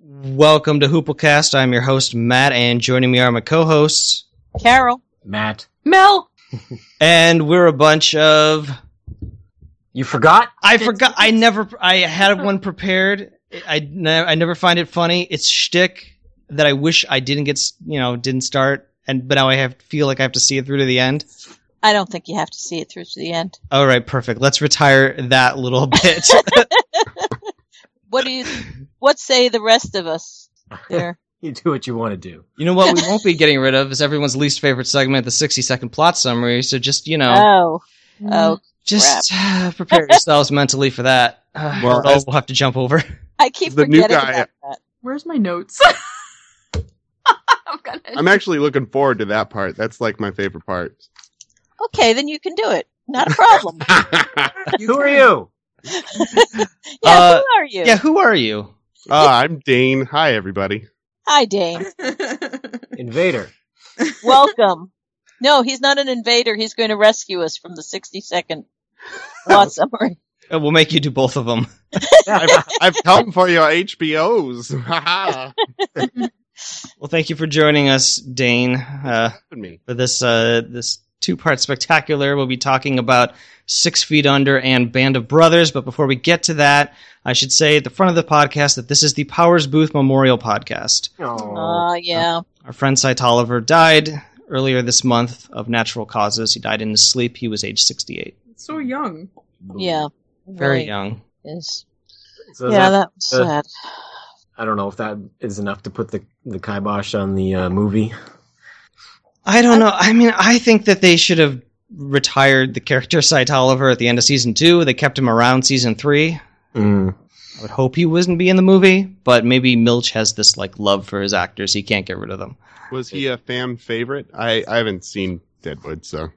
Welcome to Hooplecast. I'm your host, Matt, and joining me are my co hosts. Carol. Matt, Mel. And we're a bunch of. you forgot? I forgot. I never. I had Oh. one prepared. I, ne- I never find it funny. It's shtick that I wish I didn't get, s- you know, didn't start. And but now I have feel like I have to see it through to the end. I don't think you have to see it through to the end. All right, perfect. Let's retire that little bit. What do you? What say the rest of us? There. You do what you want to do. you know what? We won't be getting rid of is everyone's least favorite segment, the sixty-second plot summary. So just you Oh, know, oh! just uh, prepare yourselves mentally for that. Uh, Well, we'll, as- we'll have to jump over. I keep The new forgetting guy- about that. Where's my notes? I'm gonna. I'm actually looking forward to that part. That's like my favorite part. Okay, then you can do it. Not a problem. Ah, Who are you? yeah, Uh, who are you? Yeah, who are you? Uh, I'm Dane. Hi, everybody. Hi, Dane. Invader. Welcome. No, he's not an invader. He's going to rescue us from the 62nd plot summary. Uh, We'll make you do both of them. I've, I've come for your HBOs. Ha ha. Well, thank you for joining us, Dane, uh, me. for this uh, this two part spectacular. We'll be talking about Six Feet Under and Band of Brothers. But before we get to that, I should say at the front of the podcast that this is the Powers Booth Memorial Podcast. Oh, Oh, yeah. Our friend Cy Tolliver died earlier this month of natural causes. He died in his sleep. He was age 68. so young. Yeah. Very Really young. is. So Yeah, that- that was uh, sad. I don't know if that is enough to put the, the kibosh on the uh, movie. I don't know. I mean, I think that they should have retired the character Cy Tolliver at the end of season two. They kept him around season three. Mm. I would hope he wouldn't be in the movie, but maybe Milch has this like love for his actors. He can't get rid of them. Was he a fan favorite? I, I haven't seen Deadwood, so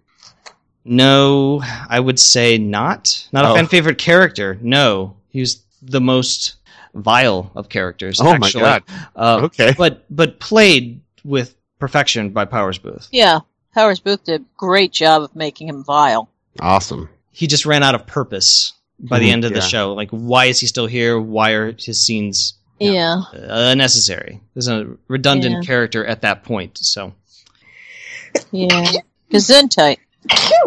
No, I would say not. Not a Oh. fan favorite character. No, he's the most vile of characters. Oh my actually. God. Uh, okay. but but played with perfection by Powers Booth. Yeah. Powers Booth did a great job of making him vile. Awesome. He just ran out of purpose by the Mhm, end of the yeah. show. Like, why is he still here? Why are his scenes Yeah. yeah. uh, unnecessary? There's a redundant Yeah. character at that point. So Yeah. Gesundheit.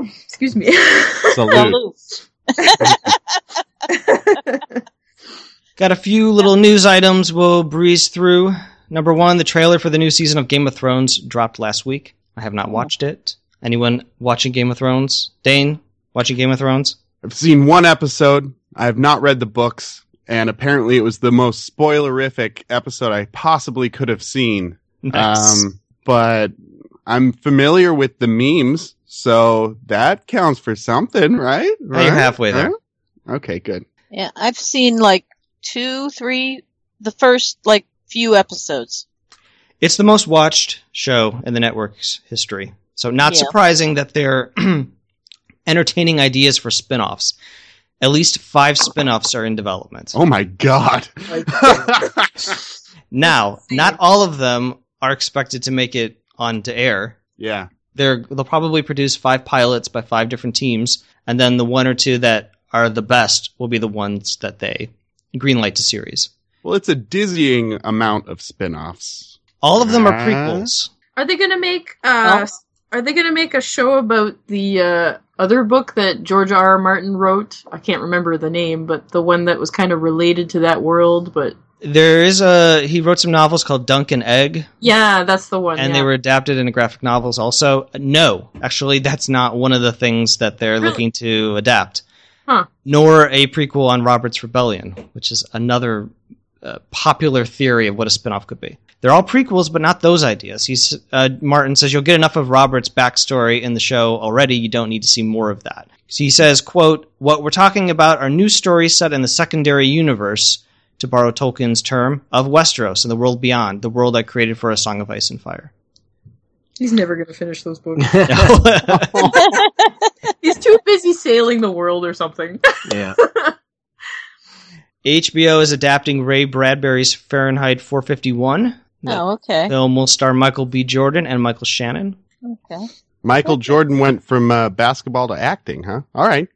Excuse me. Salute. Got a few little news items we'll breeze through. Number one, the trailer for the new season of Game of Thrones dropped last week. I have not watched it. Anyone watching Game of Thrones? Dane, watching Game of Thrones? I've seen one episode. I have not read the books, and apparently it was the most spoilerific episode I possibly could have seen. Um, but I'm familiar with the memes, so that counts for something, right? Now you're Right? halfway there. Huh? Okay, good. Yeah, I've seen like two, three, the first like few episodes. It's the most watched show in the network's history. So not Yeah. surprising that they're entertaining ideas for spin-offs. At least 5 spin-offs are in development. Oh my god. Now, not all of them are expected to make it onto air. yeah. they're they'll probably produce five pilots by five different teams, and then the one or two that are the best will be the ones that they greenlight to series. Well, it's a dizzying amount of spin-offs. All of them are Uh-huh. prequels. Are they gonna make? Uh, Oh. s- Are they gonna make a show about the uh, other book that George R. R. Martin wrote? I can't remember the name, but the one that was kind of related to that world. But There is a he wrote some novels called Dunk and Egg, yeah, that's the one. and Oh, yeah. they were adapted into graphic novels. Also, no, actually, that's not one of the things that they're Really? looking to adapt. Huh. Nor a prequel on Robert's Rebellion, which is another uh, popular theory of what a spinoff could be. They're all prequels, but not those ideas. He's uh, Martin says you'll get enough of Robert's backstory in the show already. You don't need to see more of that. So he says, "quote What we're talking about are new stories set in the secondary universe, to borrow Tolkien's term, of Westeros and the world beyond, the world I created for A Song of Ice and Fire." He's never gonna finish those books. No. He's too busy sailing the world or something. yeah. HBO is adapting Ray Bradbury's Fahrenheit 451. The Oh, okay. film will star Michael B. Jordan and Michael Shannon. Okay. Michael Jordan went from uh, basketball to acting, huh? All right.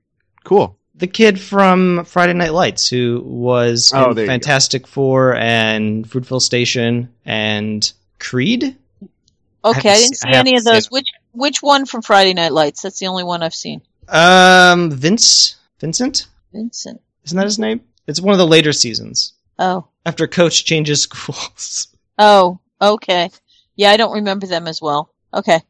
Cool. the kid from Friday Night Lights who was Oh, in there you go. Fantastic Four and Fruitville Station and Creed. Okay, I, haven't didn't seen- see I haven't any of seen those. it. Which which one from Friday Night Lights? That's the only one I've seen. Um, Vince Vincent Vincent. isn't that his name? It's one of the later seasons Oh. after Coach changes schools. Oh, okay. Yeah, I don't remember them as well. Okay.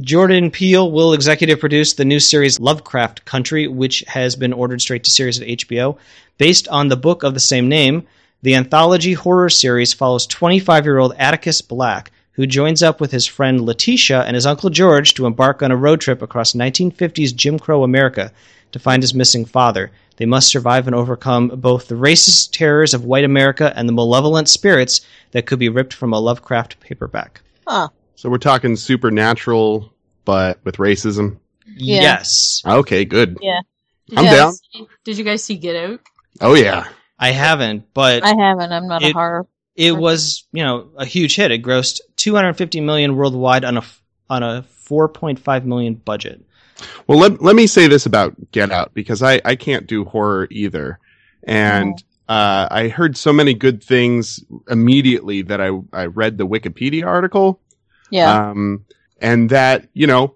Jordan Peele will executive produce the new series Lovecraft Country, which has been ordered straight to series at HBO. Based on the book of the same name, the anthology horror series follows 25 year old Atticus Black, who joins up with his friend Letitia and his uncle George to embark on a road trip across 1950s Jim Crow America to find his missing father. They must survive and overcome both the racist terrors of white America and the malevolent spirits that could be ripped from a Lovecraft paperback. So we're talking supernatural, but with racism. Yeah. Yes. Okay, good. Did I'm you guys down. see- did you guys see Get Out? Oh yeah. I haven't, but I haven't. I'm not a It- horror. it Okay. was you know a huge hit. It grossed 250 million worldwide on a f- on a 4.5 million budget. Well, let, let me say this about Get Out because I, I can't do horror either. And uh, I heard so many good things immediately that I, I read the Wikipedia article. Yeah. Um, and that, you know,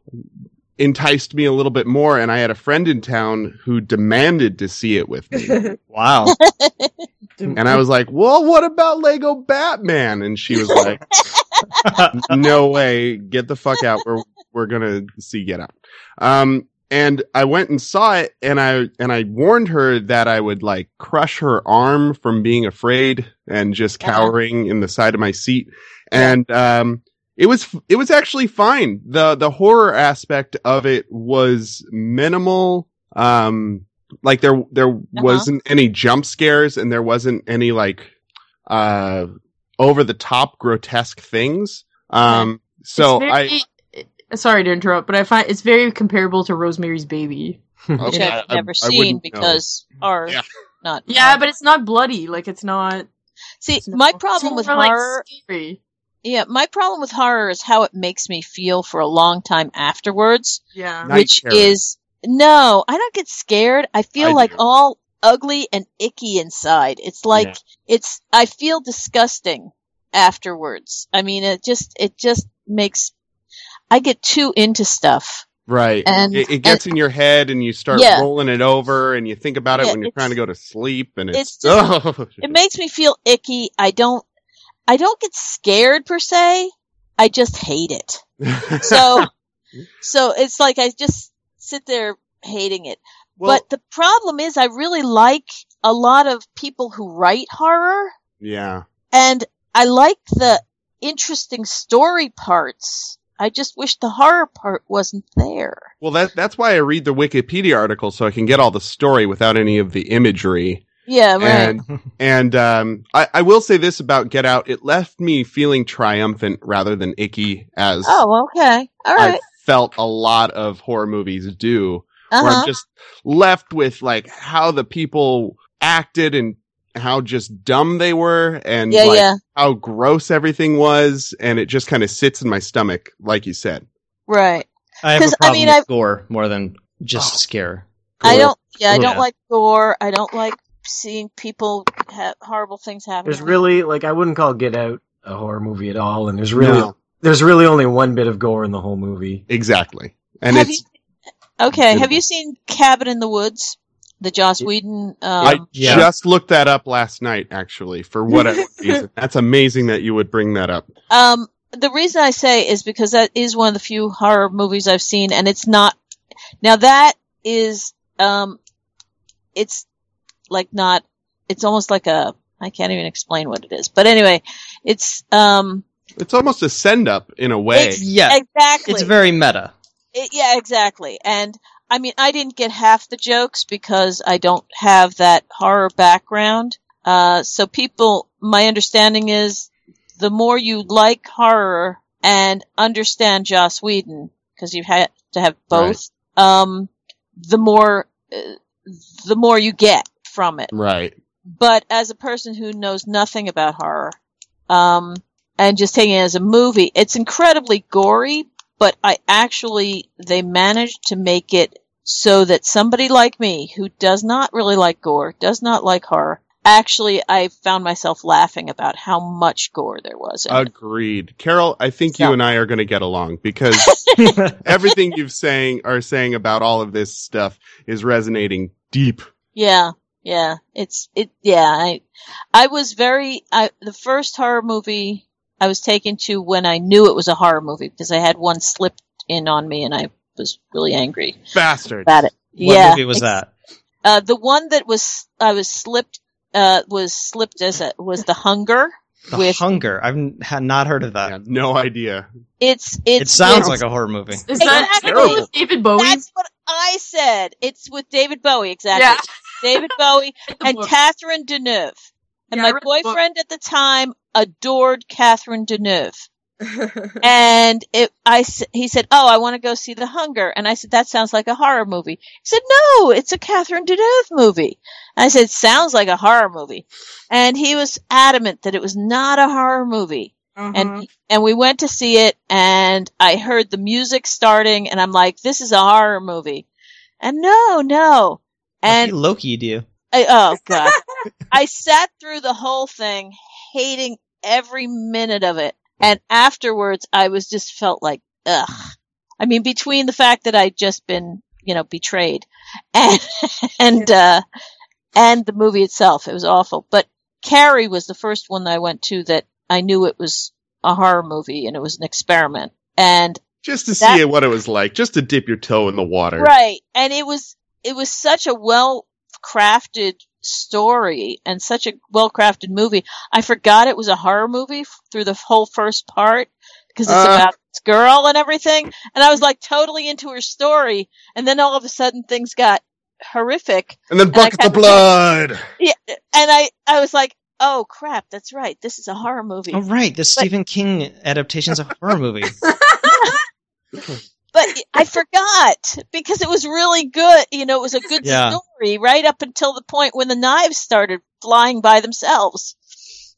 enticed me a little bit more. And I had a friend in town who demanded to see it with me. Wow, and I was like, well, what about Lego Batman? And she was like, no way. Get the fuck out. We're we're gonna see Get Out. Um, and I went and saw it, and I and I warned her that I would like crush her arm from being afraid and just Uh-huh. cowering in the side of my seat. And um, it was it was actually fine. the The horror aspect of it was minimal. Um, like there there wasn't any jump scares, and there wasn't any like uh over the top grotesque things. Um, so It's I, very- Sorry to interrupt, but I find it's very comparable to Rosemary's Baby. Which okay, I've I- never I seen wouldn't know. because horror. Yeah. Not Yeah, but it's not bloody. Like it's not. see, it's my not- problem with it's more, like, horror scary. Yeah, my problem with horror is how it makes me feel for a long time afterwards, Yeah. Night which terror. is no, I don't get scared. I feel I like do. all ugly and icky inside. It's like it's I feel disgusting afterwards. I mean, it just it just makes I get too into stuff. right. and- it, it gets in your head, and you start Yeah. rolling it over, and you think about it Yeah, when you're it's- trying to go to sleep, and it's, oh, it's It makes me feel icky. I don't I don't get scared per se. I just hate it. So so it's like I just sit there hating it. well, but the problem is, I really like a lot of people who write horror, yeah, and I like the interesting story parts. I just wish the horror part wasn't there. well that that's why I read the Wikipedia article so I can get all the story without any of the imagery. Yeah, right. And and um, I, I will say this about Get Out: it left me feeling triumphant rather than icky, as oh, okay. All I right. felt a lot of horror movies do, where Uh I'm just left with like how the people acted and how just dumb they were, and Yeah, like, yeah. how gross everything was, and it just kind of sits in my stomach, like you said. Right. I have 'Cause, a I problem mean, with I've- gore more than Oh. just scare. I don't. Yeah, I Cool. don't Oh, Yeah. like gore. I don't like seeing people ha- horrible things happen. There's really like I wouldn't call Get Out a horror movie at all, and there's really No. there's really only one bit of gore in the whole movie. exactly, and Have it's okay. Have Beautiful. you seen Cabin in the Woods? The Joss Whedon. Um, I Yeah. just looked that up last night, actually, for whatever reason. That's amazing that you would bring that up. Um, the reason I say is because that is one of the few horror movies I've seen, and it's not. Now that is, um, it's like not. It's almost like a. I can't even explain what it is, but anyway, it's um It's almost a send up in a way. It's- Yeah, exactly. it's very meta. It- yeah, exactly. And I mean, I didn't get half the jokes because I don't have that horror background. Uh, so people, my understanding is the more you like horror and understand Joss Whedon, because you had to have both, um, the more, uh, the more you get from it right. but as a person who knows nothing about horror, um, and just taking it as a movie, it's incredibly gory, but I actually, they managed to make it so that somebody like me who does not really like gore, does not like horror, actually I found myself laughing about how much gore there was. in it. Agreed, Carol. I think you So- and I are going to get along because everything you've saying are saying about all of this stuff is resonating deep. Yeah, yeah. It's it. Yeah, I, I was very. I the first horror movie I was taken to when I knew it was a horror movie because I had one slipped in on me and I was really angry Bastards. about it. What yeah, movie was that? Uh, the one that was I was slipped uh was slipped as a was the Hunger. The with- Hunger. I've n- had not heard of that. Yeah, no idea. It's it, it's sounds with- like a horror movie. Is that Exactly. terrible with David Bowie? that's what I said. It's with David Bowie exactly. David Bowie Read the and book. Catherine Deneuve. And Yeah, I my read the book. boyfriend at the time adored Catherine Deneuve. And it, I, s- he said, "Oh, I want to go see The Hunger." And I said, "That sounds like a horror movie." He said, "No, it's a Catherine Deneuve movie." I said, "Sounds like a horror movie," and he was adamant that it was not a horror movie. And he- and we went to see it, and I heard the music starting, and I'm like, "This is a horror movie," and no, no, And and Loki, do you? I, oh god. I sat through the whole thing hating every minute of it. And afterwards I was just felt like ugh. I mean between the fact that I'd just been, you know, betrayed and and uh and the movie itself, it was awful. But Carrie was the first one that I went to that I knew it was a horror movie and it was an experiment. And Just to That- see what it was like, just to dip your toe in the water. Right. And it was it was such a well crafted story and such a well crafted movie. I forgot it was a horror movie f- through the whole first part because it's Uh. about this girl and everything. And I was like totally into her story and then all of a sudden things got horrific And then I bucket the kinda- blood. and I I was like, "Oh crap, that's right. This is a horror movie." Oh, right. The Stephen King adaptation's a horror movie. but I forgot because it was really good. You know, it was a good Yeah. story right up until the point when the knives started flying by themselves.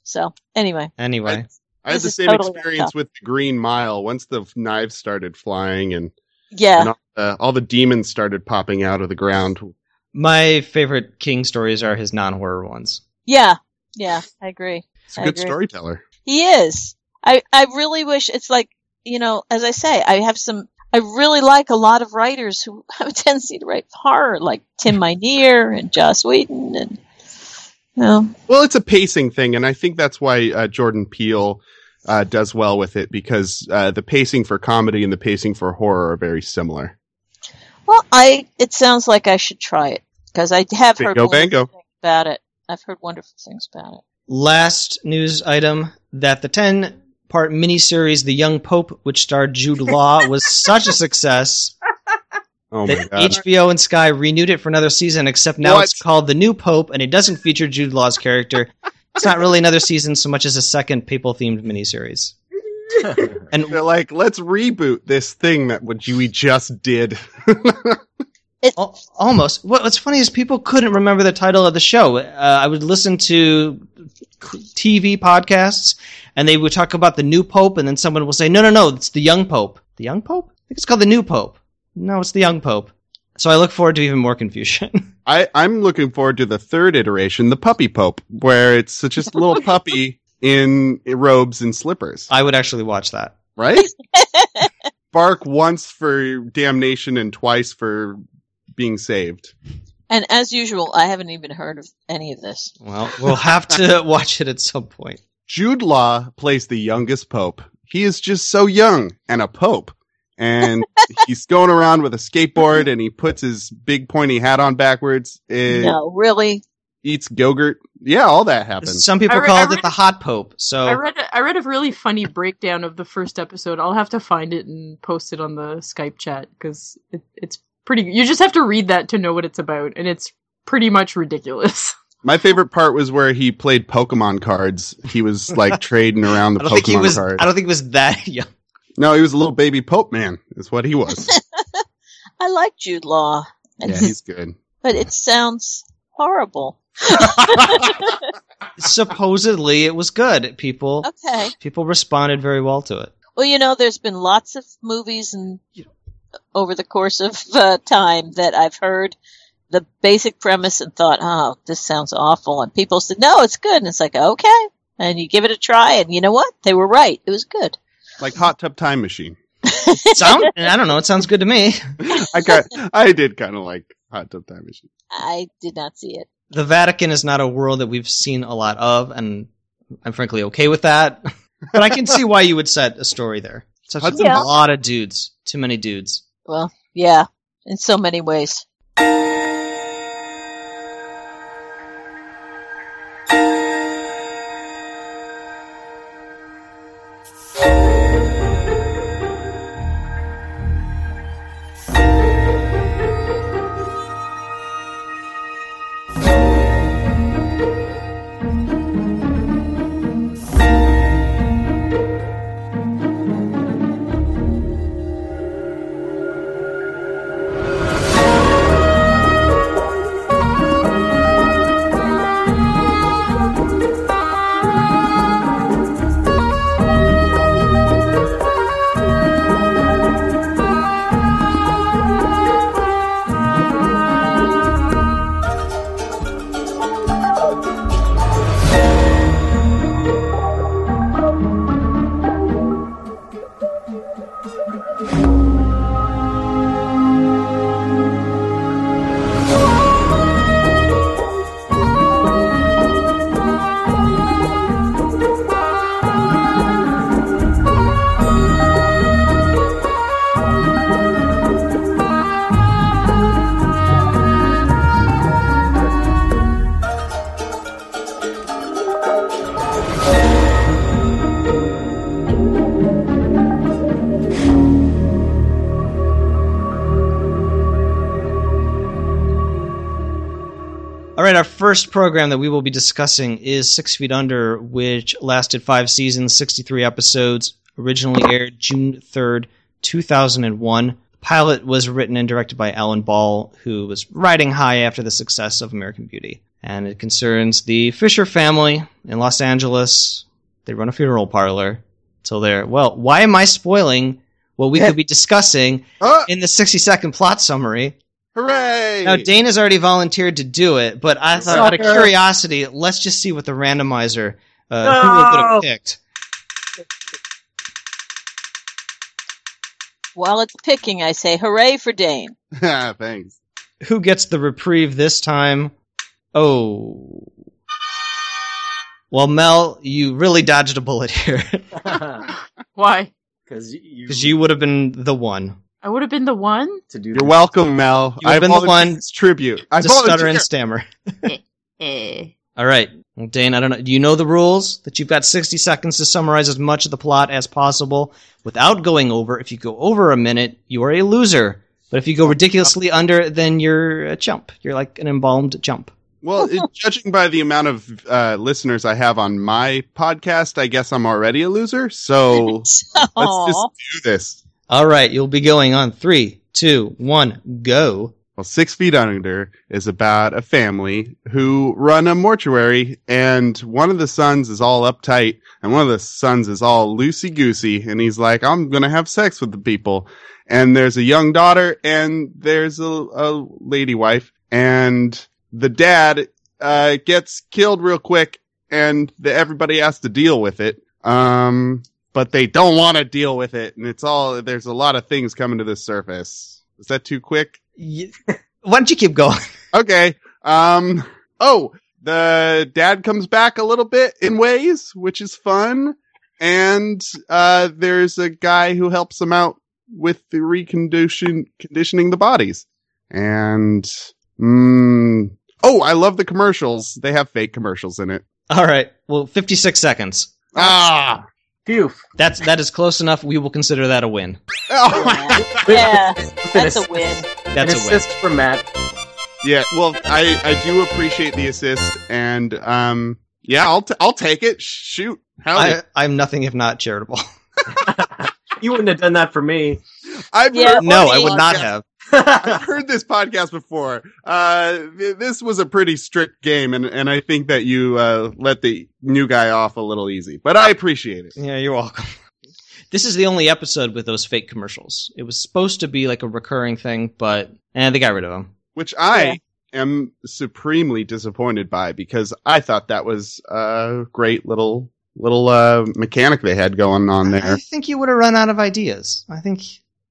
So anyway, Anyway, I had This the is same totally experience messed with the Green Mile. Once the knives started flying and, yeah, and all, the, all the demons started popping out of the ground, my favorite King stories are his non-horror ones. yeah, yeah. I agree. it's a I good agree. storyteller. He is. I I really wish it's like you know, as I say, I have some. I really like a lot of writers who have a tendency to write horror, like Tim Minear and Joss Whedon, and you know, Well, it's a pacing thing, and I think that's why uh, Jordan Peele uh, does well with it because uh, the pacing for comedy and the pacing for horror are very similar. Well, I it sounds like I should try it because I have heard Bingo, wonderful bango. things about it. I've heard wonderful things about it. Last news item that the 10 part miniseries The Young Pope, which starred Jude Law, was such a success Oh my that god! HBO and Sky renewed it for another season, except now What? it's called The New Pope and it doesn't feature Jude Law's character. it's not really another season so much as a second papal themed miniseries. And They're like, let's reboot this thing that what we just did. al- almost what, what's funny is people couldn't remember the title of the show. Uh, I would listen to TV podcasts and they would talk about the new pope and then someone will say, "No, no, no, it's the young pope." The young pope? I think it's called the new pope. No, it's the young pope. So I look forward to even more confusion. I, I'm looking forward to the third iteration, the Puppy Pope, where it's just a little puppy in robes and slippers, I would actually watch that. right? Bark once for damnation and twice for being saved. And as usual, I haven't even heard of any of this. Well, we'll have to watch it at some point. Jude Law plays the youngest pope. He is just so young and a pope. And he's going around with a skateboard and he puts his big pointy hat on backwards and No, really. eats Gogurt. Yeah, all that happens. Some people I re- call I it read- the hot pope. So I read a, I read a really funny breakdown of the first episode. I'll have to find it and post it on the Skype chat because it, it's pretty. You just have to read that to know what it's about, and it's pretty much ridiculous. My favorite part was where he played Pokemon cards. He was like trading around the I don't think he Pokemon was. cards. I don't think he was that young. No, he was a little baby Pope man, is what he was. I like Jude Law, and yeah, he's good. but it sounds horrible. Supposedly, it was good. People Okay. people responded very well to it. Well, you know, there's been lots of movies and over the course of uh, time that I've heard the basic premise and thought, oh, this sounds awful. And people said, no, it's good. And it's like, okay. And you give it a try. And you know what? They were right. It was good. like Hot Tub Time Machine. Sound? I don't know. It sounds good to me. I got, I did kind of like Hot Tub Time Machine. I did not see it. The Vatican is not a world that we've seen a lot of, and I'm frankly okay with that. but I can see why you would set a story there. Such a Hudson Yeah. lot of dudes. Too many dudes. Well, yeah, in so many ways. All right, our first program that we will be discussing is Six Feet Under, which lasted five seasons, 63 episodes, originally aired June 3rd, 2001. The pilot was written and directed by Alan Ball, who was riding high after the success of American Beauty. And it concerns the Fisher family in Los Angeles. They run a funeral parlor. So there. Well, why am I spoiling what we could be discussing Oh, in the 60 second plot summary? hooray! Now Dana's already volunteered to do it, but I thought out of Sucker. curiosity, let's just see what the randomizer uh, who it No. would have picked. While it's picking, I say, hooray for Dane. Ah, Thanks. Who gets the reprieve this time? Oh. Well, Mel, you really dodged a bullet here Why? Because you, because you would have been the one. I would have been the one. to do You're that. welcome, Mel. You've been the volunteer one this tribute. I Just stutter and volunteer. stammer. Eh. All right, well, Dane, I don't know. Do you know the rules that you've got 60 seconds to summarize as much of the plot as possible without going over? If you go over a minute, you are a loser. But if you go ridiculously under, then you're a chump. You're like an embalmed chump. Well, it- judging by the amount of uh, listeners I have on my podcast, I guess I'm already a loser. So So, let's just do this. All right, you'll be going on three, two, one, go. Well, Six Feet Under is about a family who run a mortuary, and one of the sons is all uptight, and one of the sons is all loosey goosey, and he's like, I'm going to have sex with the people. And there's a young daughter, and there's a, a lady wife, and the dad uh, gets killed real quick, and the, everybody has to deal with it. Um, but they don't want to deal with it, and it's all there's a lot of things coming to the surface. Is that too quick? Y- Why don't you keep going? okay. Um. Oh, the dad comes back a little bit in ways, which is fun. And uh, there's a guy who helps him out with the recondition conditioning the bodies. And mm, oh, I love the commercials. They have fake commercials in it. All right, well, 56 seconds. Ah. Phew. That's that is close enough. We will consider that a win. Oh my yeah, God. yeah, With an that's a assist- win. That's an a win. assist from Matt. Yeah. Well, I I do appreciate the assist, and um, yeah, I'll t- I'll take it. Shoot, howdy. I, I'm nothing if not charitable. You wouldn't have done that for me. I've Yeah. heard- no, I would not have. I've heard this podcast before. Uh, th- this was a pretty strict game, and, and I think that you uh, let the new guy off a little easy, but I appreciate it. Yeah, you're welcome. this is the only episode with those fake commercials. It was supposed to be like a recurring thing, but and they got rid of them. which I am supremely disappointed by because I thought that was a great little little uh, mechanic they had going on I there. think you would have run out of ideas. I think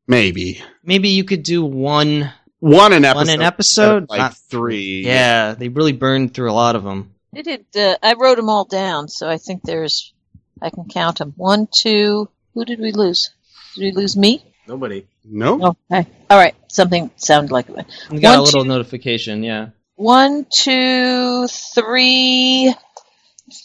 Maybe maybe you could do one one an episode, one an instead episode. of, like Not- three. yeah, they really burned through a lot of them. I did. Uh, I wrote them all down, so I think there's. I can count them. One, two. Who did we lose? Did we lose me? Nobody. no, Okay. All right. Something sounded like it. We got One, a little two- notification. Yeah, One, two, three,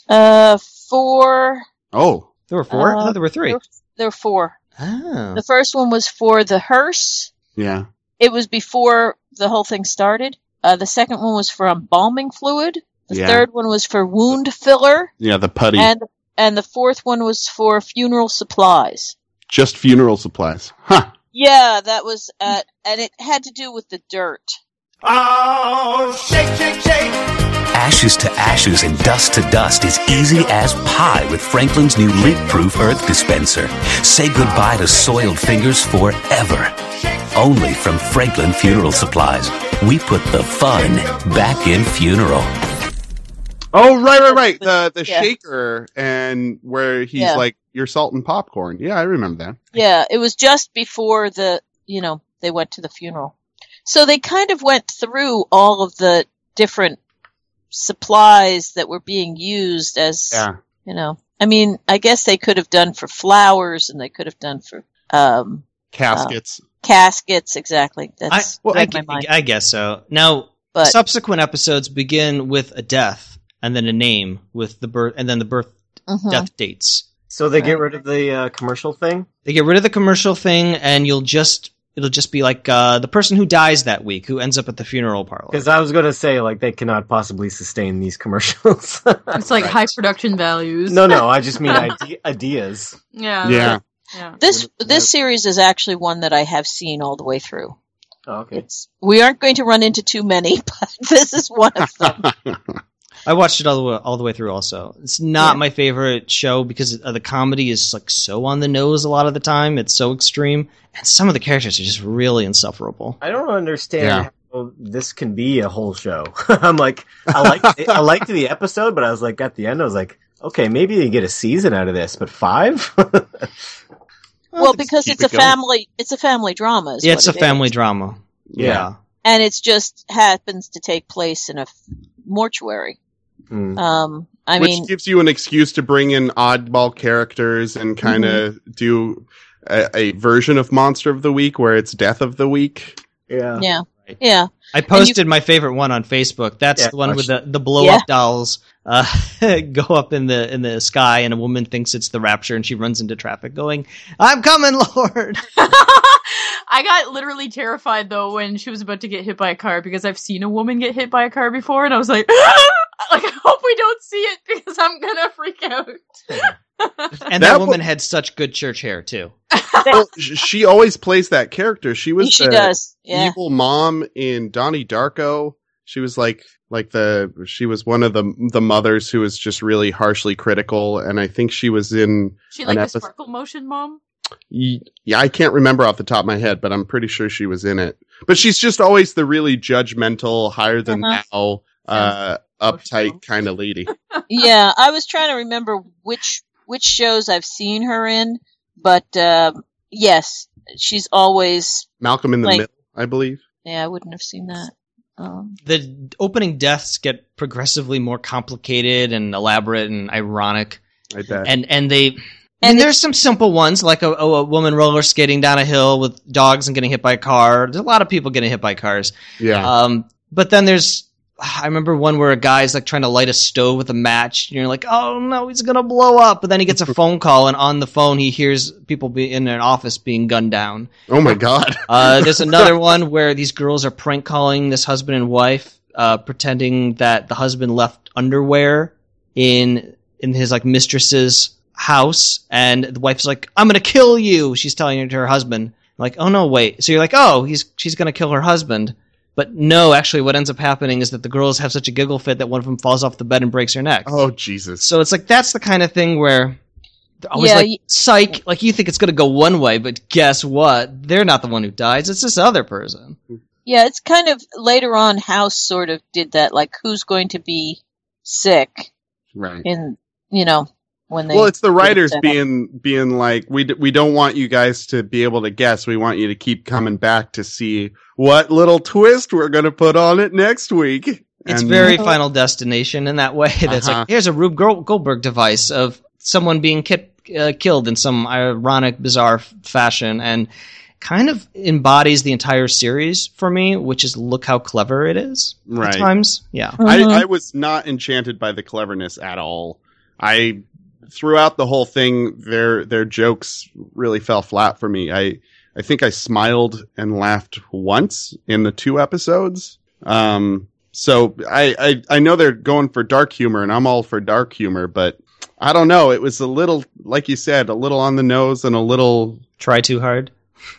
uh, four. oh, there were four. I Uh, thought there were three. There, there were four. Oh, The first one was for the hearse. yeah, It was before the whole thing started. Uh, the second one was for embalming fluid. The Yeah. third one was for wound filler, yeah. The putty, and and the fourth one was for funeral supplies. just funeral supplies, huh? Yeah, that was at, and it had to do with the dirt. Ashes to ashes and dust to dust is easy as pie with Franklin's new leak proof earth dispenser. Say goodbye to soiled fingers forever. Only from Franklin Funeral Supplies. We put the fun back in funeral. Oh, right, right, right. The the Yeah. shaker and where he's Yeah. like your salt and popcorn. Yeah, I remember that. Yeah, it was just before the, you know, they went to the funeral. So they kind of went through all of the different supplies that were being used as, Yeah, you know, I mean, I guess they could have done for flowers and they could have done for, um, caskets. caskets. Exactly. I, That's well, I, right gu- in my mind. I guess so. Now, But- subsequent episodes begin with a death and then a name with the birth and then the birth Mhm. death dates. So they get rid of the uh, commercial thing. They get rid of the commercial thing, and you'll just it'll just be like uh, the person who dies that week who ends up at the funeral parlor. Because I was gonna say like they cannot possibly sustain these commercials. It's like Right. high production values. no, no, I just mean ide- ideas. Yeah. yeah, Yeah. This, Would- this series is actually one that I have seen all the way through. Oh, okay. It's, we aren't going to run into too many, but this is one of them. I watched it all the way, all the way through. Also, it's not Yeah. my favorite show because uh, the comedy is like so on the nose a lot of the time. It's so extreme, and some of the characters are just really insufferable. I don't understand Yeah. how this can be a whole show. I'm like, I liked, it- I liked the episode, but I was like, at the end, I was like, okay, maybe you get a season out of this, but five? Well, because keep it's it a going. family, it's a family drama. Is Yeah, what it's a it family is. drama. Yeah. and it's just happens to take place in a f- mortuary. Hmm. Um, I which mean, gives you an excuse to bring in oddball characters and kind of Mm-hmm. do a, a version of monster of the week where it's death of the week yeah. yeah, Right. yeah, I posted my favorite one on Facebook. That's Yeah, the one I with see. the, the blow Yeah. up dolls uh, go up in the in the sky, and a woman thinks it's the rapture, and she runs into traffic, going, "I'm coming, Lord." I got literally terrified though when she was about to get hit by a car because I've seen a woman get hit by a car before and I was like, like I hope we don't see it because I'm gonna freak out. And that, That woman had such good church hair too. well, sh- she always plays that character she was she the does. Yeah, evil mom in donnie darko she was like like the she was one of the the mothers who was just really harshly critical and i think she was in she like An the episode- sparkle motion mom. yeah i can't remember off the top of my head but i'm pretty sure she was in it but she's just always the really judgmental higher than Uh-huh. thou uh emotional. uptight kind of lady yeah. I was trying to remember which which shows I've seen her in, but um, yes, she's always. Malcolm in the Like- Middle, I believe. Yeah, I wouldn't have seen that. Um, The opening deaths get progressively more complicated and elaborate and ironic, I bet. and and they. And And it- there's some simple ones like a, a woman roller skating down a hill with dogs and getting hit by a car. There's a lot of people getting hit by cars. yeah. Um, but then there's, I remember one where a guy's like trying to light a stove with a match, and you're like, oh no, he's gonna blow up. But then he gets a phone call, and on the phone he hears people be in an office being gunned down. oh my god. Uh, there's another one where these girls are prank calling this husband and wife, uh, pretending that the husband left underwear in in his like mistress's house, and the wife's like, "I'm gonna kill you." She's telling it to her husband, like, "Oh no, wait." So you're like, "Oh, he's she's gonna kill her husband," but no, actually, what ends up happening is that the girls have such a giggle fit that one of them falls off the bed and breaks her neck. Oh Jesus. So it's like that's the kind of thing where They're always Yeah, like y- psych. Like you think it's gonna go one way, but guess what? They're not the one who dies. It's this other person. Hmm. Yeah, it's kind of later on House sort of did that, like who's going to be sick Right. in you know when they Well, it's the get writers set up. being being like we d- we don't want you guys to be able to guess. We want you to keep coming back to see what little twist we're going to put on it next week. It's And- very Final Destination in that way. That's Uh-huh. like here's a Rube Gol- Goldberg device of someone being ki- uh, killed in some ironic, bizarre f- fashion, and kind of embodies the entire series for me, which is look how clever it is. Right. At times, yeah. Uh-huh. Mhm. I, I was not enchanted by the cleverness at all. I throughout the whole thing, their their jokes really fell flat for me. I I think I smiled and laughed once in the two episodes. Um, so I, I I know they're going for dark humor, and I'm all for dark humor, but I don't know. It was a little, like you said, a little on the nose and a little Try too hard.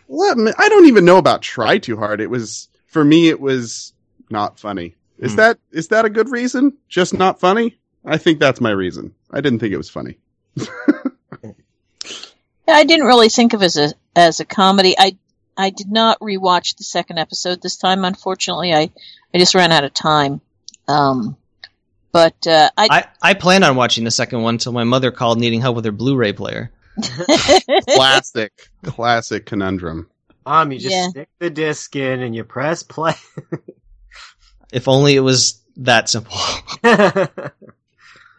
let me, I don't even know about try too hard. It was for me. It was not funny. Is Hmm. that is that a good reason? Just not funny. I think that's my reason. I didn't think it was funny. Yeah, I didn't really think of it as a as a comedy. I I did not rewatch the second episode this time. Unfortunately, I I just ran out of time. Um, but uh, I I, I planned on watching the second one until my mother called needing help with her Blu-ray player. Classic, classic conundrum. Mom, you just Yeah. stick the disc in and you press play. If only it was that simple.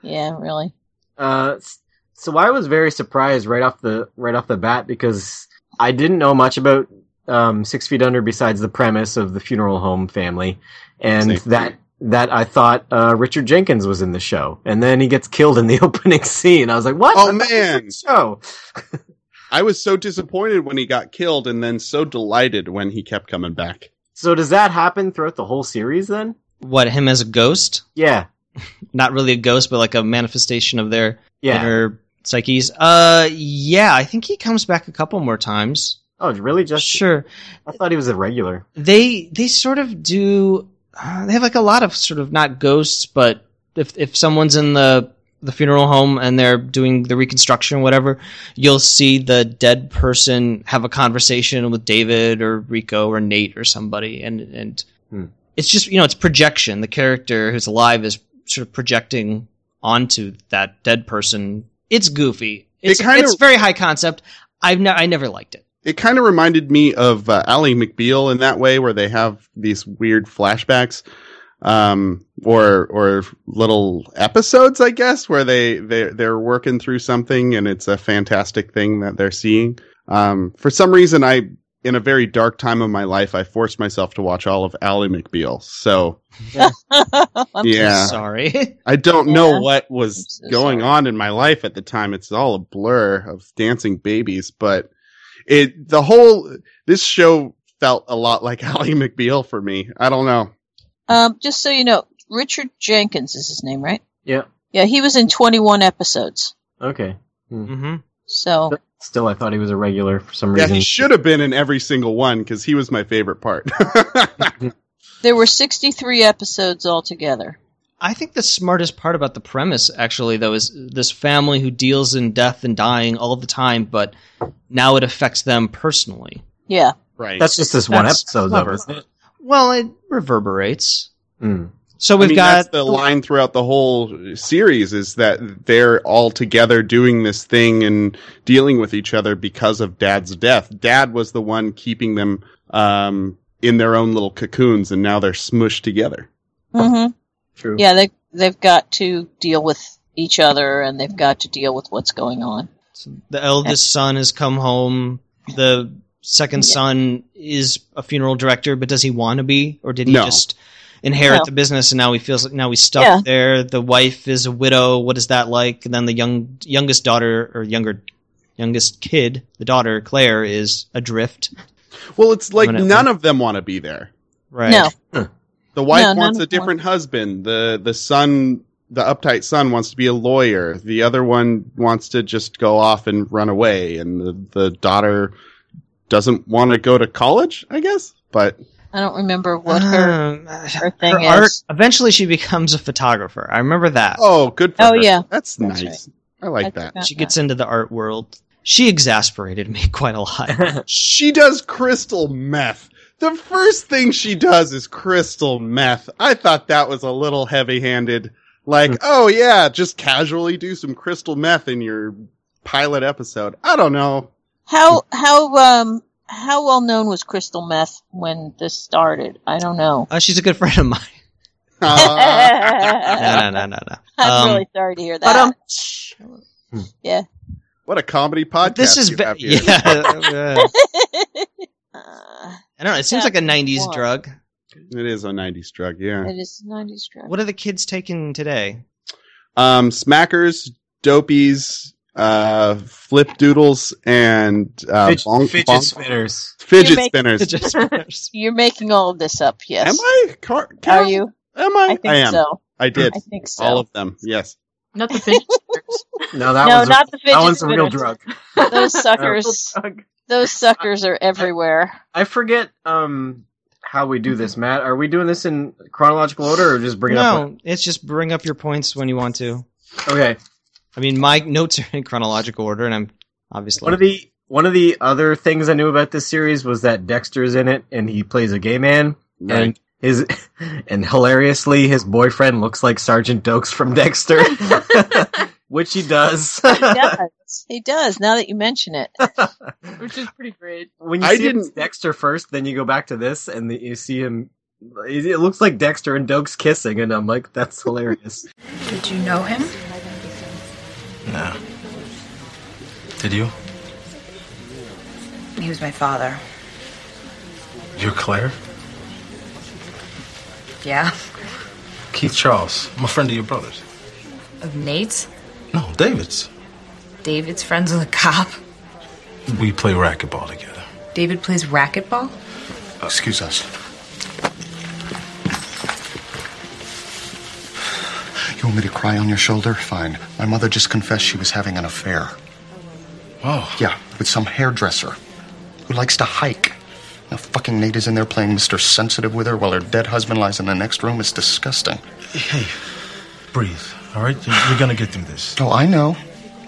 yeah, really. Uh, s- so I was very surprised right off the right off the bat because I didn't know much about um, Six Feet Under besides the premise of the funeral home family, and Same. that that I thought uh, Richard Jenkins was in the show, and then he gets killed in the opening scene. I was like, "What? Oh, I thought this man. was a Show." I was so disappointed when he got killed, and then so delighted when he kept coming back. So does that happen throughout the whole series then? what him as a ghost? Yeah, Not really a ghost, but like a manifestation of their yeah. inner psyches. Uh, yeah, I think he comes back a couple more times. Oh, really? Just sure. I thought he was a regular. They they sort of do. Uh, they have like a lot of sort of not ghosts, but if if someone's in the the funeral home and they're doing the reconstruction, or whatever, you'll see the dead person have a conversation with David or Rico or Nate or somebody, and and Hmm. it's just you know it's projection. The character who's alive is sort of projecting onto that dead person. It's goofy. It's kinda- it's very high concept. I've ne- I never liked it. It kind of reminded me of uh, Ally McBeal in that way, where they have these weird flashbacks, um, or or little episodes, I guess, where they they they're working through something and it's a fantastic thing that they're seeing. Um, for some reason, I in a very dark time of my life, I forced myself to watch all of Ally McBeal. So I'm yeah, Sorry. I don't Yeah. know what was I'm so going sorry. on in my life at the time. It's all a blur of dancing babies, but it the whole this show felt a lot like Ally McBeal for me. I don't know. Um, just so you know, Richard Jenkins is his name, right? Yeah. Yeah, he was in 21 episodes. Okay. Hmm. mm-hmm. So Still, I thought he was a regular for some Yeah, reason. he should have been in every single one because he was my favorite part. there were 63 episodes altogether. I think the smartest part about the premise, actually, though, is this family who deals in death and dying all the time, but now it affects them personally. Yeah. right. That's just this one That's episode, clever. though, isn't it? Well, it reverberates. Mm. So I we've mean, that's got the line throughout the whole series is that they're all together doing this thing and dealing with each other because of dad's death. Dad was the one keeping them um, in their own little cocoons, and now they're smushed together. hmm True. Yeah, they they've got to deal with each other and they've got to deal with what's going on. the eldest son has come home. The second Yeah. son is a funeral director, but does he want to be, or did he No. just inherit No. the business and now he feels like now he's stuck Yeah. there? The wife is a widow. What is that like? And then the young youngest daughter or younger youngest kid, the daughter Claire, is adrift. Well, it's like Eminently. none of them want to be there. Right. No. The wife No, wants none a of them different husband. The the son, the uptight son, wants to be a lawyer. The other one wants to just go off and run away, and the, the daughter doesn't want to go to college. I guess, but. I don't remember what her Um, uh, her thing is. eventually, she becomes a photographer. I remember that. Oh, good for Oh, her. yeah. That's, That's nice. I I like that. forgot She gets into the art world. She exasperated me quite a lot. She does crystal meth. The first thing she does is crystal meth. I thought that was a little heavy handed. Hmm. Like, oh yeah, just casually do some crystal meth in your pilot episode. I don't know. How how um how well known was crystal meth when this started? I don't know. Uh, she's a good friend of mine. Uh, I'm No, no, no, no, no. Um, really sorry to hear that. But um, Hmm. what a comedy podcast. but this is you ve- have here. yeah. uh, Uh, I don't know. It seems like a '90s What? drug. It is a '90s drug. Yeah. it is nineties drug. What are the kids taking today? Um, smackers, dopies, uh, flip doodles, and uh, Fidget, bong- fidget bong- spinners. fidget You make- spinners. Just first. You're making all of this up, yes? Am I? Car- Are Carol? you? Am I? I think am. so. I did. I think so. All of them. Yes. not the fidget spinners. No, that no, one's not the a, fidget that one's a real spinners. drug. Those suckers. Ugh. Those suckers are everywhere. I forget um how we do this, Matt. Are we doing this in chronological order or just bring it up? No, it's just bring up your points when you want to. Okay. I mean, my notes are in chronological order, and I'm obviously One of the one of the other things I knew about this series was that Dexter's in it and he plays a gay man and his and hilariously his boyfriend looks like Sergeant Dokes from Dexter. Which he does. He does. he does. Now that you mention it, which is pretty great. when you I see him didn't- as Dexter first, then you go back to this and the, you see him it it looks like Dexter and Dokes kissing and I'm like that's hilarious. Did you know him? No. Did you? He was my father. You're Claire? Yeah. Keith Charles. I'm a friend of your brother's. Of Nate's? No, Oh, David's. David's friends with a cop. We play racquetball together. David plays racquetball? Uh, Excuse us. You want me to cry on your shoulder? Fine. My mother just confessed she was having an affair. Wow. Yeah, with some hairdresser who likes to hike. Now, fucking Nate is in there playing Mr. Sensitive with her while her dead husband lies in the next room. It's disgusting. Hey, breathe. All right, You're- you're gonna get through this. Oh, I know.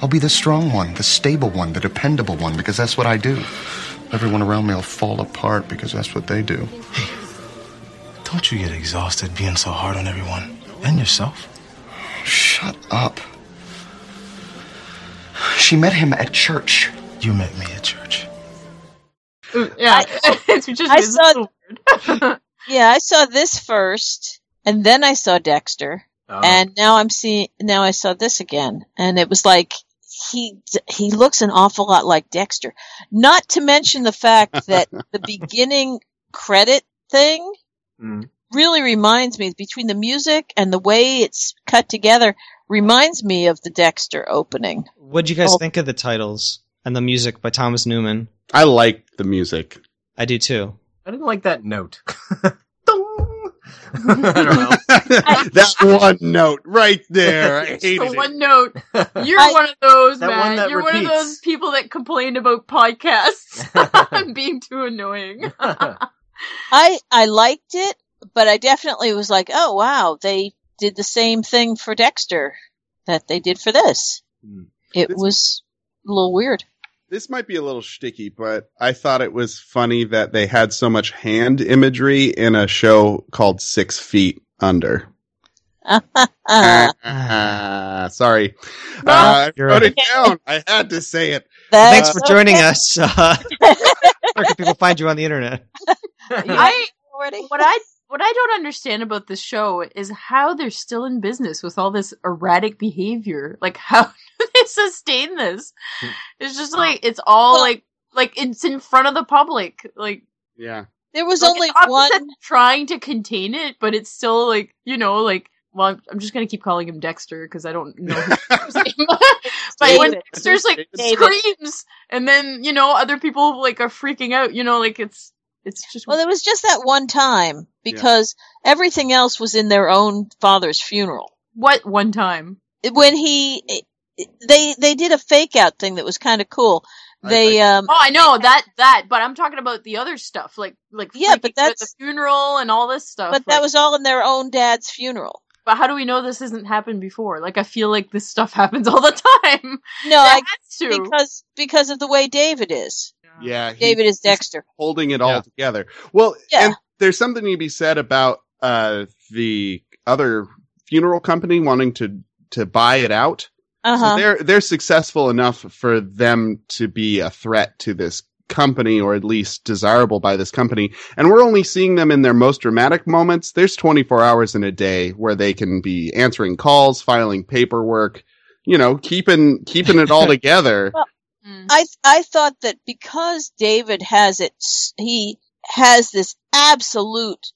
I'll be the strong one, the stable one, the dependable one, because that's what I do. Everyone around me will fall apart because that's what they do. Don't you get exhausted being so hard on everyone and yourself? Shut up. She met him at church. You met me at church. Ooh, Yeah, it's just I it's saw- so weird. yeah, I saw this first, and then I saw Dexter, Oh. and now I'm seeing. Now I saw this again, and it was like he he looks an awful lot like Dexter. Not to mention the fact that the beginning credit thing Mm. really reminds me between the music and the way it's cut together reminds me of the Dexter opening. What'd you guys Oh. think of the titles and the music by Thomas Newman? I liked the music. I do too. I didn't like that note. Dong. I that one note right there. I hated the it. one note. don't know. You're I- one of those, That man. one that You're one of repeats. those people that complained about podcasts. I'm being too annoying. I I liked it, but I definitely was like, oh wow, they did the same thing for Dexter that they did for this. Hmm. It This- was a little weird. this might be a little shticky, but I thought it was funny that they had so much hand imagery in a show called Six Feet Under. Uh, Ah, sorry, uh, I You're wrote it okay. down. I had to say it. Thanks that's for joining okay. us. Uh, where can people find you on the internet? I Already. what I what I don't understand about the show is how they're still in business with all this erratic behavior. Like how do they sustain this? It's just like it's all Well- like like it's in front of the public. Like Yeah, There was like, only it's obvious that one. they're trying to contain it, but it's still like you know like. Well, I'm- I'm just gonna keep calling him Dexter because I don't know his first name. but when David. Dexter's like David. screams, and then you know other people like are freaking out. You know, like it's it's just Well, there was just that one time because everything else was in their own father's funeral. what one time. When he, they they did a fake out thing that was kind of cool. I- They um Oh, I know that that, but I'm talking about the other stuff, like like Yeah, freaking but out at that's- the funeral and all this stuff. but that was all in their own dad's funeral. But how do we know this hasn't happened before? Like, I feel like this stuff happens all the time. No, I, It has to. because because of the way David is. Yeah, he- David is Dexter. holding it all Yeah. together. Well, Yeah. and there's something to be said about uh, the other funeral company wanting to to buy it out. Uh So huh. they're they're successful enough for them to be a threat to this company or at least desirable by this company. And we're only seeing them in their most dramatic moments. There's 24 hours in a day where they can be answering calls, filing paperwork, you know, keeping keeping it all together. Mm. I I thought that because David has it, s- he has this absolute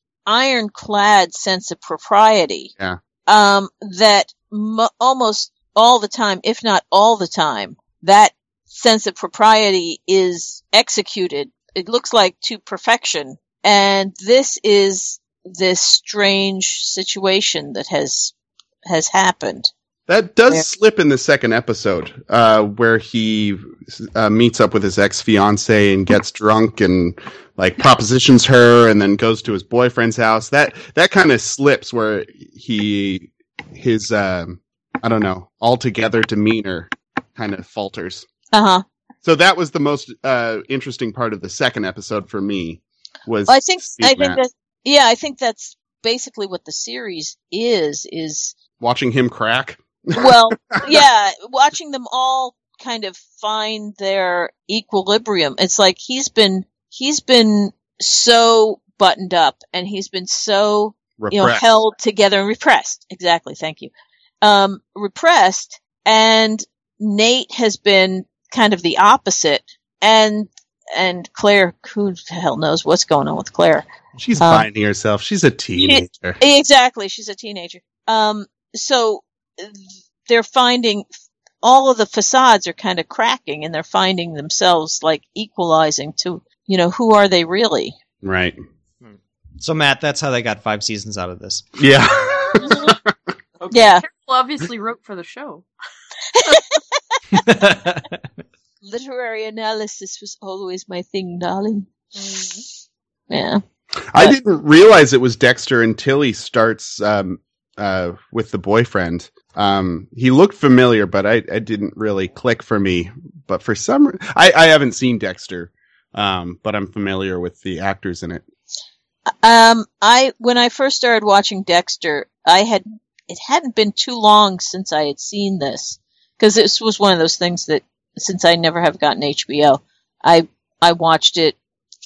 ironclad sense of propriety. Yeah. Um, that mo almost all the time, if not all the time, that sense of propriety is executed. It looks like to perfection, and this is this strange situation that has has happened. That does Yeah. slip in the second episode, uh, where he uh, meets up with his ex fiance and gets drunk and like propositions her, and then goes to his boyfriend's house. That that kind of slips where he his um, I don't know altogether demeanor kind of falters. Uh huh. So that was the most uh, interesting part of the second episode for me. Was Well, I think I seeing think that yeah, I think that's basically what the series is is watching him crack. well, yeah, watching them all kind of find their equilibrium. It's like he's been he's been so buttoned up and he's been so you know repressed. held together and repressed. Exactly, thank you. Um repressed and Nate has been kind of the opposite and and Claire, who the hell knows what's going on with Claire? She's um, finding herself. She's a teenager. Exactly. She's a teenager. Um, so th- they're finding all of the facades are kind of cracking and they're finding themselves like equalizing to, you know, who are they really? right. So Matt, that's how they got five seasons out of this. Yeah. Yeah. Carol obviously wrote for the show. Literary analysis was always my thing, darling. Mm. Yeah. I didn't realize it was Dexter until he starts um, uh, with the boyfriend. Um, he looked familiar, but I, I didn't really click for me. But for some, re- I, I haven't seen Dexter, um, but I'm familiar with the actors in it. Um, I, when I first started watching Dexter, I had, it hadn't been too long since I had seen this. Cause this was one of those things that, since I never have gotten HBO, I, I watched it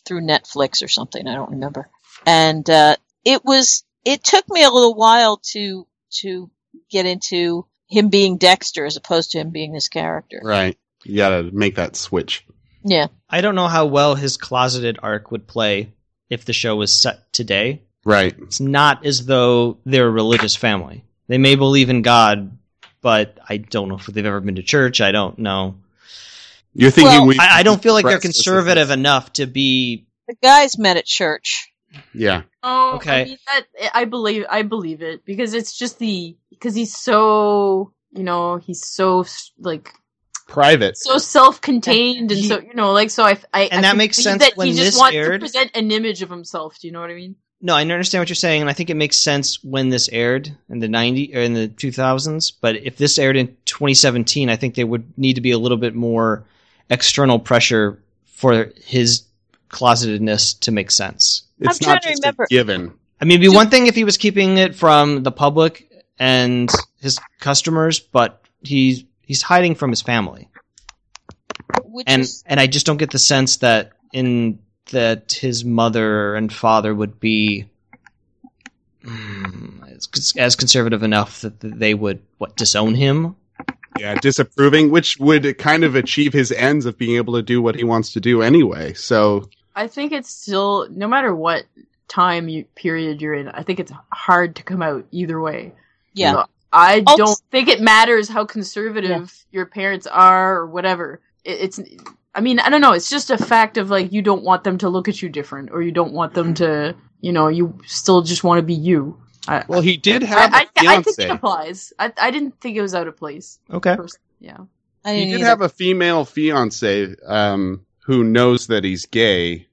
through Netflix or something. I don't remember. And, uh, it was, it took me a little while to, to get into him being Dexter as opposed to him being this character. Right. You gotta make that switch. Yeah. I don't know how well his closeted arc would play if the show was set today. Right. It's not as though they're a religious family. They may believe in God, but I don't know if they've ever been to church. I don't know. You're thinking Well, we. I, I don't feel like they're Breakfast is- conservative enough to be. The guys met at church. Yeah. Oh, Okay. I mean, that I believe I believe it because it's just the because he's so you know he's so like Private. so self-contained and so you know like so I I I And that can makes believe sense that when he just this wants aired. to present an image of himself. Do you know what I mean? No, I understand what you're saying, and I think it makes sense when this aired in the 90 or in the 2000s. But if this aired in 2017, I think there would need to be a little bit more external pressure for his closetedness to make sense. It's trying not to just a remember. given. I mean, it'd be one thing if he was keeping it from the public and his customers, but he's he's hiding from his family, Which and is, and I just don't get the sense that in that his mother and father would be mm, as, as conservative enough that they would what disown him. Yeah, disapproving, which would kind of achieve his ends of being able to do what he wants to do anyway. So I think it's still no matter what time you period you're in. I think it's hard to come out either way. yeah. So I I'll- don't think it matters how conservative your parents are or whatever. It, it's I mean, I don't know, it's just a fact of like you don't want them to look at you different or you don't want them to, you know, you still just want to be you. I Well, he did I, have a I, I think fiance. it applies. I, I didn't think it was out of place. Okay, Pers- Yeah. I he didn't did either. have a female fiance um, who knows that he's gay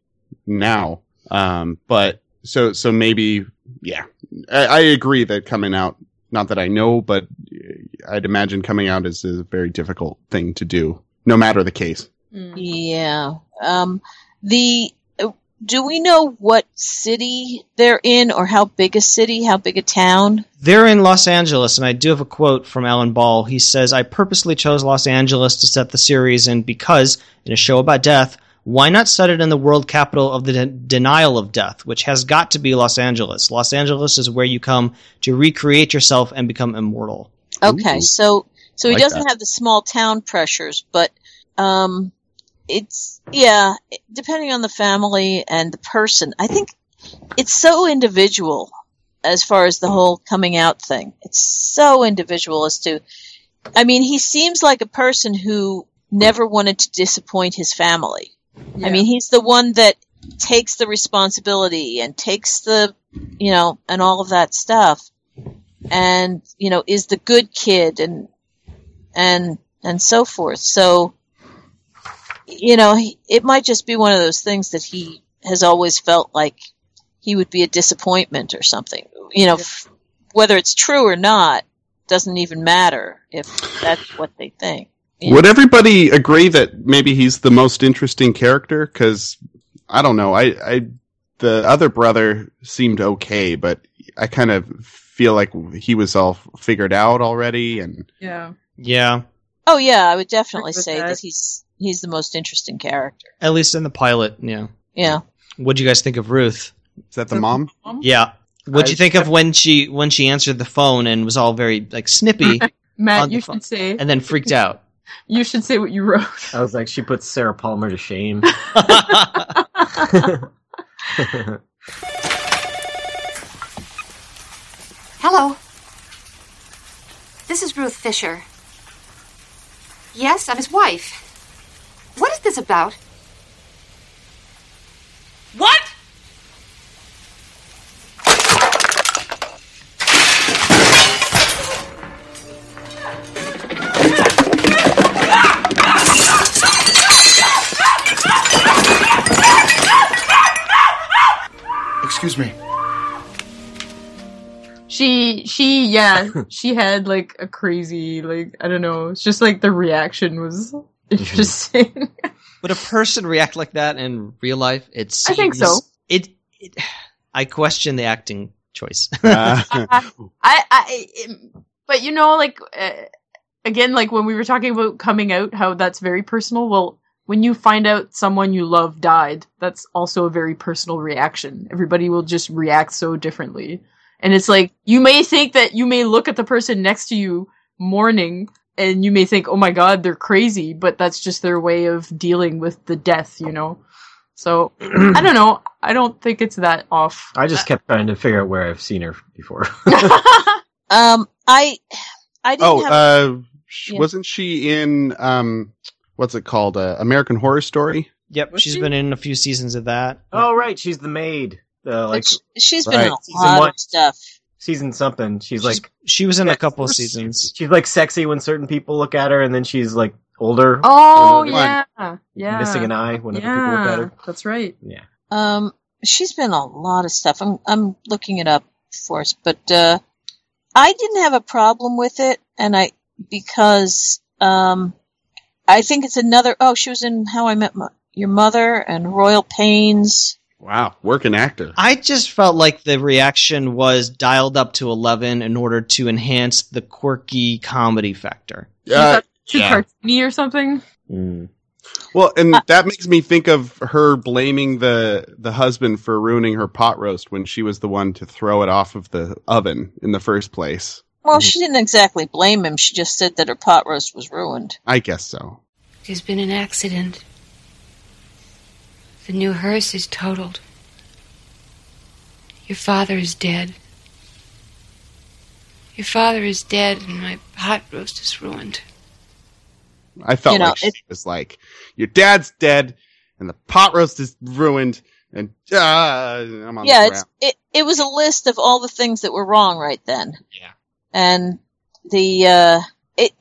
now. Um, but so so maybe yeah, I, I agree that coming out Not that I know, but I'd imagine coming out is a very difficult thing to do, no matter the case. Yeah. Um, the do we know what city they're in, or how big a city, how big a town? They're in Los Angeles, and I do have a quote from Alan Ball. He says, I purposely chose Los Angeles to set the series in because, in a show about death, why not set it in the world capital of the de- denial of death, which has got to be Los Angeles? Los Angeles is where you come to recreate yourself and become immortal. Okay, Ooh. so so he Like doesn't have the small town pressures, but um, it's yeah, it- depending on the family and the person. I think it's so individual as far as the whole coming out thing. It's so individual as to, I mean, he seems like a person who never wanted to disappoint his family. I mean, he's the one that takes the responsibility and takes the, you know, and all of that stuff, and you know, is the good kid and and and so forth. So, you know, he, it might just be one of those things that he has always felt like he would be a disappointment or something. You know, f- whether it's true or not doesn't even matter if that's what they think. Yeah. Would everybody agree that maybe he's the most interesting character? Because I don't know. I, I the other brother seemed okay, but I kind of feel like he was all figured out already, and Yeah. Yeah, Oh yeah, I would definitely Agree with say that. that he's he's the most interesting character. at least in the pilot. Yeah. Yeah. What'd you guys think of Ruth? is that the mom? Yeah. What'd you I- think of when she when she answered the phone and was all very like snippy On Matt, the you phone. should say and then freaked out? you should say what you wrote. I was like, she puts Sarah Palmer to shame. Hello. This is Ruth Fisher. Yes, I'm his wife. What is this about? What? Excuse me. She she yeah, she had like a crazy like I don't know, it's just like the reaction was interesting. Would a person react like that in real life? It I seems, think so. It, it, I question the acting choice. Uh, I, I, it- but you know, like uh, again, like when we were talking about coming out, how that's very personal. Well, when you find out someone you love died, that's also a very personal reaction. Everybody will just react so differently, and it's like you may think that you may look at the person next to you mourning, and you may think, "Oh my God, they're crazy," but that's just their way of dealing with the death, you know. So I don't know. I don't think it's that off. I Uh, just kept trying to figure out where I've seen her before. Um, I, I didn't oh, have. uh, sh- Yeah. wasn't she in um, what's it called? Uh, American Horror Story. yep, Was she's she? been in a few seasons of that. oh, right, she's the maid. but Uh, like sh- she's been in right. a Season lot one. of stuff. season something. She's She's- like She was in a Yeah, couple of course. seasons. she's like sexy when certain people look at her, and then she's like older, Oh Another one. yeah, yeah. missing an eye when other people look at her. That's right. Yeah. Um, she's been in a lot of stuff. I'm, I'm looking it up for us, but uh, I didn't have a problem with it, and I because um, I think it's another. Oh, she was in How I Met Mo- Your Mother and Royal Pains. Wow, working actor. I just felt like the reaction was dialed up to 11 in order to enhance the quirky comedy factor. Uh, Too yeah. cartoony or something. Mm. Well, and Uh, that makes me think of her blaming the the husband for ruining her pot roast when she was the one to throw it off of the oven in the first place. Mm-hmm. Well, she didn't exactly blame him. She just said that her pot roast was ruined. I guess so. There's been an accident. The new hearse is totaled. Your father is dead. Your father is dead, and my pot roast is ruined. I felt You know, like she it- was like, "Your dad's dead, and the pot roast is ruined, and uh, I'm on yeah, the it's, ground." it it was a list of all the things that were wrong right then. Yeah. And the uh, it,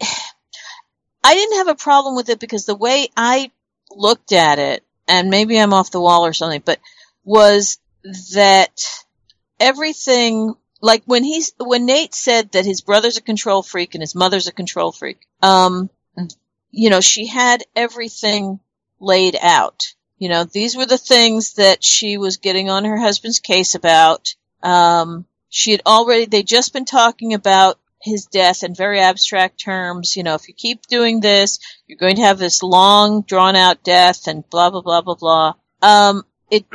I didn't have a problem with it because the way I looked at it, and maybe I'm off the wall or something, but was that everything like when he's when Nate said that his brother's a control freak and his mother's a control freak. Um, you know, she had everything laid out. You know, these were the things that she was getting on her husband's case about. Um, she had already they'd just been talking about his death in very abstract terms. You know, if you keep doing this, you're going to have this long, drawn out death, and blah blah blah blah blah. Um, it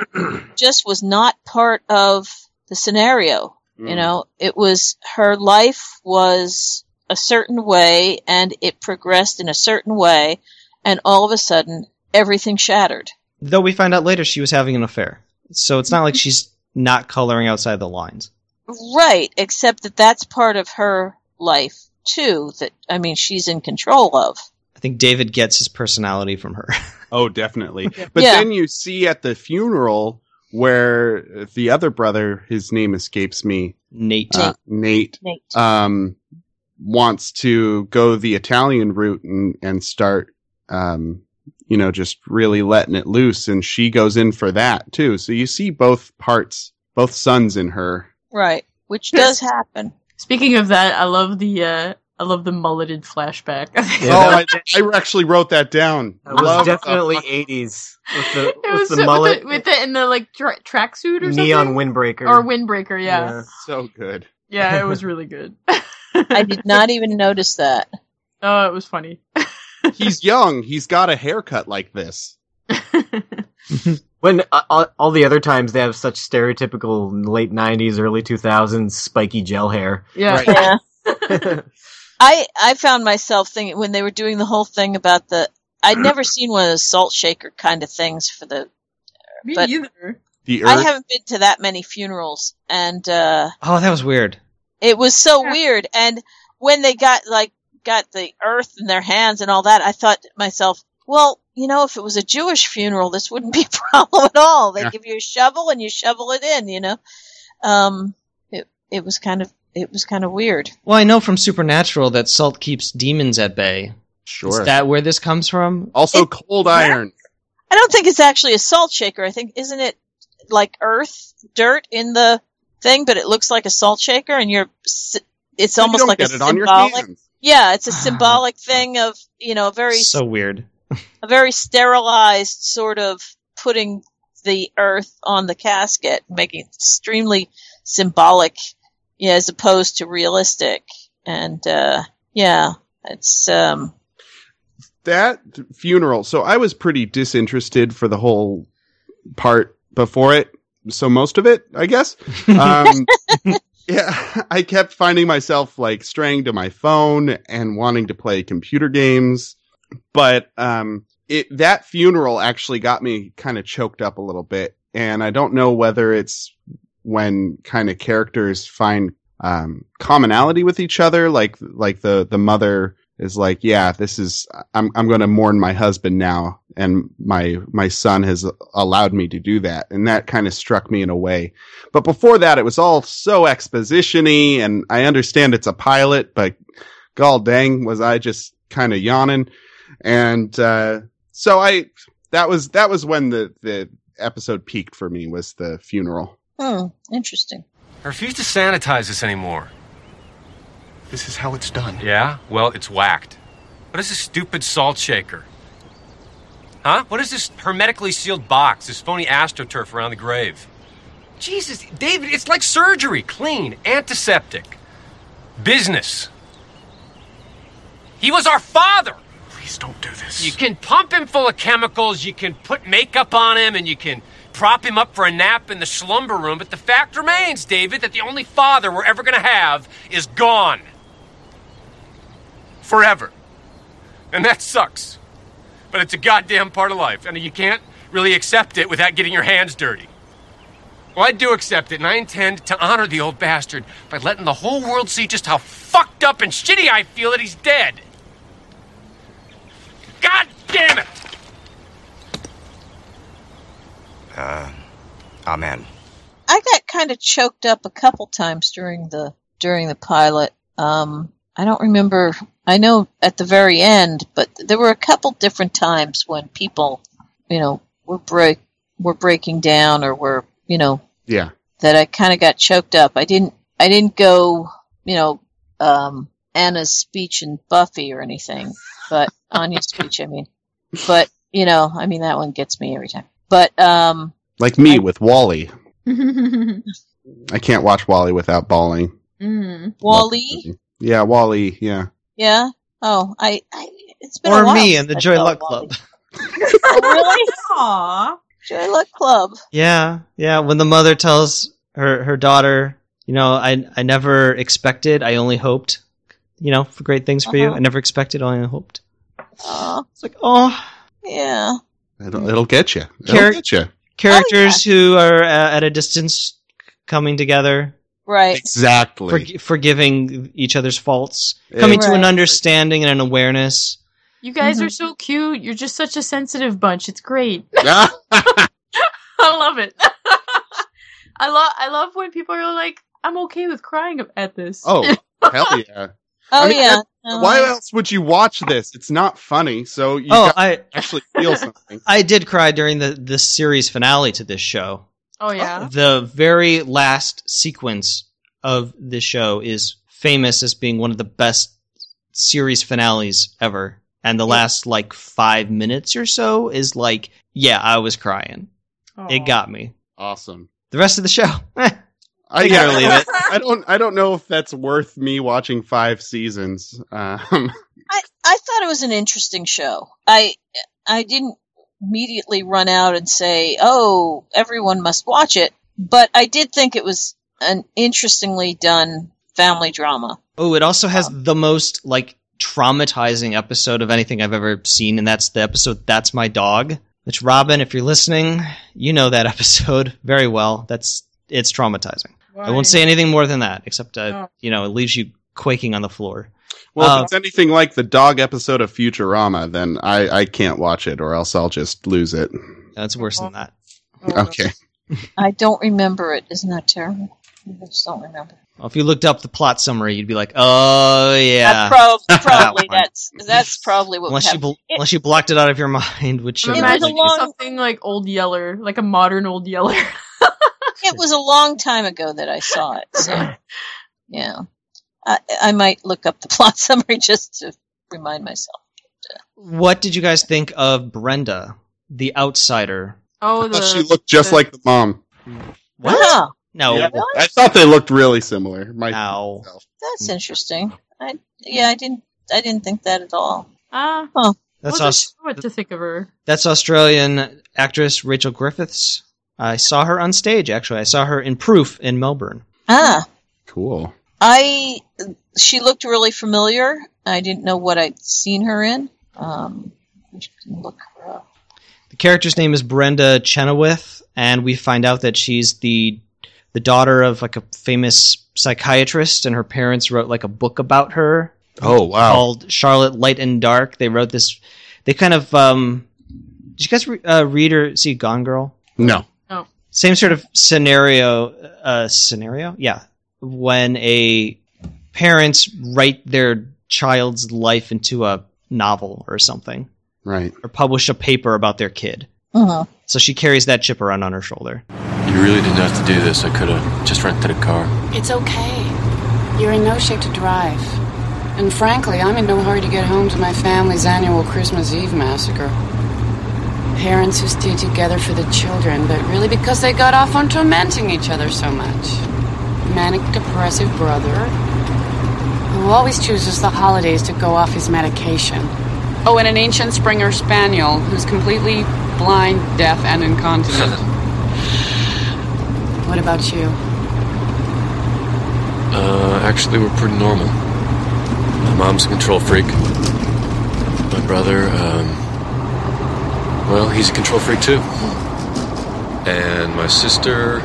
just was not part of the scenario. You Mm. know, it was her life was a certain way and it progressed in a certain way, and all of a sudden everything shattered. Though we find out later she was having an affair. So it's Mm-hmm. not like she's not coloring outside the lines. Right, except that that's part of her life too, that, I mean, she's in control of. I think David gets his personality from her. Oh, definitely. But Yeah. then you see at the funeral where the other brother, his name escapes me, Nate. uh, Nate, Nate. um, wants to go the Italian route and and start, um, you know, just really letting it loose, and she goes in for that too. So you see both parts, both sons in her. Right, which does happen. Speaking of that, I love the uh, I love the mulleted flashback. oh, I, I actually wrote that down. That was Love the definitely eighties with the it with was the so- mullet, with the, with the in the like tra- tracksuit or neon something windbreaker, or windbreaker. Yeah, so good. yeah, it was really good. I did not even notice that. Oh, it was funny. He's young. He's got a haircut like this. When uh, all, all the other times they have such stereotypical late '90s, early 2000s spiky gel hair. Yeah. Yeah. I I found myself thinking when they were doing the whole thing about the I'd never seen one of those salt shaker kind of things for the Me But- either. The I earth. haven't been to that many funerals and uh Oh, that was weird. it was so weird and when they got like got the earth in their hands and all that I thought to myself well you know if it was a Jewish funeral this wouldn't be a problem at all they Yeah. give you a shovel and you shovel it in you know um it it was kind of it was kind of weird Well, I know from Supernatural that salt keeps demons at bay. Sure. Is that where this comes from? also, cold iron. I don't think it's actually a salt shaker. I think isn't it like earth, dirt in the thing, but it looks like a salt shaker, and you're s- it's You almost don't like get a it on your symbolic. hands. Yeah, it's a symbolic thing of you know a very So weird. a very sterilized sort of putting the earth on the casket, making it extremely symbolic, yeah, as opposed to realistic. And uh, yeah, it's um, that funeral so i was pretty disinterested for the whole part before it so most of it i guess um, yeah i kept finding myself like straying to my phone and wanting to play computer games but um, it that funeral actually got me kind of choked up a little bit and i don't know whether it's when kind of characters find um, commonality with each other. Like like the the mother is like, yeah, this is I'm I'm going to mourn my husband now, and my my son has allowed me to do that, and that kind of struck me in a way. But before that, it was all so expositiony, and I understand it's a pilot, but gall dang, was I just kind of yawning, and uh, so I that was that was when the the episode peaked for me was the funeral. hmm, interesting. I refuse to sanitize this anymore. This is how it's done. Yeah? Well, it's whacked. What is this stupid salt shaker? Huh? What is this hermetically sealed box, this phony astroturf around the grave? Jesus, David, it's like surgery. Clean, antiseptic. Business. He was our father! Please don't do this. You can pump him full of chemicals, you can put makeup on him, and you can prop him up for a nap in the slumber room, but the fact remains, David, that the only father we're ever going to have is gone. Forever. And that sucks. But it's a goddamn part of life, and you can't really accept it without getting your hands dirty. Well, I do accept it, and I intend to honor the old bastard by letting the whole world see just how fucked up and shitty I feel that he's dead. God damn it! Uh, amen. I got kind of choked up a couple times during the during the pilot. Um, I don't remember. I know at the very end, but there were a couple different times when people, you know, were break were breaking down or were you know Yeah. that I kind of got choked up. I didn't I didn't go, you know, um, Anna's speech and Buffy or anything, but Anya's speech, I mean. But, you know, I mean, that one gets me every time. But, um, Like me with Wally. I can't watch Wally without bawling. Wally, Yeah, Wally, yeah. yeah. Oh, I, I it's been a or while me and the since I Joy saw Luck Wall-E. Club. Oh, really? Aww. Joy Luck Club. Yeah, yeah. When the mother tells her her daughter, you know, I I never expected, I only hoped, you know, for great things for you. Uh-huh. I never expected, I only hoped. Aw. It's like, oh, yeah. It'll, it'll get you. It'll Mm. Char- get you. Characters who are uh, at a distance c- coming together, Right. Exactly. forg- forgiving each other's faults, coming to an Right. understanding and an awareness. You guys Mm-hmm. are so cute. You're just such a sensitive bunch. It's great. I love it. I love I love when people are like, I'm okay with crying at this. Oh, hell yeah. Oh I mean, yeah. Uh-huh. Why else would you watch this? It's not funny, so you Oh, gotta I actually feel something. I did cry during the this series finale to this show. Oh yeah. the very last sequence of this show is famous as being one of the best series finales ever. And the last like five minutes or so is like, yeah, I was crying. It got me. Awesome. The rest of the show, eh, I Take it or leave it. I don't. I don't know if that's worth me watching five seasons. Um, I, I thought it was an interesting show. I I didn't immediately run out and say, "Oh, everyone must watch it," but I did think it was an interestingly done family drama. Oh, it also has the most like traumatizing episode of anything I've ever seen, and that's the episode "That's My Dog." Which Robin, if you're listening, you know that episode very well. That's it's traumatizing. I Why? won't say anything more than that, except uh, Oh. you know it leaves you quaking on the floor. well, Uh, if it's anything like the dog episode of Futurama, then I, I can't watch it, or else I'll just lose it. That's worse than that. Oh. Okay. I don't remember it. Isn't that terrible? I just don't remember. Well, if you looked up the plot summary, you'd be like, "Oh yeah." That prob- probably That one. that's that's probably what unless you happened. bl- unless you blocked it out of your mind, which uh, Imagine like, something like Old Yeller, like a modern Old Yeller. It was a long time ago that I saw it. So, yeah, I, I might look up the plot summary just to remind myself. what did you guys think of Brenda, the outsider? Oh, the, she looked just like the mom. What? Huh. No, Yeah. I thought they looked really similar. My, Ow. That's interesting. I yeah, I didn't I didn't think that at all. Ah, Huh. That's wasn't us. sure what to think of her. That's Australian actress Rachel Griffiths. I saw her on stage. Actually, I saw her in Proof in Melbourne. Ah, Cool. I she looked really familiar. I didn't know what I'd seen her in. Um, I can look her up. The character's name is Brenda Chenoweth, and we find out that she's the the daughter of like a famous psychiatrist, and her parents wrote like a book about her Oh wow. called Charlotte Light and Dark. They wrote this. They kind of um, did you guys re- uh, read or see Gone Girl? No. same sort of scenario uh scenario yeah when a parents write their child's life into a novel or something Right. or publish a paper about their kid Uh-huh. so she carries that chip around on her shoulder You really didn't have to do this. I could have just rented a car. It's okay. You're in no shape to drive. And frankly, I'm in no hurry to get home to my family's annual Christmas Eve massacre. Parents who stay together for the children, but really because they got off on tormenting each other so much. Manic depressive brother who always chooses the holidays to go off his medication. Oh, and an ancient Springer Spaniel who's completely blind, deaf, and incontinent. what about you? Uh, actually, we're pretty normal. My mom's a control freak. My brother, um, well, he's a control freak too. And my sister,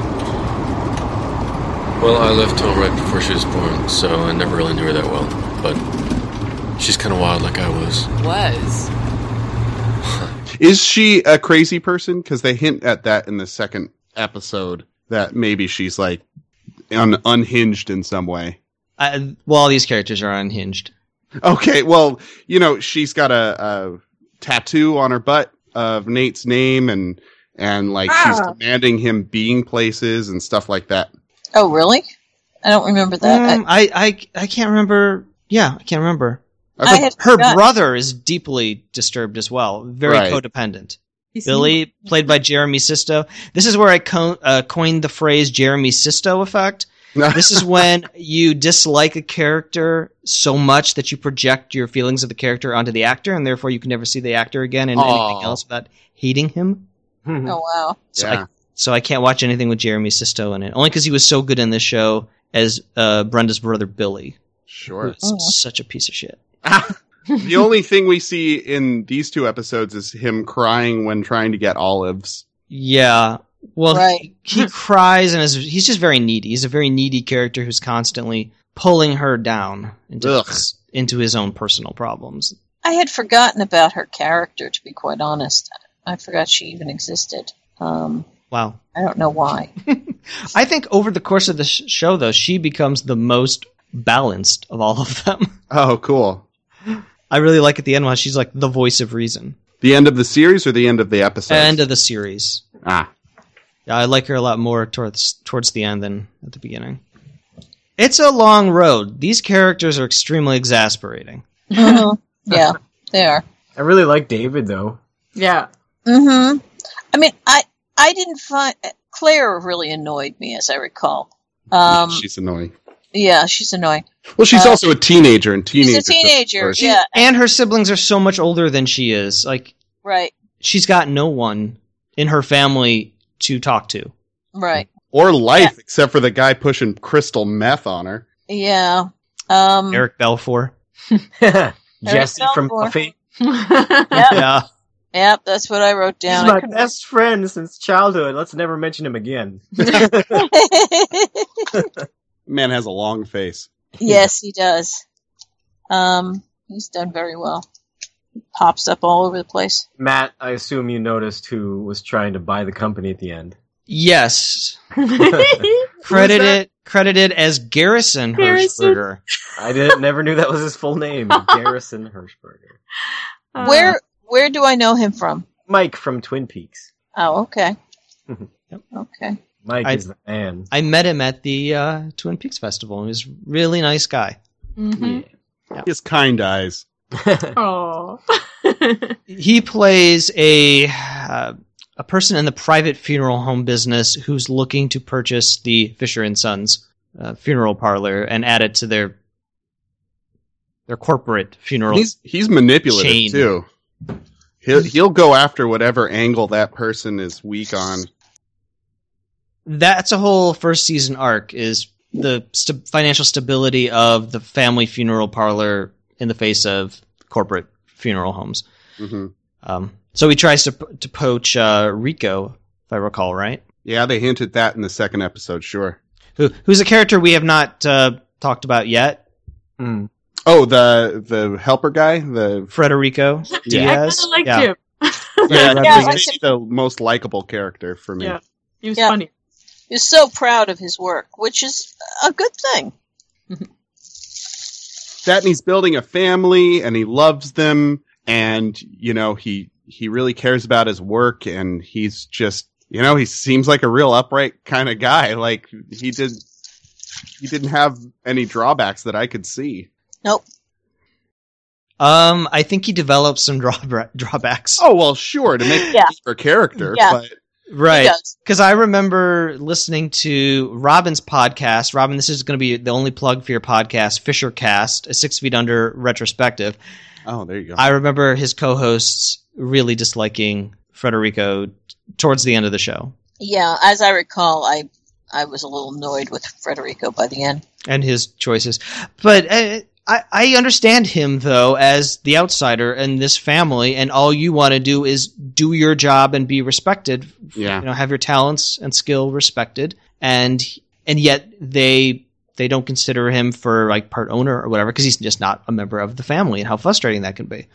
well, I left home right before she was born, so I never really knew her that well. But she's kind of wild like I was. Was. Is she a crazy person? Because they hint at that in the second episode that maybe she's like un- unhinged in some way. I, Uh, well all these characters are unhinged Okay, well, you know, she's got a, a tattoo on her butt of Nate's name, and Ah. and like she's demanding him being places and stuff like that. Oh, really? I don't remember that. Um, I, I I can't remember. Yeah, I can't remember. I Her, had her forgotten. brother is deeply disturbed as well. Very Right. codependent. He seemed- Billy, played by Jeremy Sisto. This is where I co- uh, coined the phrase Jeremy Sisto effect. this is when you dislike a character so much that you project your feelings of the character onto the actor, and therefore you can never see the actor again and Aw. anything else without hating him. oh wow. So, I, so I can't watch anything with Jeremy Sisto in it, only because he was so good in this show as uh, Brenda's brother Billy. Sure, who's such a piece of shit. the only thing we see in these two episodes is him crying when trying to get olives. Yeah. Well, he, he cries and is he's just very needy. He's a very needy character who's constantly pulling her down into his, into his own personal problems. I had forgotten about her character, to be quite honest. I forgot she even existed. Um, Wow. I don't know why. I think over the course of the sh- show, though, she becomes the most balanced of all of them. Oh, cool. I really like at the end when she's like the voice of reason. The end of the series or the end of the episode? End of the series. Ah. Yeah, I like her a lot more towards towards the end than at the beginning. It's a long road. These characters are extremely exasperating. Mhm. Yeah, they are. I really like David though. Yeah. Mm-hmm. I mean, I I didn't find Claire really annoyed me, as I recall. Um, she's annoying. yeah, she's annoying. Well, she's Uh, also a teenager, and she's teenagers. a teenager. She- Yeah, And her siblings are so much older than she is. Like right, she's got no one in her family to talk to. right. Or life, except for the guy pushing crystal meth on her. Yeah. Um, Eric Belfour. Jesse from Belfour. Buffy. Yeah. Yep, that's what I wrote He's down. I my couldn't- best friend since childhood. Let's never mention him again. Man has a long face. yes, he does. Um, he's done very well. He pops up all over the place. Matt, I assume you noticed who was trying to buy the company at the end. Yes. Credited credited as Garrison Garrison. Hirschberger. I didn't never knew that was his full name, Garrison Hirschberger. Uh. where where do I know him from? Mike from Twin Peaks. Oh, okay. Okay. Mike I- is the man. I met him at the uh, Twin Peaks Festival. He was a really nice guy. Oh. Mm-hmm. He has kind eyes. Oh. he plays a uh, a person in the private funeral home business who's looking to purchase the Fisher and Sons uh, funeral parlor and add it to their their corporate funeral. He's he's manipulative Chain. too. He'll he'll go after whatever angle that person is weak on. That's a whole first season arc is the st- financial stability of the family funeral parlor in the face of corporate funeral homes. Mhm. Um, so he tries to p- to poach uh, Rico, if I recall right. Yeah, they hinted that in the second episode. Sure. who who's a character we have not uh, talked about yet. Oh, the the helper guy, the Frederico Diaz. I kind of liked Yeah. him. yeah, Yeah, that's I maybe the most likable character for me. Yeah. He was Yeah. funny. He's so proud of his work, which is a good thing. That and he's building a family, and he loves them, and you know he he really cares about his work, and he's just you know he seems like a real upright kind of guy. Like he did, he didn't have any drawbacks that I could see. Nope. Um, I think he develops some drawbra- drawbacks. Oh well, sure to make Yeah. a deeper character, Yeah. but Right. does. Because I remember listening to Robin's podcast. Robin, this is going to be the only plug for your podcast, Fisher Cast, a Six Feet Under retrospective. oh, there you go. I remember his co hosts really disliking Frederico t- towards the end of the show Yeah, as I recall, I I was a little annoyed with Frederico by the end. and his choices. But uh, I, I understand him, though, as the outsider in this family, and all you want to do is do your job and be respected yeah. you know have your talents and skill respected and and yet they they don't consider him for like part owner or whatever because he's just not a member of the family and how frustrating that can be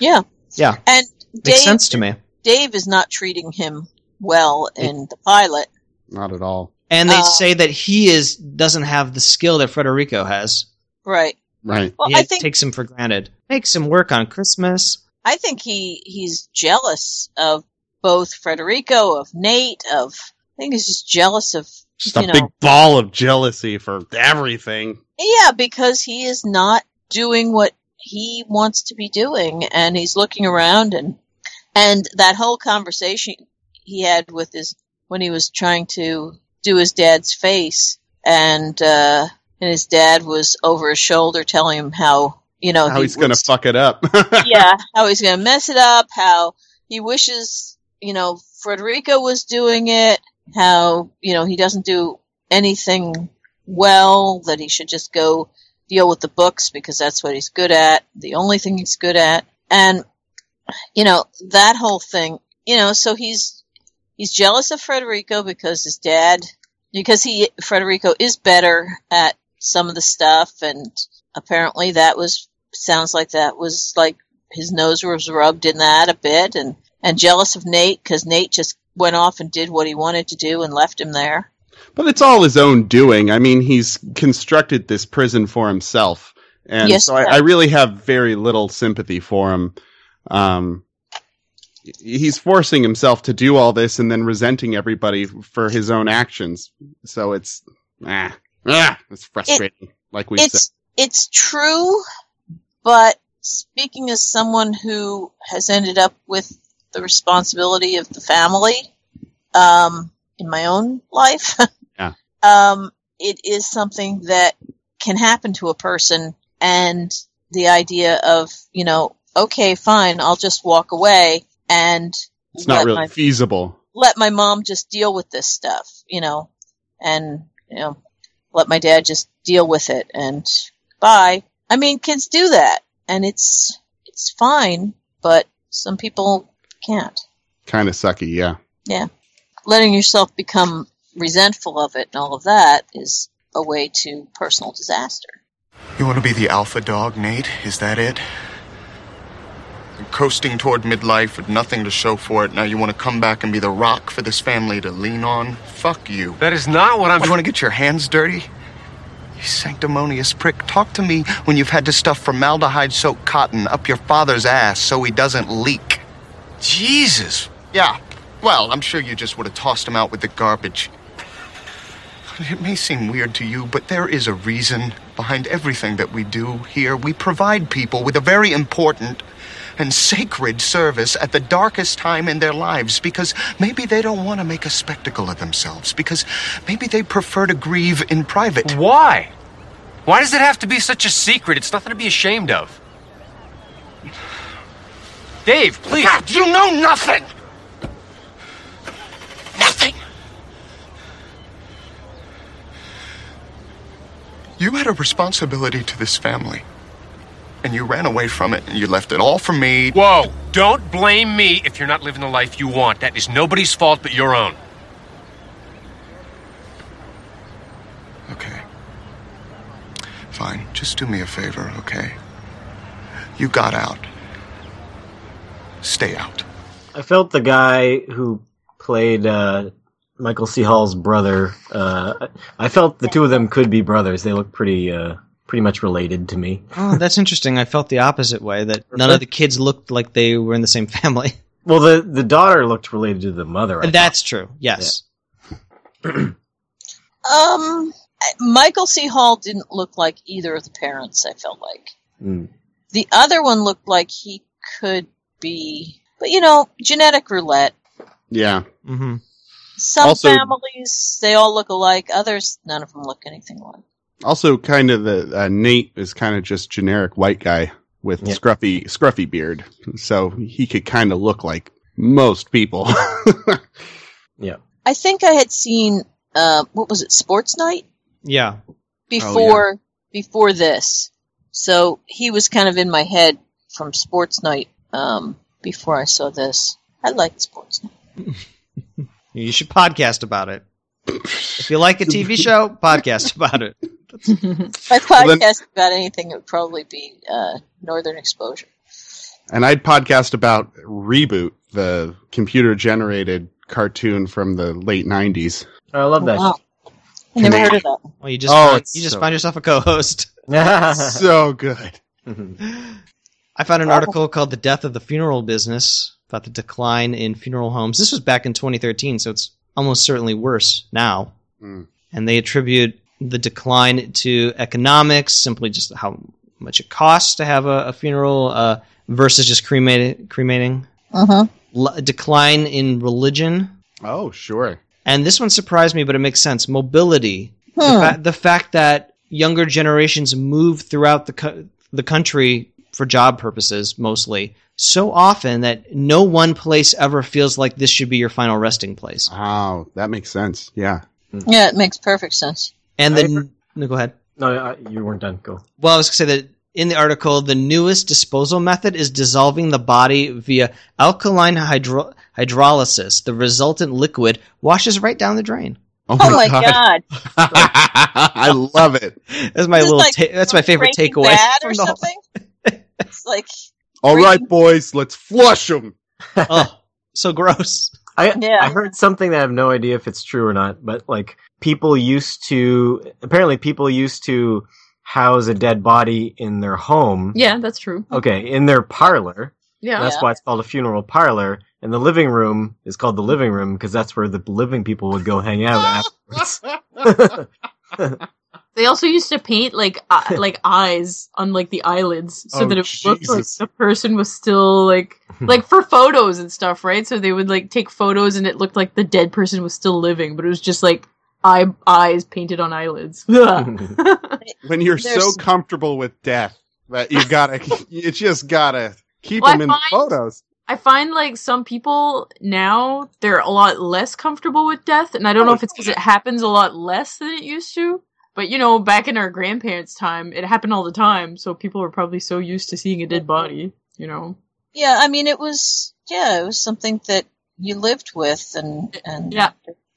Yeah, yeah and makes Dave sense to me Dave is not treating him well in the pilot. Not at all. and they Uh, say that he is doesn't have the skill that frederico has Right. Right. Well, Yeah, I it think takes him for granted makes him work on christmas I think he he's jealous of both Frederico, of Nate, of I think he's just jealous of Just a you know. big ball of jealousy for everything. Yeah, because he is not doing what he wants to be doing, and he's looking around, and and that whole conversation he had with his when he was trying to do his dad's face, and uh, and his dad was over his shoulder telling him how you know How he he's gonna was- fuck it up. yeah, how he's going to mess it up, how he wishes, you know, Frederica was doing it, how, you know, he doesn't do anything well, that he should just go deal with the books because that's what he's good at, the only thing he's good at. And, you know, that whole thing, you know, so he's, he's jealous of Frederico because his dad, because he, Frederico is better at some of the stuff and apparently that was, sounds like that was like his nose was rubbed in that a bit and and jealous of Nate because Nate just went off and did what he wanted to do and left him there. But it's all his own doing. I mean, he's constructed this prison for himself, and Yes, so I, I correct. really have very little sympathy for him. Um, y- he's forcing himself to do all this, and then resenting everybody for his own actions. So it's ah, ah it's frustrating. like we it's said, it's true, but speaking as someone who has ended up with the responsibility of the family um, in my own life, Yeah. um, it is something that can happen to a person, and the idea of you know, okay, fine, I'll just walk away and it's not let really my- feasible. let my mom just deal with this stuff, you know, and you know, let my dad just deal with it and bye. I mean, kids do that, and it's it's fine, but some people can't. Kind of sucky, yeah. Yeah, letting yourself become resentful of it and all of that is a way to personal disaster. You want to be the alpha dog, Nate? Is that it? You're coasting toward midlife with nothing to show for it. Now you want to come back and be the rock for this family to lean on? Fuck you. That is not what I'm. You want to get your hands dirty? You sanctimonious prick. Talk to me when you've had to stuff formaldehyde soaked cotton up your father's ass so he doesn't leak. Jesus. Yeah. Well, I'm sure you just would have tossed him out with the garbage. It may seem weird to you, but there is a reason behind everything that we do here. We provide people with a very important and sacred service at the darkest time in their lives because maybe they don't want to make a spectacle of themselves, because maybe they prefer to grieve in private. Why? Why does it have to be such a secret? It's nothing to be ashamed of. Dave, please. God, you know nothing! Nothing! You had a responsibility to this family, and you ran away from it, and you left it all for me. Whoa! Don't blame me if you're not living the life you want. That is nobody's fault but your own. Okay. Fine. Just do me a favor, okay? You got out. Stay out. I felt the guy who played uh, Michael C. Hall's brother. Uh, I felt the two of them could be brothers. They look pretty, uh, pretty much related to me. Oh, that's interesting. I felt the opposite way that none of the kids looked like they were in the same family. Well, the the daughter looked related to the mother. I That's true. Yes. Um, Michael C. Hall didn't look like either of the parents. I felt like. Mm. The other one looked like he could be, but you know, genetic roulette. Yeah. Mm-hmm. Some Also- families they all look alike. Others, none of them look anything alike. Also, kind of the uh, Nate is kind of just generic white guy with Yeah. scruffy scruffy beard, so he could kind of look like most people. Yeah. I think I had seen uh, what was it, Sports Night Yeah. before before this, so he was kind of in my head from Sports Night um, before I saw this. I liked Sports Night. You should podcast about it. If you like a TV show, podcast about it. If I Well, then- podcast about anything, it would probably be uh, Northern Exposure. and I'd podcast about Reboot, the computer generated cartoon from the late '90s. I love that. Wow. I never heard of that. Well, you just Oh, found, it's you just so- find yourself a co-host. so good. Hmm. I found an article called "The Death of the Funeral Business" about the Hmm. decline in funeral homes. This was back in 2013, so it's almost certainly worse now. and they attribute the decline to economics, simply just how much it costs to have a, a funeral uh, versus just cremating. cremating. Uh huh. L- decline in religion. Oh, sure. And this one surprised me, but it makes sense. Mobility. The, Hmm. fa- the fact that younger generations move throughout the co- the country for job purposes mostly so often that no one place ever feels like this should be your final resting place. Mm. Oh, that makes sense. Yeah. Yeah, it makes perfect sense. And then no, go ahead. No, I, you weren't done. Go. Well, I was going to say that in the article, the newest disposal method is dissolving the body via alkaline hydro- hydrolysis. The resultant liquid washes right down the drain. Oh Oh my god! I love it. That's my This is little. like ta- that's my favorite Breaking takeaway. Bad or from the whole- something. it's like All right, boys, let's flush them. oh, so gross. I Yeah. I heard something that I have no idea if it's true or not, but like people used to apparently people used to house a dead body in their home. Yeah, that's true. Okay, in their parlor. Yeah. That's why it's called a funeral parlor, and the living room is called the living room because that's where the living people would go hang out. Ah! afterwards. They also used to paint like uh, like eyes on like the eyelids so Oh, that it looked like Jesus. Hmm. the person was still like like for photos and stuff, right? So they would like take photos and it looked like the dead person was still living, but it was just like eye eyes painted on eyelids. When you're There's- so comfortable with death that you gotta, you just gotta keep Well, I them in the find- photos. I find like some people now they're a lot less comfortable with death, and I Oh, don't know if it's because it happens a lot less than it used to. But you know, back in our grandparents' time, it happened all the time, so people were probably so used to seeing a dead body. You know, Mm-hmm. yeah. I mean, it was yeah, it was something that you lived with, and and Yeah.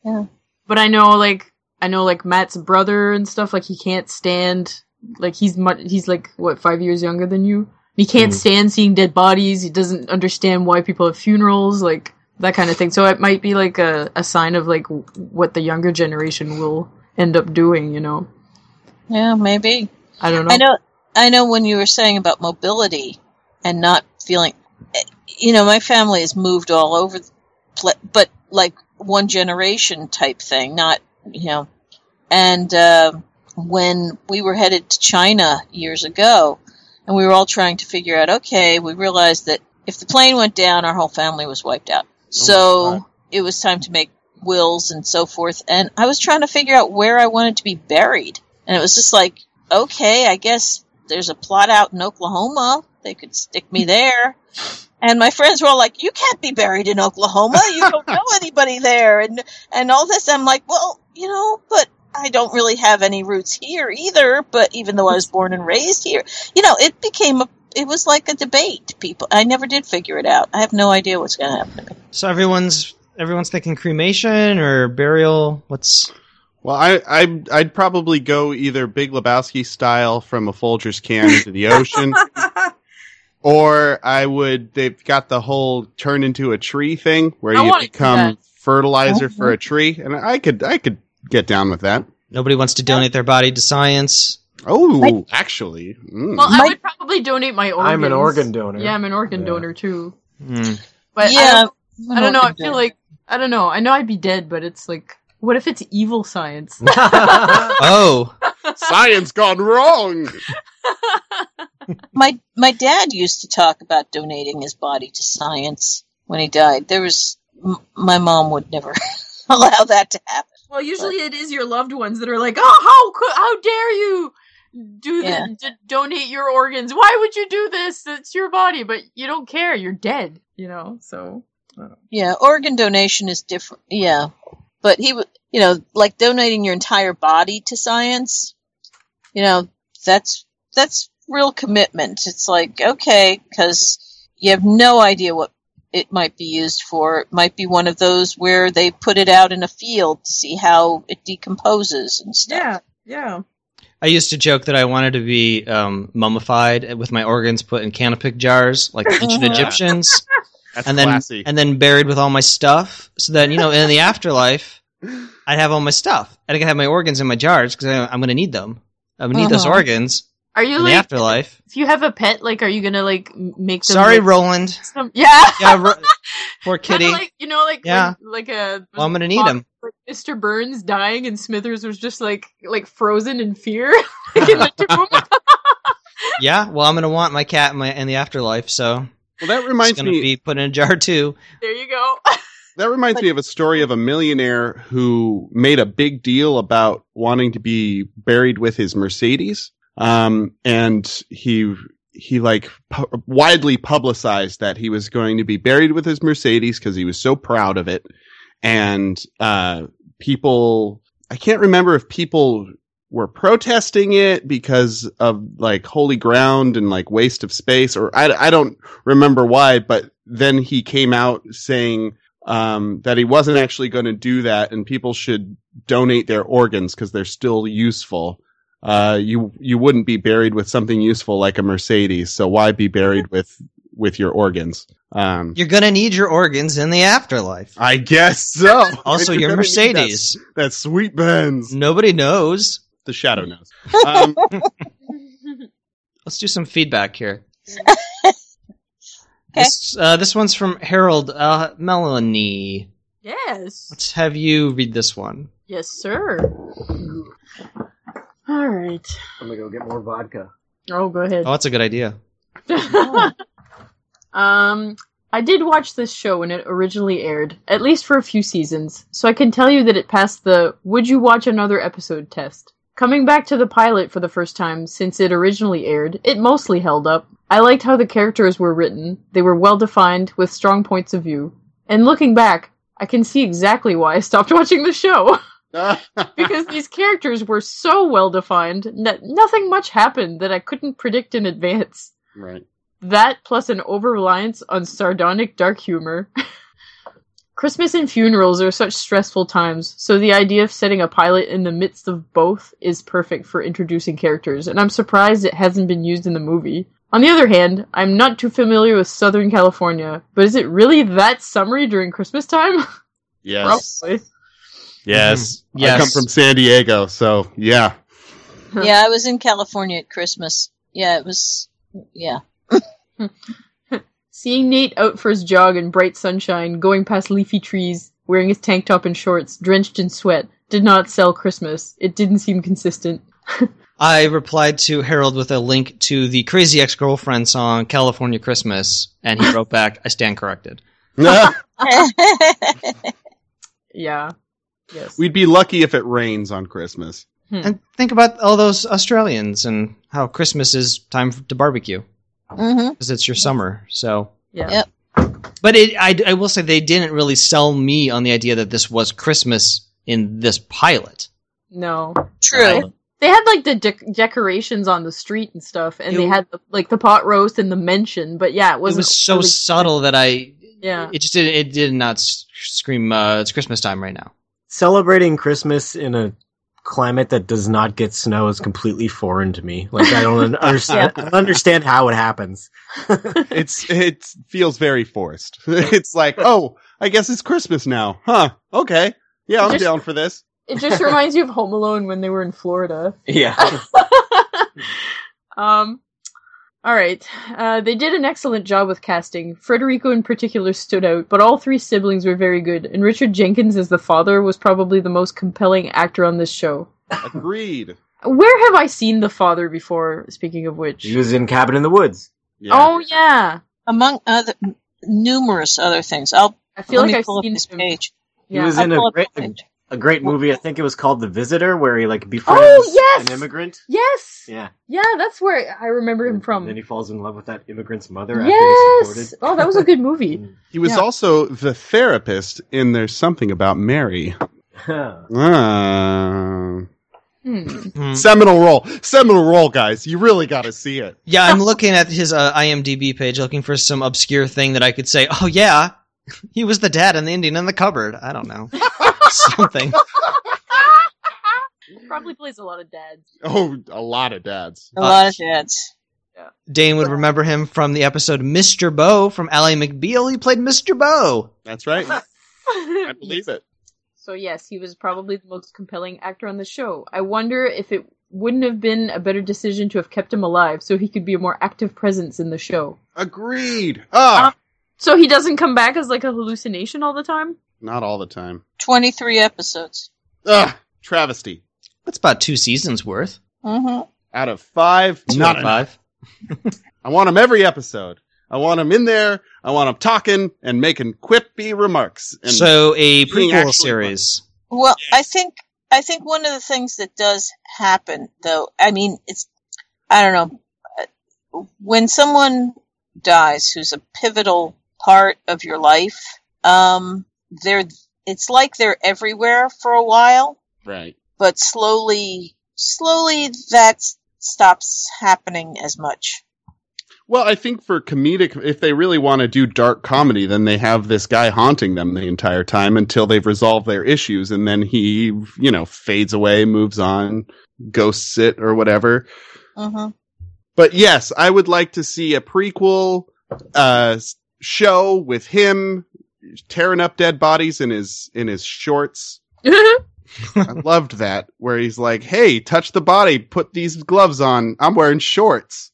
yeah. but I know like I know like Matt's brother and stuff. Like he can't stand like he's much he's like what five years younger than you. He can't Hmm. Mhm. stand seeing dead bodies. He doesn't understand why people have funerals, like that kind of thing. So it might be like a a sign of like w- what the younger generation will end up doing. You know, Yeah, maybe. I don't know. I know. I know when you were saying about mobility and not feeling, eh, you know, my family has moved all over, the pla- but like one generation type thing, not you know. And uh, when we were headed to China years ago, and we were all trying to figure out, okay, we realized that if the plane went down, our whole family was wiped out. So it was time to make wills and so forth. And I was trying to figure out where I wanted to be buried, and it was just like okay, I guess there's a plot out in Oklahoma. They could stick me there. And my friends were all like, "You can't be buried in Oklahoma. You don't know anybody there." And and all this, I'm like, "Well, you know, but I don't really have any roots here either, but even though I was born and raised here." You know, it became a it was like a debate, people. I never did figure it out. I have no idea what's going to happen to me. So everyone's everyone's thinking cremation or burial. What's Well, I, I, I'd probably go either Big Lebowski style from a Folgers can into the ocean, or I would. They've got the whole turn into a tree thing where I you wanna do become that. Uh-huh. fertilizer for a tree, and I could, I could get down with that. nobody wants to donate their body to science? Oh, actually, mm. Well, I would probably donate my organs. I'm an organ donor. Yeah, I'm an organ donor too. Hmm. But Yeah, yeah, I I'm don't, an I don't know. I organ feel donor. like I don't know. I know I'd be dead, but it's like, what if it's evil science? Oh, science gone wrong. my my dad used to talk about donating his body to science when he died. There was m- my mom would never allow that to happen. well, usually it is your loved ones that are like, oh, how cou- how dare you do that? Yeah. D- donate your organs? Why would you do this? It's your body, but you don't care. You're dead. You know. So Yeah, organ donation is different. Yeah, but he would, you know, like donating your entire body to science. You know, that's that's real commitment. It's like okay, because you have no idea what it might be used for. It might be one of those where they put it out in a field to see how it decomposes and stuff. yeah, yeah. I used to joke that I wanted to be um, mummified with my organs put in canopic jars, like the ancient Uh-huh. Egyptians, That's and then classy. and then buried with all my stuff. So that you know, in the afterlife, I'd have all my stuff. And I could have my organs in my jars because I'm going to need them. I'm going to need those Uh-huh. organs Are you in the like afterlife. if you have a pet, like, are you gonna like m- make them? Sorry, like, Roland. some- yeah. Yeah, Ro- poor Kinda kitty. like you know, like Yeah. when- like a Well, I'm gonna need fox- 'em. like, Mr. Burns dying and Smithers was just like like frozen in fear like in the tomb. yeah, well, I'm gonna want my cat in, my, in the afterlife, so well, that reminds it's gonna me- be put in a jar too. there you go. That reminds me of a story of a millionaire who made a big deal about wanting to be buried with his Mercedes. Um, and he, he like pu- widely publicized that he was going to be buried with his Mercedes because he was so proud of it. And, uh, people, I can't remember if people were protesting it because of like holy ground and like waste of space or I, I don't remember why, but then he came out saying, um, that he wasn't actually going to do that and people should donate their organs because they're still useful. Uh, you, you wouldn't be buried with something useful like a Mercedes. So why be buried with, with your organs? Um, You're gonna need your organs in the afterlife. I guess so. Also, You're your gonna need that- Mercedes. That, sweet Benz. Nobody knows. The shadow knows. Um, Let's do some feedback here. This, uh, this one's from Harold uh, Melanie. yes. Let's have you read this one. Yes, sir. All right. I'm gonna go get more vodka. Oh, go ahead. Oh, that's a good idea. Um, I did watch this show when it originally aired, at least for a few seasons, so I can tell you that it passed the would you watch another episode test. Coming back to the pilot for the first time since it originally aired, it mostly held up. I liked how the characters were written, they were well defined, with strong points of view. And looking back, I can see exactly why I stopped watching the show. because these characters were so well defined that nothing much happened that I couldn't predict in advance. Right. That plus an over reliance on sardonic dark humor. Christmas and funerals are such stressful times, so the idea of setting a pilot in the midst of both is perfect for introducing characters, and I'm surprised it hasn't been used in the movie. On the other hand, I'm not too familiar with Southern California, but is it really that summery during Christmas time? yes. Probably. Yes. I Mm-hmm. Yes. come from San Diego. So yeah. yeah, I was in California at Christmas. Yeah, it was. Yeah. Seeing Nate out for his jog in bright sunshine, going past leafy trees, wearing his tank top and shorts, drenched in sweat, did not sell Christmas. It didn't seem consistent. I replied to Harold with a link to the Crazy Ex Girlfriend song California Christmas, and he wrote back, I stand corrected. yeah. We'd be lucky if it rains on Christmas. Hmm. And think about all those Australians and how Christmas is time to barbecue Mm-hmm. because it's your summer. So, Yeah. Yep. but it, I, I will say they didn't really sell me on the idea that this was Christmas in this pilot. No. True. They had like the de- decorations on the street and stuff, and they Ew. had the, like the pot roast and the mention. But yeah, it It wasn't. was so really- subtle that I, yeah. it just did, it did not s- scream, uh, it's Christmas time right now. Celebrating Christmas in a climate that does not get snow is completely foreign to me. Like I don't un- understand. I don't understand how it happens. It's it feels very forced. It's like, oh, I guess it's Christmas now, huh? Okay, yeah, I'm Just- down for this. It just reminds you of Home Alone when they were in Florida. Yeah, Um, all right. Uh, they did an excellent job with casting. Federico, in particular, stood out, but all three siblings were very good, and Richard Jenkins as the father was probably the most compelling actor on this show. agreed. Where have I seen the father before? Speaking of which, He was in Cabin in the Woods. oh yeah, Among other numerous other things, I'll. I let feel like me I've pull up seen this page. He was I'll in a pull up great, the a, page. a great movie. I think it was called The Visitor, where he like befriends Oh yes, an immigrant. yes, Yeah. yeah. That's where I remember him And from. then he falls in love with that immigrant's mother after he's Um, Yes. deported. Oh, that was a good movie. He was Yeah. also the therapist in "There's Something About Mary." Hmm. Uh, Huh. Hmm. seminal role, seminal role, guys. You really got to see it. Yeah, I'm looking at his uh, IMDb page looking for some obscure thing that I could say, oh, yeah, he was the dad and the Indian in the cupboard. I don't know. Something. Probably plays a lot of dads. Oh, a lot of dads. A lot of dads. Dane would remember him from the episode Mr. Bo from Ally McBeal. He played Mr. Bo. That's right. I believe it. So yes, he was probably the most compelling actor on the show. I wonder if it wouldn't have been a better decision to have kept him alive so he could be a more active presence in the show. Um, Agreed. Ah, So he doesn't come back as like a hallucination all the time? not all the time. 23 episodes. Ugh, travesty. That's about two seasons worth. Mm-hmm. Out of five, not five. I want them every episode. I want them in there. I want them talking and making quippy remarks. And So a being prequel actually series. Well, I think I think one of the things that does happen, though, I mean, it's I don't know uh, when someone dies who's a pivotal part of your life. Um, they're it's like they're everywhere for a while, Right. but slowly, slowly that s- stops happening as much. Well, I think for comedic, if they really want to do dark comedy, then they have this guy haunting them the entire time until they've resolved their issues, and then he, you know, fades away, moves on, ghosts it or whatever. Mm-hmm. But yes, I would like to see a prequel uh, s- show with him tearing up dead bodies in his in his shorts. I loved that where he's like, "Hey, touch the body, put these gloves on. I'm wearing shorts."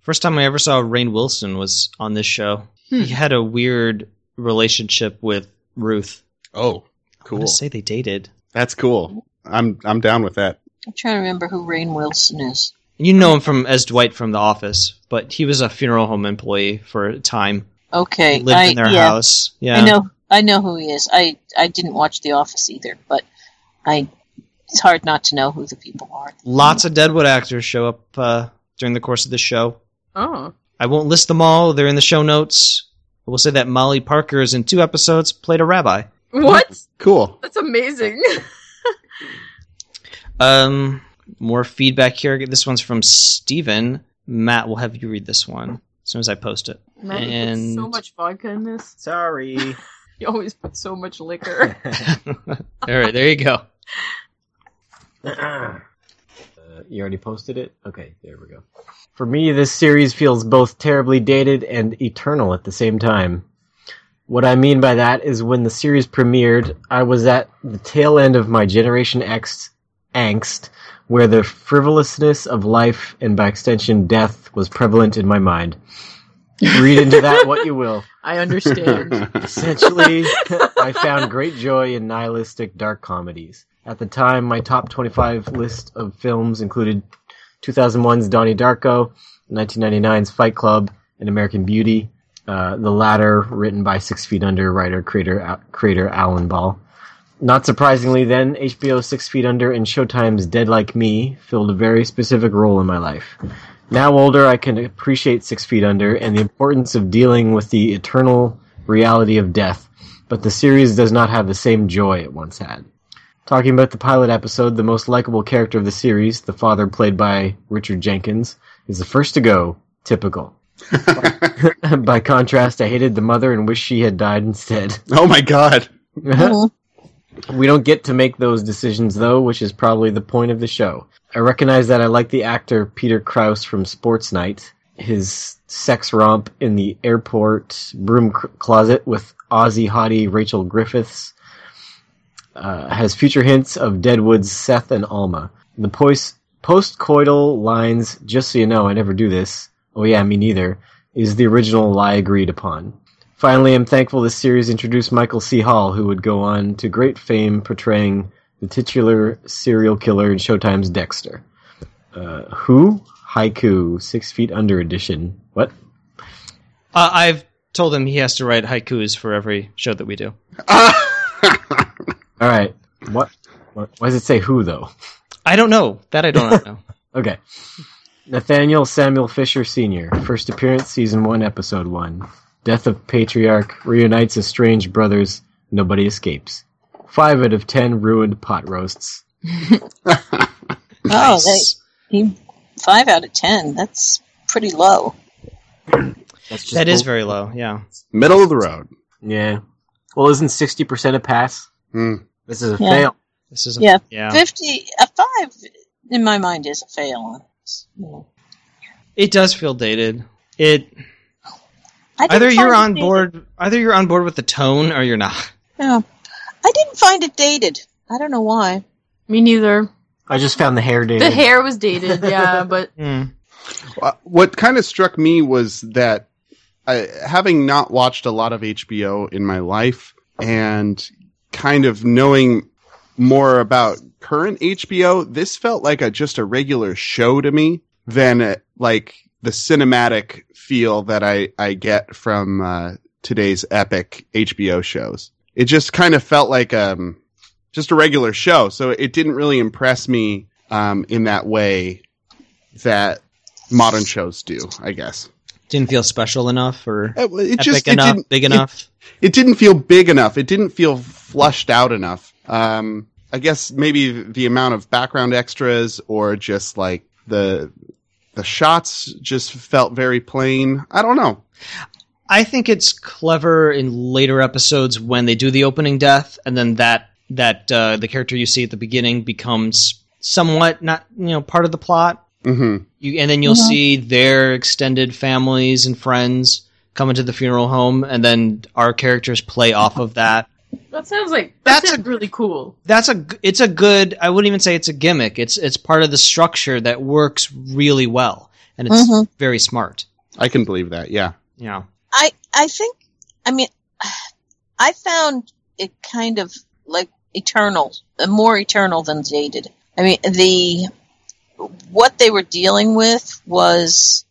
First time I ever saw Rain Wilson was on this show. He Hmm. had a weird relationship with Ruth. Oh, cool. I wanna say they dated. That's cool. I'm I'm down with that. I'm trying to remember who Rain Wilson is. You know him from as Dwight from The Office, but he was a funeral home employee for a time. Okay, He lived I- in their yeah. house. Yeah, I know I know who he is. I I didn't watch The Office either, but I it's hard not to know who the people are. Lots of Deadwood actors show up uh, during the course of this show. Oh. I won't list them all. They're in the show notes. I will say that Molly Parker is in two episodes, played a rabbi. What? Cool. That's amazing. Um, more feedback here. This one's from Steven. Matt, we'll have you read this one as soon as I post it. Matt, you and put so much vodka in this. Sorry. you always put so much liquor. all right, there you go. Uh, you already posted it? Okay, there we go. For me, this series feels both terribly dated and eternal at the same time. What I mean by that is when the series premiered, I was at the tail end of my Generation X angst, where the frivolousness of life and by extension death was prevalent in my mind. Read into that what you will. I understand. Essentially, I found great joy in nihilistic dark comedies. At the time, my top 25 list of films included 2001's Donnie Darko, 1999's Fight Club, and American Beauty. Uh, the latter written by Six Feet Under writer creator Al- creator Alan Ball. Not surprisingly, then HBO Six Feet Under and Showtime's Dead Like Me filled a very specific role in my life. Now older, I can appreciate Six Feet Under and the importance of dealing with the eternal reality of death, but the series does not have the same joy it once had. Talking about the pilot episode, the most likable character of the series, the father played by Richard Jenkins, is the first to go, typical. by contrast, I hated the mother and wish she had died instead. Oh my god. We don't get to make those decisions though, which is probably the point of the show. I recognize that I like the actor Peter Krause from Sports Night. His sex romp in the airport broom c- closet with Aussie hottie Rachel Griffiths uh, has future hints of Deadwood's Seth and Alma. The post postcoital lines, just so you know, I never do this. Oh yeah, me neither. Is the original lie agreed upon. Finally, I'm thankful this series introduced Michael C. Hall, who would go on to great fame portraying the titular serial killer in Showtime's Dexter. Uh, who? Haiku, Six Feet Under edition. What? Uh, I've told him he has to write haikus for every show that we do. All right. What? what why does it say who, though? I don't know. Oh, That I don't know. Okay. Nathaniel Samuel Fisher Sr., first appearance, season 1, episode 1. Death of Patriarch reunites estranged brothers, nobody escapes. 5 out of 10 ruined pot roasts. Oh, they, he, five out of ten. That's pretty low. That's just That is bull- very low. Yeah. Middle of the road. Yeah. Well, isn't 60% a pass? Hmm. This is a Yeah. fail. This is Yeah, fifty a five in my mind is a fail. You know. It does feel dated. It I didn't either you're find it on dated. board, either you're on board with the tone or you're not. Yeah. I didn't find it dated. I don't know why. Me neither. I just found the hair The hair was dated, yeah, but Uh, What kind of struck me was that I, having not watched a lot of HBO in my life, and kind of knowing more about current HBO, this felt like a just a regular show to me than uh like the cinematic feel that I I get from uh, today's epic HBO shows. It just kind of felt like um just a regular show, so it didn't really impress me um, in that way that modern shows do, I guess. Didn't feel special enough or It, it epic just- it enough, didn't- big it- enough. it didn't feel big enough. It didn't feel flushed out enough. Um, I guess maybe the amount of background extras or just like the the shots just felt very plain. I don't know. I think it's clever in later episodes when they do the opening death, and then that that uh, the character you see at the beginning becomes somewhat not you know part of the plot. Mm-hmm. You, and then you'll Mhm. see their extended families and friends coming to the funeral home, and then our characters play off of that. That sounds like that sounds really cool. That's a g- it's a good. I wouldn't even say it's a gimmick. It's it's part of the structure that works really well, and it's Mhm. very smart. I can believe that. Yeah. Yeah. I I think I mean I found it kind of like eternal, uh, more eternal than dated. I mean the what they were dealing with was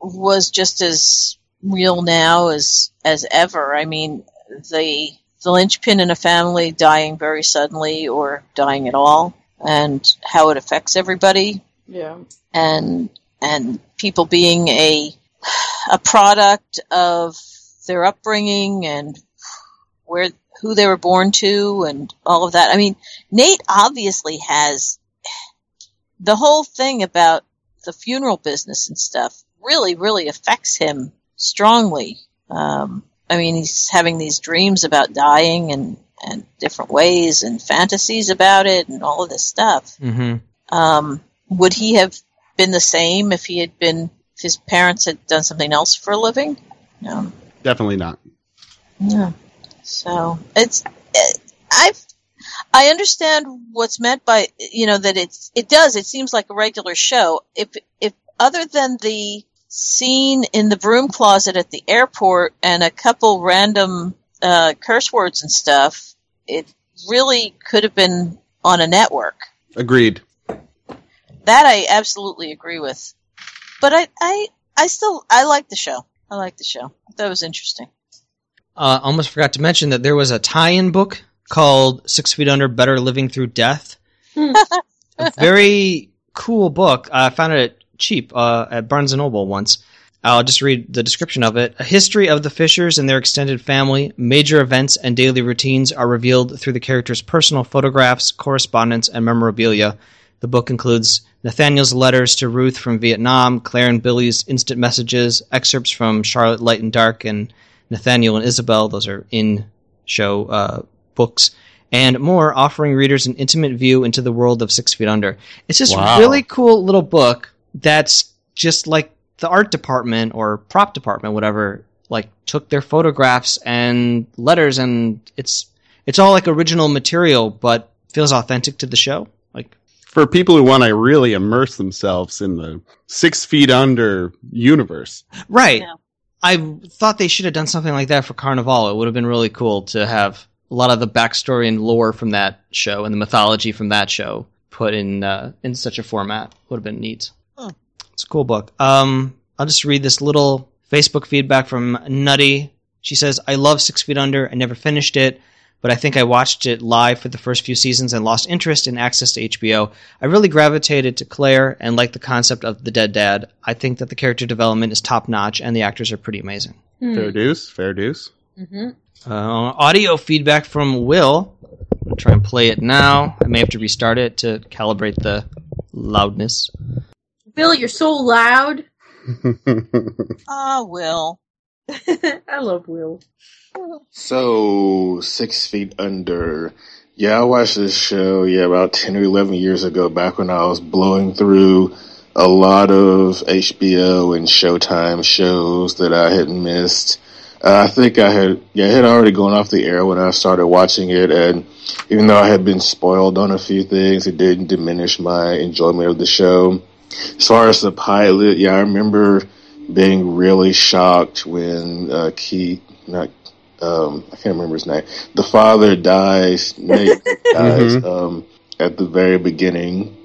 was just as real now as as ever. I mean the the linchpin in a family dying very suddenly or dying at all and how it affects everybody Yeah. and and people being a a product of their upbringing and where who they were born to and all of that. I mean, Nate obviously has the whole thing about the funeral business and stuff really really affects him strongly. Um, I mean, he's having these dreams about dying and and different ways and fantasies about it and all of this stuff Mm-hmm. um, would he have been the same if he had been if his parents had done something else for a living no Definitely not. no so it's eh, i've i understand what's meant by you know that it's it does it seems like a regular show if if other than the scene in the broom closet at the airport and a couple random uh, curse words and stuff it really could have been on a network Agreed. That I absolutely agree with. But I, I, I still, I like the show. I like the show. That was interesting. uh, almost forgot to mention that there was a tie-in book called Six Feet Under: Better Living Through Death. a very cool book. I found it cheap uh, at Barnes and Noble once. I'll just read the description of it. A history of the Fishers and their extended family, major events and daily routines are revealed through the characters' personal photographs, correspondence, and memorabilia. The book includes Nathaniel's letters to Ruth from Vietnam, Claire and Billy's instant messages, excerpts from Charlotte Light and Dark, and Nathaniel and Isabel. Those are in show uh, books and more, offering readers an intimate view into the world of Six Feet Under. It's just Wow. really cool little book that's just like the art department or prop department, whatever, like took their photographs and letters, and it's it's all like original material, but feels authentic to the show. Like For people who want to really immerse themselves in the six feet under universe. Right. I thought they should have done something like that for Carnival. It would have been really cool to have a lot of the backstory and lore from that show and the mythology from that show put in uh, in such a format. Would have been neat. It's a cool book. Um, I'll just read this little Facebook feedback from Nutty. She says, "I love Six Feet Under. I never finished it." But I think I watched it live for the first few seasons and lost interest in access to HBO. I really gravitated to Claire and liked the concept of the dead dad. I think that the character development is top notch and the actors are pretty amazing. Hmm. Fair deuce. Fair deuce. Mm-hmm. Uh, audio feedback from Will. I'll try and play it now. I may have to restart it to calibrate the loudness. Bill, you're so loud. Ah, Will. I love Will. So, Six Feet Under. Yeah, I watched this show, yeah, about 10 or 11 years ago, back when I was blowing through a lot of HBO and Showtime shows that I had missed. Uh, I think I had, yeah, it had already gone off the air when I started watching it, and even though I had been spoiled on a few things, it didn't diminish my enjoyment of the show. As far as the pilot, yeah, I remember being really shocked when uh, Keith, not um, I can't remember his name. The father dies. Nate dies um, at the very beginning.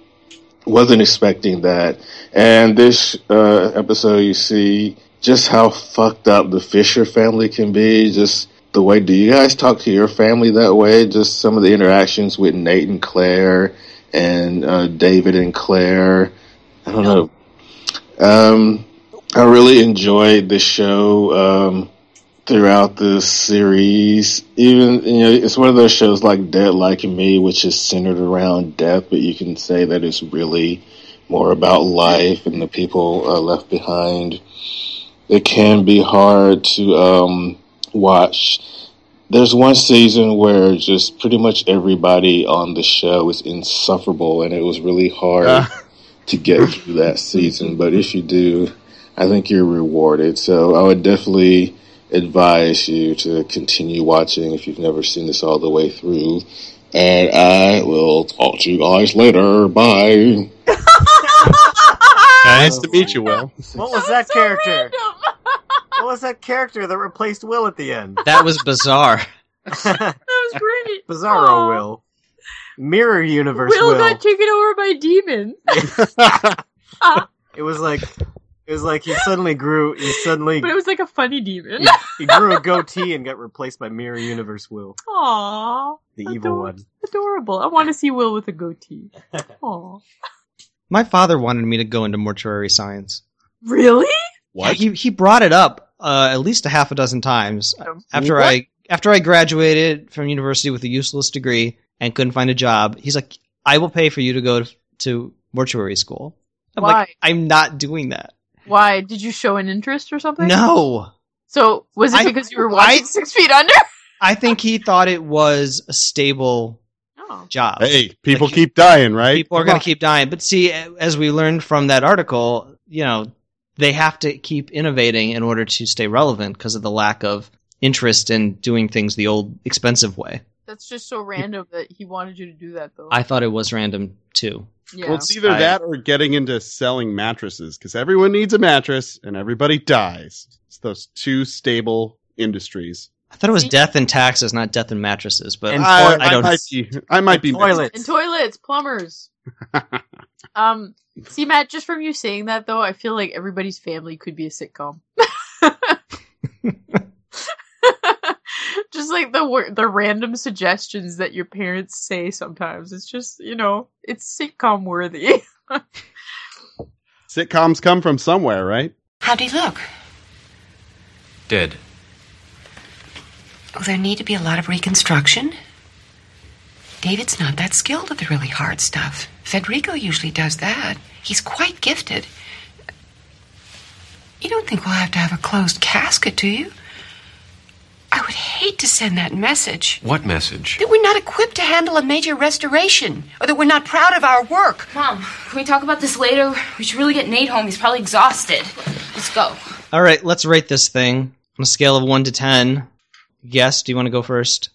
Wasn't expecting that. And this uh, episode, you see just how fucked up the Fisher family can be. Just the way do you guys talk to your family that way? Just some of the interactions with Nate and Claire and uh, David and Claire. I don't know. Um, I really enjoyed the show um, throughout the series. Even you know, it's one of those shows like Dead Like Me, which is centered around death, but you can say that it's really more about life and the people uh, left behind. It can be hard to um, watch. There's one season where just pretty much everybody on the show is insufferable, and it was really hard to get through that season. But if you do, I think you're rewarded. So I would definitely advise you to continue watching if you've never seen this all the way through. And I will talk to you guys later. Bye. nice to meet you, Will. What was that character? what was that character that replaced Will at the end? That was bizarre. Bizarro was great. Aw. Will. Mirror Universe Will, Will. got taken over by demons. it was like it was like he suddenly grew he suddenly but it was like a funny demon. he grew a goatee and got replaced by Mirror Universe Will, Aw, the evil one. adorable. I want to see Will with a goatee. Aw. My father wanted me to go into mortuary science. Really? What? He he brought it up uh, at least a half a dozen times after What? I after I graduated from university with a useless degree and couldn't find a job. He's like, "I will pay for you to go to, to mortuary school." I'm Why? like, "I'm not doing that." Why? Did you show an interest or something? No. So was it I- because you were watching Six Feet Under? I think he thought it was a stable job. Hey, people keep dying, right? People are going to keep dying. But see, as we learned from that article, you know, they have to keep innovating in order to stay relevant because of the lack of interest in doing things the old expensive way. That's just so random that he wanted you to do that though. I thought it was random too. Yeah. Well, it's either I- that or getting into selling mattresses because everyone needs a mattress and everybody dies. It's those two stable industries. I thought it was death and taxes, not death and mattresses. But And I, toi- I don't. I might be- I might be And mixed. toilets. and toilets, plumbers. um, see, Matt, just from you saying that though, I feel like everybody's family could be a sitcom. just like the wor- the random suggestions that your parents say sometimes. It's just you know, it's sitcom worthy. Sitcoms come from somewhere, right? How'd he look? Dead. Will Oh, there need to be a lot of reconstruction? David's not that skilled at the really hard stuff. Federico usually does that. He's quite gifted. You don't think we'll have to have a closed casket, do you? I would hate to send that message What message? that we're not equipped to handle a major restoration or that we're not proud of our work. Mom, can we talk about this later? We should really get Nate home. He's probably exhausted. Let's go. All right, let's rate this thing on a scale of one to ten. Guess, do you want to go first?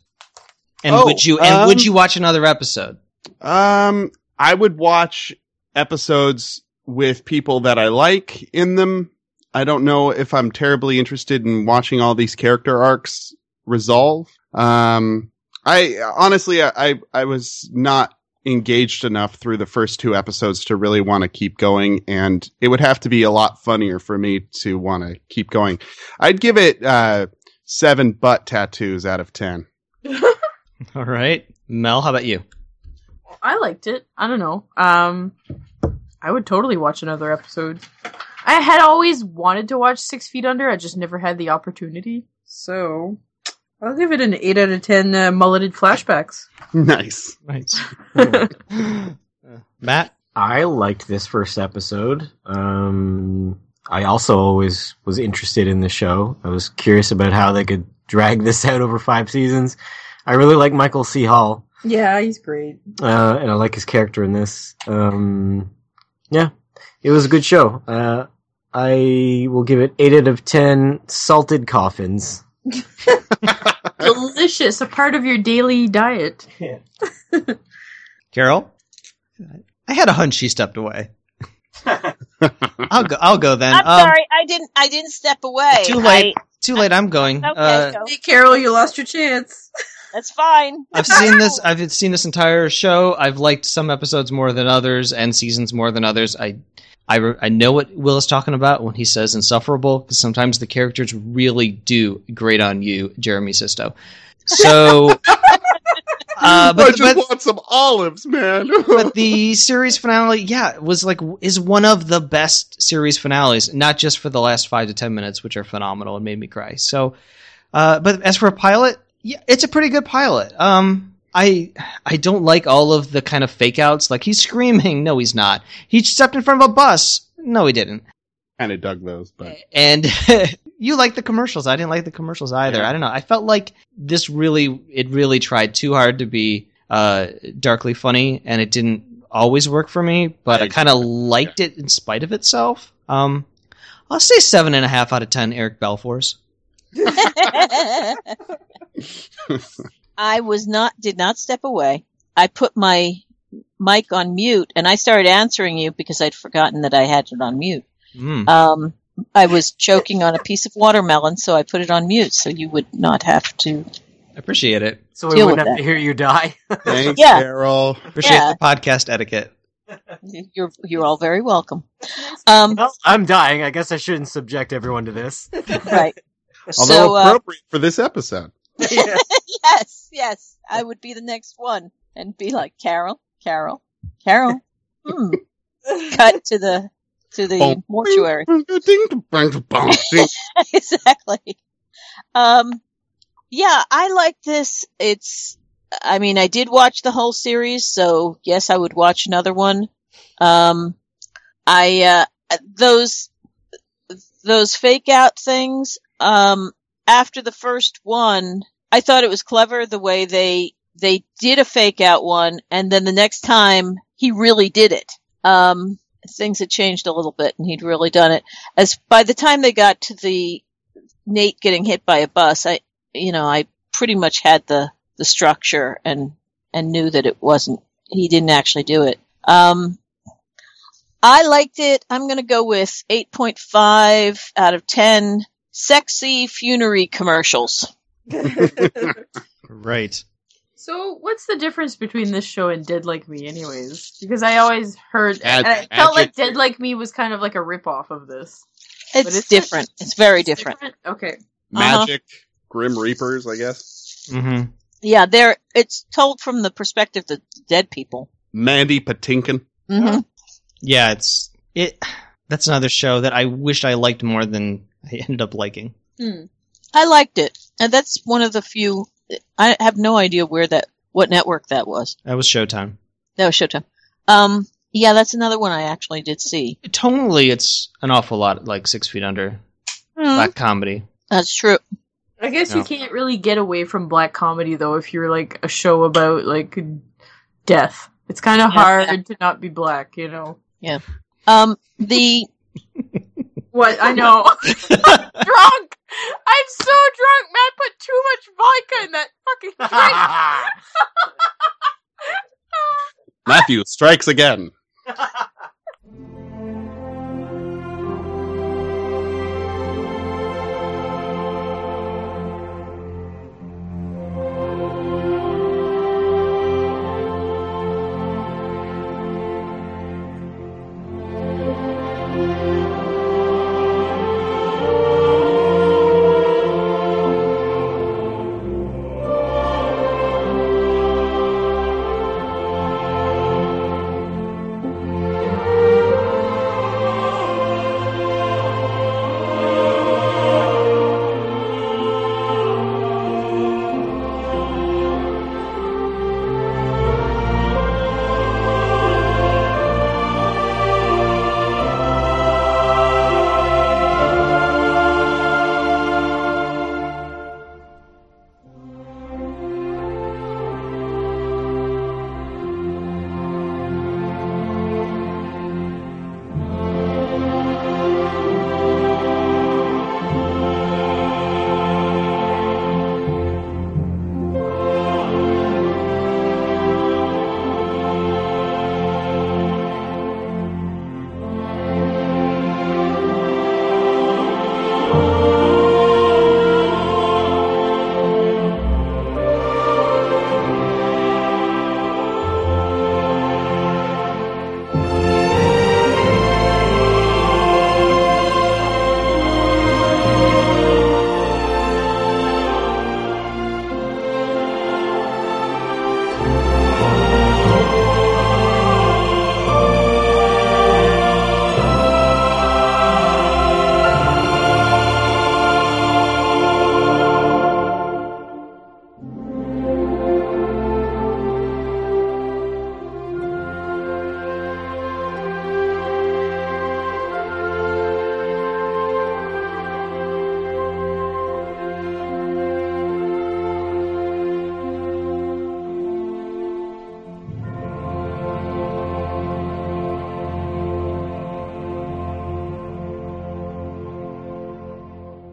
And Oh, would you and would um, you watch another episode? Um, I would watch episodes with people that I like in them. I don't know if I'm terribly interested in watching all these character arcs resolve. Um, I honestly, I, I, I was not engaged enough through the first two episodes to really want to keep going. And it would have to be a lot funnier for me to want to keep going. I'd give it, uh, seven butt tattoos out of 10. All right, Mel, how about you? I liked it. I don't know. Um, I would totally watch another episode. I had always wanted to watch Six Feet Under. I just never had the opportunity. So I'll give it an eight out of ten. Uh, mulleted flashbacks. Nice. Nice. Matt, I liked this first episode. Um, I also always was interested in the show. I was curious about how they could drag this out over five seasons. I really like Michael C. Hall, Yeah, he's great. uh, and I like his character in this. Um, yeah, it was a good show. Uh, I will give it eight out of ten salted coffins. Delicious, a part of your daily diet. Carol, I had a hunch she stepped away. I'll go. I'll go then. I'm Um, sorry, I didn't. I didn't step away. Too late. too late. I'm going. Uh, Carol, you lost your chance. That's fine. I've seen this. I've seen this entire show. I've liked some episodes more than others, and seasons more than others. I, I, re- I know what Will is talking about when he says insufferable, because sometimes the characters really do grate on you, Jeremy Sisto. So, uh, but, I just but, want some olives, man. but the series finale, yeah, was like is one of the best series finales, not just for the last five to ten minutes, which are phenomenal and made me cry. So, uh, but as for a pilot, yeah, it's a pretty good pilot. Um, I I don't like all of the kind of fake outs. Like he's screaming, no, he's not. He stepped in front of a bus, no, he didn't. kind of dug those, but And you like the commercials. I didn't like the commercials either. I don't know. I felt like this really, it really tried too hard to be uh, darkly funny, and it didn't always work for me. But I, kind of liked it in spite of itself. Um, I'll say seven and a half out of ten. Eric Balfour's. I was not did not step away. I put my mic on mute and I started answering you because I'd forgotten that I had it on mute. Mm. Um, I was choking on a piece of watermelon, so I put it on mute so you would not have to. Appreciate it. So we Deal wouldn't with have to that. hear you die. Thanks, Yeah. Carol. Appreciate Yeah. the podcast etiquette. You're you're all very welcome. Um, I'm dying. I guess I shouldn't subject everyone to this. right. although so, uh, appropriate for this episode. uh-huh. yes, yes, I would be the next one and be like Carol, Carol, Carol. Hmm. Cut to the to the Boom. mortuary. Thanks, exactly. Um, yeah, I like this. It's, I mean, I did watch the whole series, so yes, I would watch another one. Um, I, uh, those, those fake out things, um, after the first one, I thought it was clever the way they, they did a fake out one, and then the next time he really did it. Um, things had changed a little bit and he'd really done it as by the time they got to the Nate getting hit by a bus I you know I pretty much had the the structure and and knew that it wasn't he didn't actually do it um I liked it I'm going to go with 8.5 out of 10 sexy funerary commercials Right. So what's the difference between this show and Dead Like Me, anyways? Because I always heard, Ad- and I felt like adjective. Dead Like Me was kind of like a ripoff of this. But it's, different it's very different, Okay. Magic, Grim Reapers, I guess. Mm-hmm. Uh-huh. yeah they're it's told from the perspective of the dead people Mandy Patinkin. hmm Yeah, it's it. That's another show that I wished I liked more than I ended up liking. Hmm. I liked it, and that's one of the few. I have no idea where that, what network that was. That was Showtime. That was Showtime. Um, yeah, that's another one I actually did see. Tonally, it's an awful lot like Six Feet Under, Hmm. black comedy. That's true. I guess No. you can't really get away from black comedy though if you're like a show about like death. It's kind of hard to not be black, you know. Yeah. Um, the What I know. drunk. I'm so drunk. Matt put too much vodka in that fucking drink. Matthew strikes again.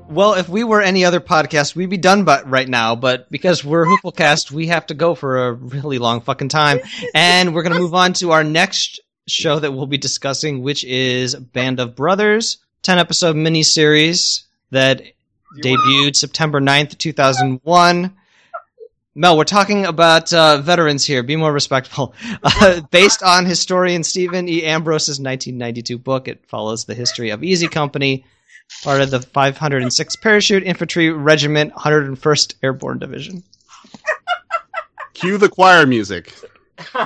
Well, if we were any other podcast, we'd be done by, right now. But because we're Hooplecast, we have to go for a really long fucking time. And we're going to move on to our next show that we'll be discussing, which is Band of Brothers, 10 episode miniseries that debuted September 9th, 2001. Mel, we're talking about uh, veterans here. Be more respectful. Uh, based on historian Stephen E. Ambrose's 1992 book, it follows the history of Easy Company, part of the 506th Parachute Infantry Regiment, 101st Airborne Division. Cue the choir music.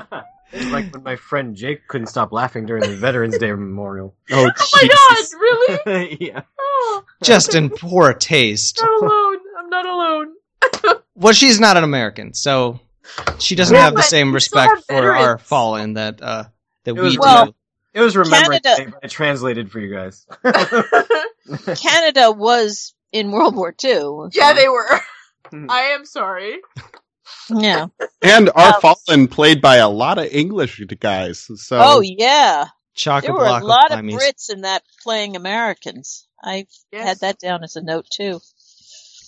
It's like when my friend Jake couldn't stop laughing during the Veterans Day memorial. Oh, my god, really? yeah. Oh, Just in poor taste. I'm not alone. I'm not alone. Well, she's not an American, so she doesn't Yeah, have the but same we still respect have for our veterans. fallen that uh, that we It was do. well, it was remembering Canada- Day, but I translated for you guys. Canada was in World War II. Yeah, they were. Hmm. I am sorry. Yeah. And Oh. our fallen played by a lot of English guys. So oh yeah. Chock there were a lot of Brits in that playing Americans. I had that down as a note too.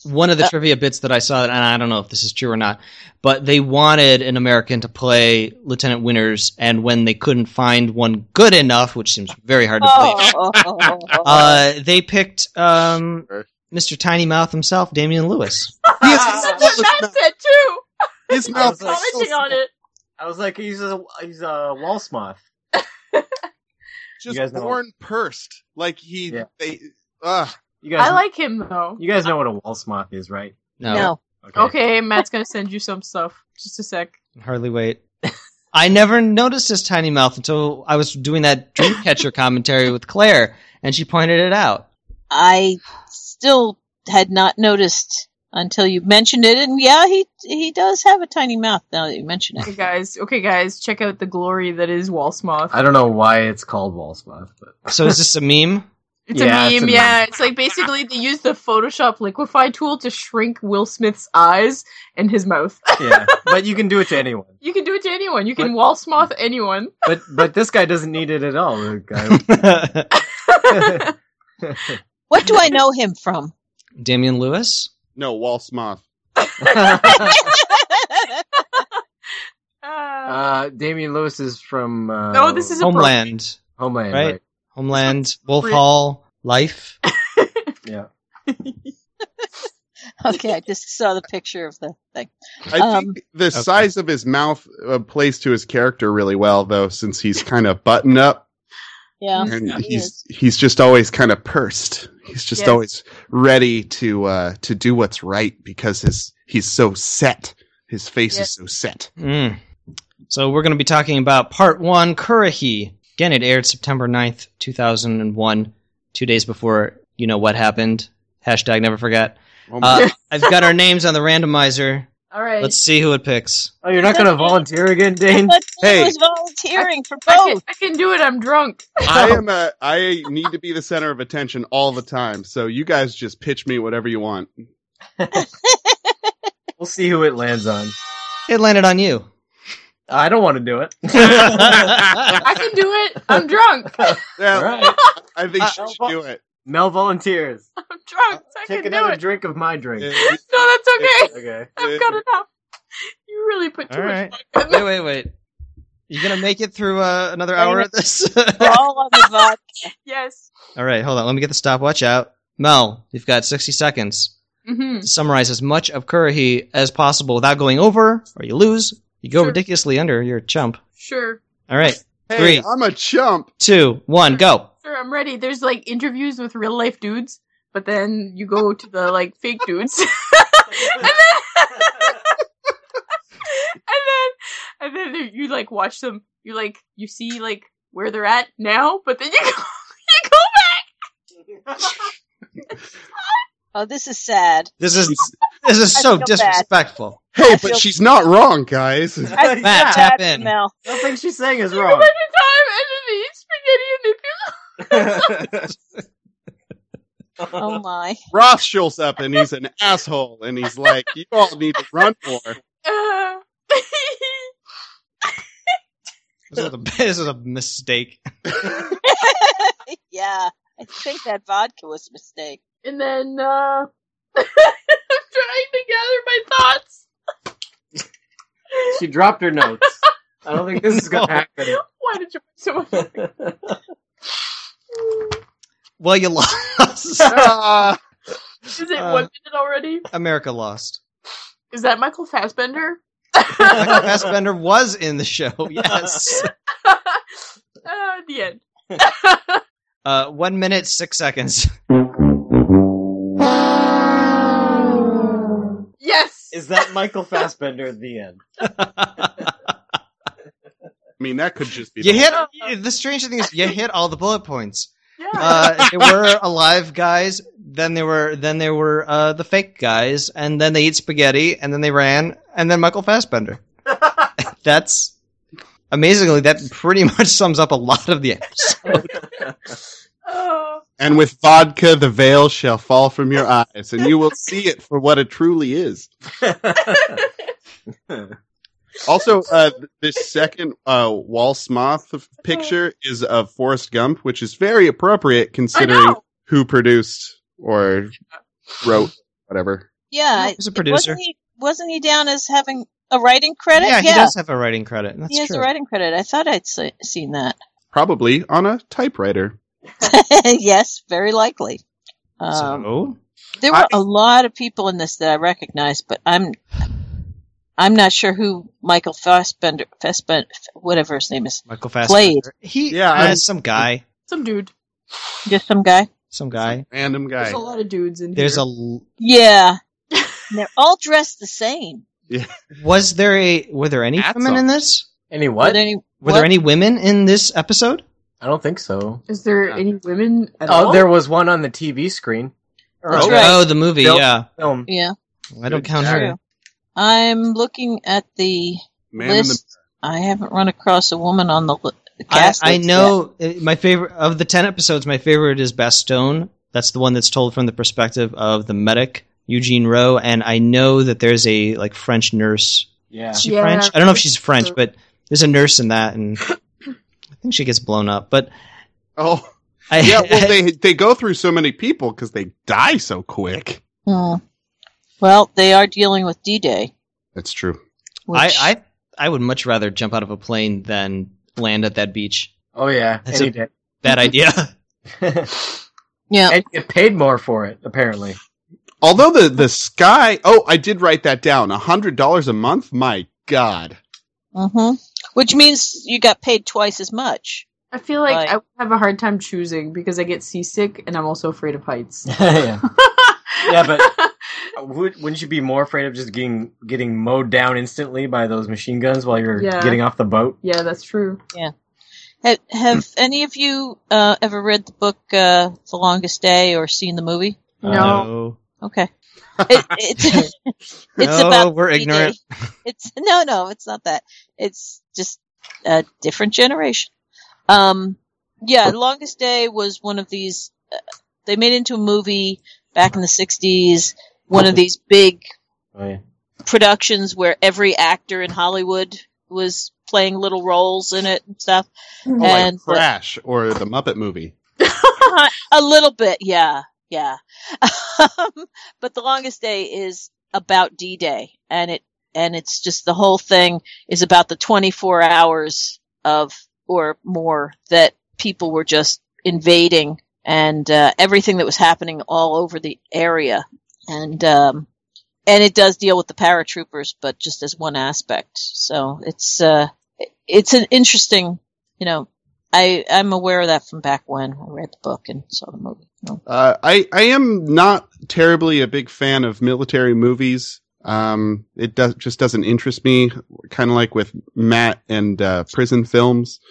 one Uh, of the trivia bits that I saw, and I don't know if this is true or not, but they wanted an American to play Lieutenant Winters, and when they couldn't find one good enough, which seems very hard to believe, Oh. Oh. uh, they picked um, Mr. Tiny Mouth himself, Damian Lewis. That's what Matt said too. His mouth is so commenting Ah. on it. I was like, he's a he's a wall moth. just You guys know- born pursed. Like he they uh You guys, I like him though. you guys know what a wall moth is, right? No. Okay. okay, Matt's gonna send you some stuff. Just a sec. Hardly wait. I never noticed his tiny mouth until I was doing that Dreamcatcher commentary with Claire, and she pointed it out. I still had not noticed until you mentioned it, and yeah, he he does have a tiny mouth. Now that you mention Okay, it, guys. Okay, guys. Check out the glory that is Walsmoth. I don't know why it's called wall moth, but So is this a meme? It's a meme, yeah. It's like basically they use the Photoshop liquify tool to shrink Will Smith's eyes and his mouth. yeah, but you can do it to anyone. You can do it to anyone. You can wall smoth anyone. But but this guy doesn't need it at all. The guy- what do I know him from? Damian Lewis? no Waltz Moth. uh, Damian Lewis is from. Uh, No, this is Homeland. Homeland, right? right? Homeland, Wolf Brit- Hall, Life. Yeah. Okay, I just saw the picture of the thing. I Um, think the size of his mouth uh, plays to his character really well though since he's kind of buttoned up yeah, and he is. he's he's just always kind of pursed. He's just Yes. always ready to uh to do what's right because his he's so set. His face is so set. Mm. So we're going to be talking about part one, Kurahi. Again, it aired September 9th, 2001, two days before you know what happened. Hashtag never forget. Oh my- Uh, I've got our names on the randomizer. All right. Let's see who it picks. Oh, you're not gonna volunteer again, Dane? I Hey, was volunteering for I can, both. I can do it. I'm drunk. I am a I need to be the center of attention all the time. So you guys just pitch me whatever you want. We'll see who it lands on. It landed on you. I don't want to do it. I can do it. I'm drunk. Yeah, All right. I think she Uh, should do it. Mel volunteers. I'm drunk. I Take can do another it. drink of my drink. Uh, No, that's okay. Okay. I've got enough. You really put too All right. much. Wait, wait, wait. You gonna make it through uh, another hour of this? We're all on the vodka. Yes. All right, hold on. Let me get the stopwatch out. Mel, you've got 60 seconds. Mm-hmm. to summarize as much of Kurahi as possible without going over, or you lose. You go Sure. ridiculously under, you're a chump. Sure. All right. Hey, Three, I'm a chump. two, one, go. Sure. I'm ready. There's like interviews with real life dudes, but then you go to the like fake dudes. and then and then and then you like watch them you like you see like where they're at now but then you go, you go Oh, this is sad. This is this is so feel bad. disrespectful. Hey, feel- but she's not wrong, guys. I feel bad Matt, tap for in. Mel. Nothing she's saying is back wrong. by the time and then they eat spaghetti and they feel Oh my. Roth shows up and he's an asshole, and he's like, "You all need to run for." it." uh, This is a, this is a mistake. yeah, I think that vodka was a mistake. And then uh I'm trying to gather my thoughts. She dropped her notes. I don't think this is going to happen. Why did you put so much Well, you lost. Is it Uh, one minute already? America lost. Is that Michael Fassbender? Michael Fassbender was in the show. Yes. Uh, the end. Uh, one minute six seconds. Yes. Is that Michael Fassbender at the end? I mean, that could just be. You the- hit. The strange thing is, you hit all the bullet points. Yeah. Uh, they were alive guys. Then they were. Then they were uh, the fake guys, and then they eat spaghetti, and then they ran, and then Michael Fassbender. That's amazingly. That pretty much sums up a lot of the episode. And with vodka, the veil shall fall from your eyes, and you will see it for what it truly is. also, uh, th- this second uh, Wall Smoth picture is of Forrest Gump, which is very appropriate considering who produced or wrote whatever. Yeah, he's a it- producer. Wasn't he, wasn't he down as having a writing credit? yeah, he does have a writing credit. That's He has true. a writing credit. I thought I'd se- seen that. Probably on a typewriter. yes, very likely. Um, so, there were a lot of people in this that I recognized, but I'm I'm not sure who Michael Fassbender, Fassbender whatever his name is, Michael played. Fassbender. He Yeah, yeah, I'm- some guy. Some dude. um, Just some guy. Some guy. Random guy. There's a lot of dudes in There's here. a. l- Yeah, And they're all dressed the same. Was there a? Were there any women off. in this? Any Were what? there any? Were there any women in this episode? I don't think so. Is there any women at Oh, all? there was one on the TV screen. That's right. Oh, the movie. Film- Yeah, Film. Yeah, I don't count true. her. I'm looking at the Man in the- list. I haven't run across a woman on the li- I, cast. I list know uh, my favorite of the ten episodes. My favorite is Best Stone. That's the one that's told from the perspective of the medic Eugene Rowe, and I know that there's a like French nurse. Yeah. Is she Yeah. French? I don't know if she's French, but there's a nurse in that, and I think she gets blown up. But Oh. I, Yeah, well, they they go through so many people because they die so quick. yet. Hmm. Well, they are dealing with D-Day. That's true. Which, I, I I would much rather jump out of a plane than land at that beach. Oh yeah. That's any a- day. Bad idea. yeah, and you get paid more for it, apparently. Although the the sky, oh, I did write that down. A hundred dollars a month. My God. hmm Which means you got paid twice as much. I feel like Like- I would have a hard time choosing because I get seasick and I'm also afraid of heights. yeah. yeah, but would, wouldn't you be more afraid of just getting getting mowed down instantly by those machine guns while you're Yeah. getting off the boat? yeah, that's true. Have, Hmm. have any of you uh, ever read the book uh, The Longest Day or seen the movie? No. Okay. It, it's it's No, about we're D-Day. ignorant. It's no, no, it's not that. It's just uh, a different generation. Um, yeah, Longest Day was one of these. Uh, they made into a movie back in the '60s. One of these big Oh yeah. productions where every actor in Hollywood was playing little roles in it and stuff. Oh, and like Crash or the Muppet movie. a little bit, yeah, yeah. Um, but the longest day is about D Day, and it and it's just the whole thing is about the 24 hours of or more that people were just invading and uh, everything that was happening all over the area, and um, and it does deal with the paratroopers, but just as one aspect. So it's uh, it's an interesting, you know, I I'm aware of that from back when I read the book and saw the movie. No. Uh, I I am not terribly a big fan of military movies. Um, it does just doesn't interest me. Kind of like with Matt and uh, prison films.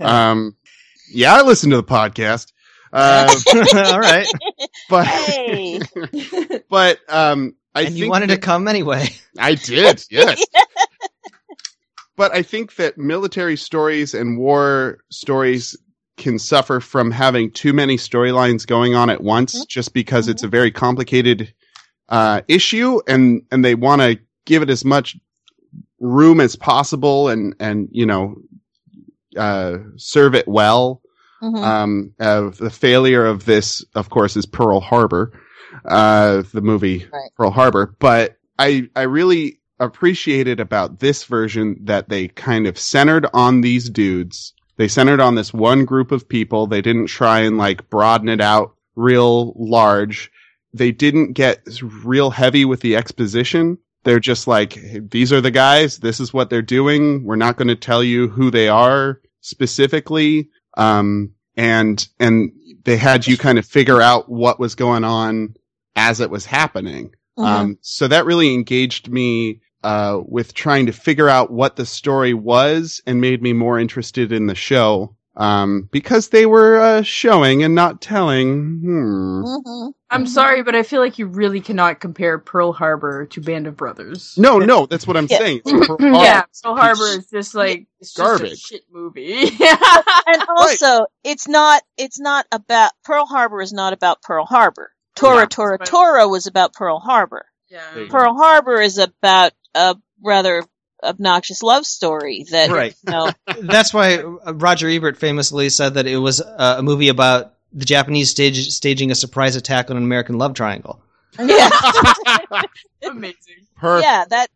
Um, yeah, I listen to the podcast. Uh, All right. but Hey, but um, I and you think wanted that- to come anyway. I did, yes. but I think that military stories and war stories can suffer from having too many storylines going on at once Mm-hmm. just because it's a very complicated uh, issue and, and they want to give it as much room as possible and, and you know, uh, serve it well. Mhm. Mm-hmm. uh, Um, uh, the failure of this, of course, is Pearl Harbor. uh, the movie Right. Pearl Harbor. But I I really appreciated about this version that they kind of centered on these dudes. They centered on this one group of people. They didn't try and like broaden it out real large. They didn't get real heavy with the exposition. They're just like, "Hey, these are the guys. This is what they're doing. We're not going to tell you who they are specifically. Um, and, and they had you kind of figure out what was going on as it was happening. Um, so that really engaged me uh, with trying to figure out what the story was and made me more interested in the show um, because they were uh, showing and not telling. Mm-hmm. Hmm. Mm-hmm. I'm sorry, but I feel like you really cannot compare Pearl Harbor to Band of Brothers. No, no, that's what I'm Yeah. saying. yeah, Pearl Harbor is just like it's Garbage. Just a shit movie. and also, it's not it's not about Pearl Harbor is not about Pearl Harbor. Tora Tora Tora was about Pearl Harbor. Yeah. Pearl Harbor is about a rather obnoxious love story that Right. you know, That's why uh, Roger Ebert famously said that it was uh, a movie about the Japanese stage staging a surprise attack on an American love triangle. yeah. Amazing. Yeah, that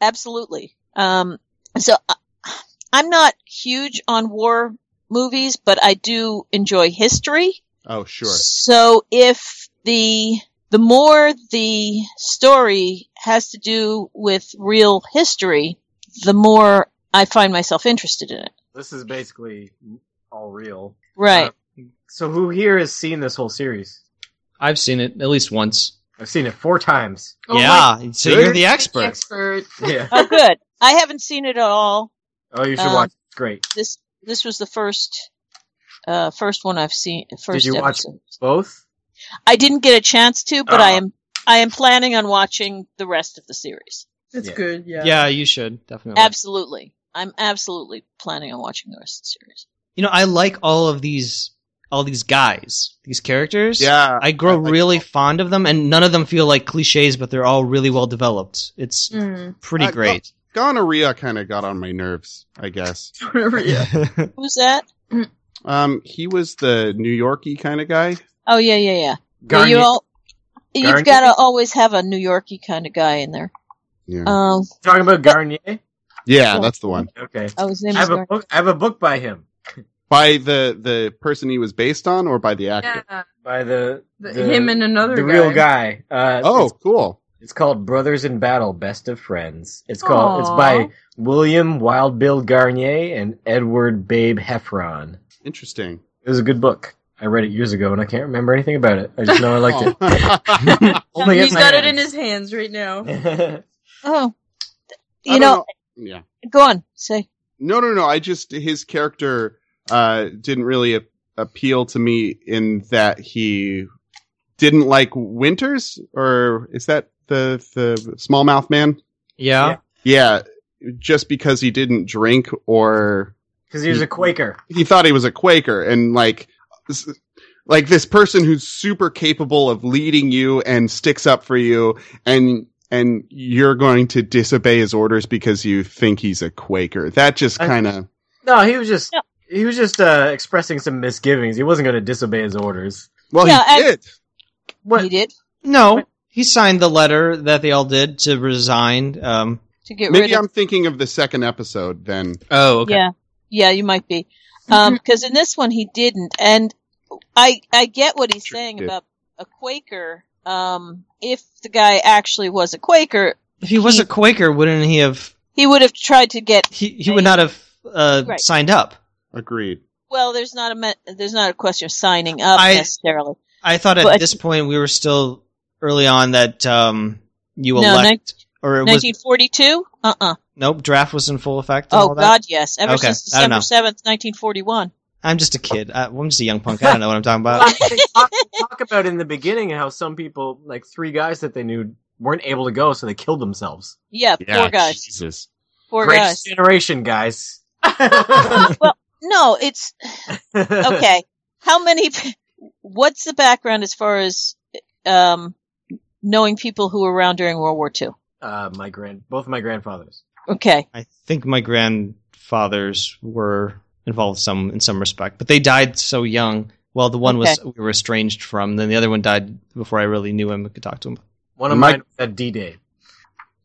absolutely. Um, so I, I'm not huge on war movies, but I do enjoy history. Oh, sure. So if the the more the story has to do with real history, the more I find myself interested in it. This is basically all real. Uh, Right. So who here has seen this whole series? I've seen it at least once. I've seen it four times. Oh Yeah, my- so you're the expert. Expert. Yeah. oh, good. I haven't seen it at all. Oh, you should Um, watch. it. It's great. This this was the first uh, first one I've seen. First Did you watch episode. both? I didn't get a chance to, but Ah. I am I am planning on watching the rest of the series. It's good. Yeah. Yeah, you should definitely. Absolutely. I'm absolutely planning on watching the rest of the series. you know, I like all of these all these guys, these characters. Yeah, I grow really fond of them, and none of them feel like cliches, but they're all really well developed. It's Mm. pretty Uh, go- great. gonorrhea kind of got on my nerves, I guess. Who's that? um, he was the New Yorkie kind of guy. Oh yeah, yeah, yeah. Garnier. You all, Garnier? you've got to always have a New Yorkie kind of guy in there. Yeah. Uh, Um, Talking about Garnier. yeah, that's the one. Okay. Oh, his name I is have a Garnier. book. I have a book by him. By the the person he was based on, or by the actor? Yeah. By the, The- him and another the guy. real guy. Uh, Oh, it's- cool. It's called Brothers in Battle: Best of Friends. It's called. It's Aw. by William Wild Bill Garnier and Edward Babe Heffron. Interesting. It was a good book. I read it years ago, and I can't remember anything about it. I just know I liked it. Holding it in He's my got it hand. in his hands right now. Oh, I don't you know, Yeah. Go on, say. No, no, no. I just his character uh, didn't really a- appeal to me in that he didn't like winters, or is that the the smallmouth man? Yeah. Yeah, just because he didn't drink or because he was a Quaker. he thought he was a Quaker and like s- like this person who's super capable of leading you and sticks up for you and and you're going to disobey his orders because you think he's a Quaker. That just I- kind of No, he was just he was just uh, expressing some misgivings. He wasn't going to disobey his orders. Well, Yeah, and- did. What he did No, he signed the letter that they all did to resign. Um, to get Maybe rid of. I'm thinking of the second episode then. Oh, okay. Yeah, yeah, you might be. Um, because in this one he didn't, and I I get what he's saying did. about a Quaker. Um, if the guy actually was a Quaker, If he was a Quaker, wouldn't he have? he would have tried to get. He he would not have uh, Right. signed up. Agreed. Well, there's not a me- there's not a question of signing up I- necessarily. I thought at But- this point we were still early on that um, you No, elect or it was 1942? Uh uh nope draft was in full effect. and Oh all that? God, yes. Ever Okay, since I don't December know. seventh, 1941. I'm just a kid. I, I'm just a young punk. I don't know what I'm talking Well, about. they talk, they talk about in the beginning how some people, like three guys that they knew, weren't able to go, so they killed themselves. Yeah, poor guys. Jesus. Poor Greatest guys. generation, guys. No, it's okay. How many? p- What's the background as far as um, knowing people who were around during World War II? Uh, my grand, both my grandfathers. Okay, I think my grandfathers were involved some in some respect, but they died so young Well, the one was Okay. we were estranged from. Then the other one died before I really knew him and could talk to him. One of my, mine was at D Day.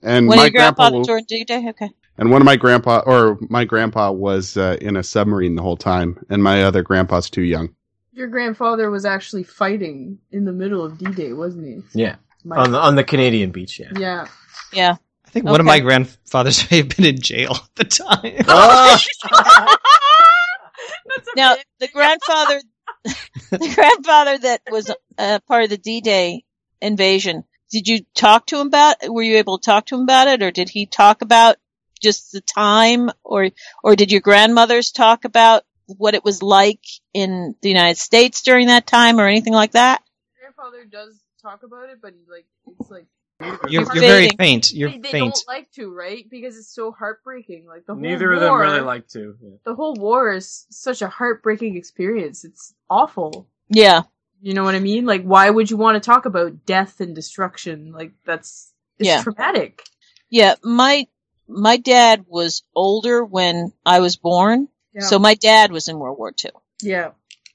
And When my your grandpa, grandfather wa- Jordan, do you day? Okay. and one of my grandpa or my grandpa was uh, in a submarine the whole time, and my other grandpa's too young. Your grandfather was actually fighting in the middle of D Day, wasn't he? Yeah. My- on the on the Canadian beach. Yeah. Yeah. Yeah. I think one of my grandfathers may have been in jail at the time. Oh. now the grandfather, the grandfather that was uh, part of the D-Day invasion. Did you talk to him about? Were you able to talk to him about it, or did he talk about just the time, or or did your grandmothers talk about what it was like in the United States during that time, or anything like that? grandfather does talk about it, but he like it's like You're- It's you're very fading. faint. You're they, they faint. don't like to, right? Because it's so heartbreaking. Like the whole Neither war, of them really like to. yeah. the whole war is such a heartbreaking experience. It's awful. Yeah. You know what I mean? Like, why would you want to talk about death and destruction? Like, that's it's Yeah. traumatic. Yeah, my my dad was older when I was born, Yeah. so my dad was in World War II. Yeah.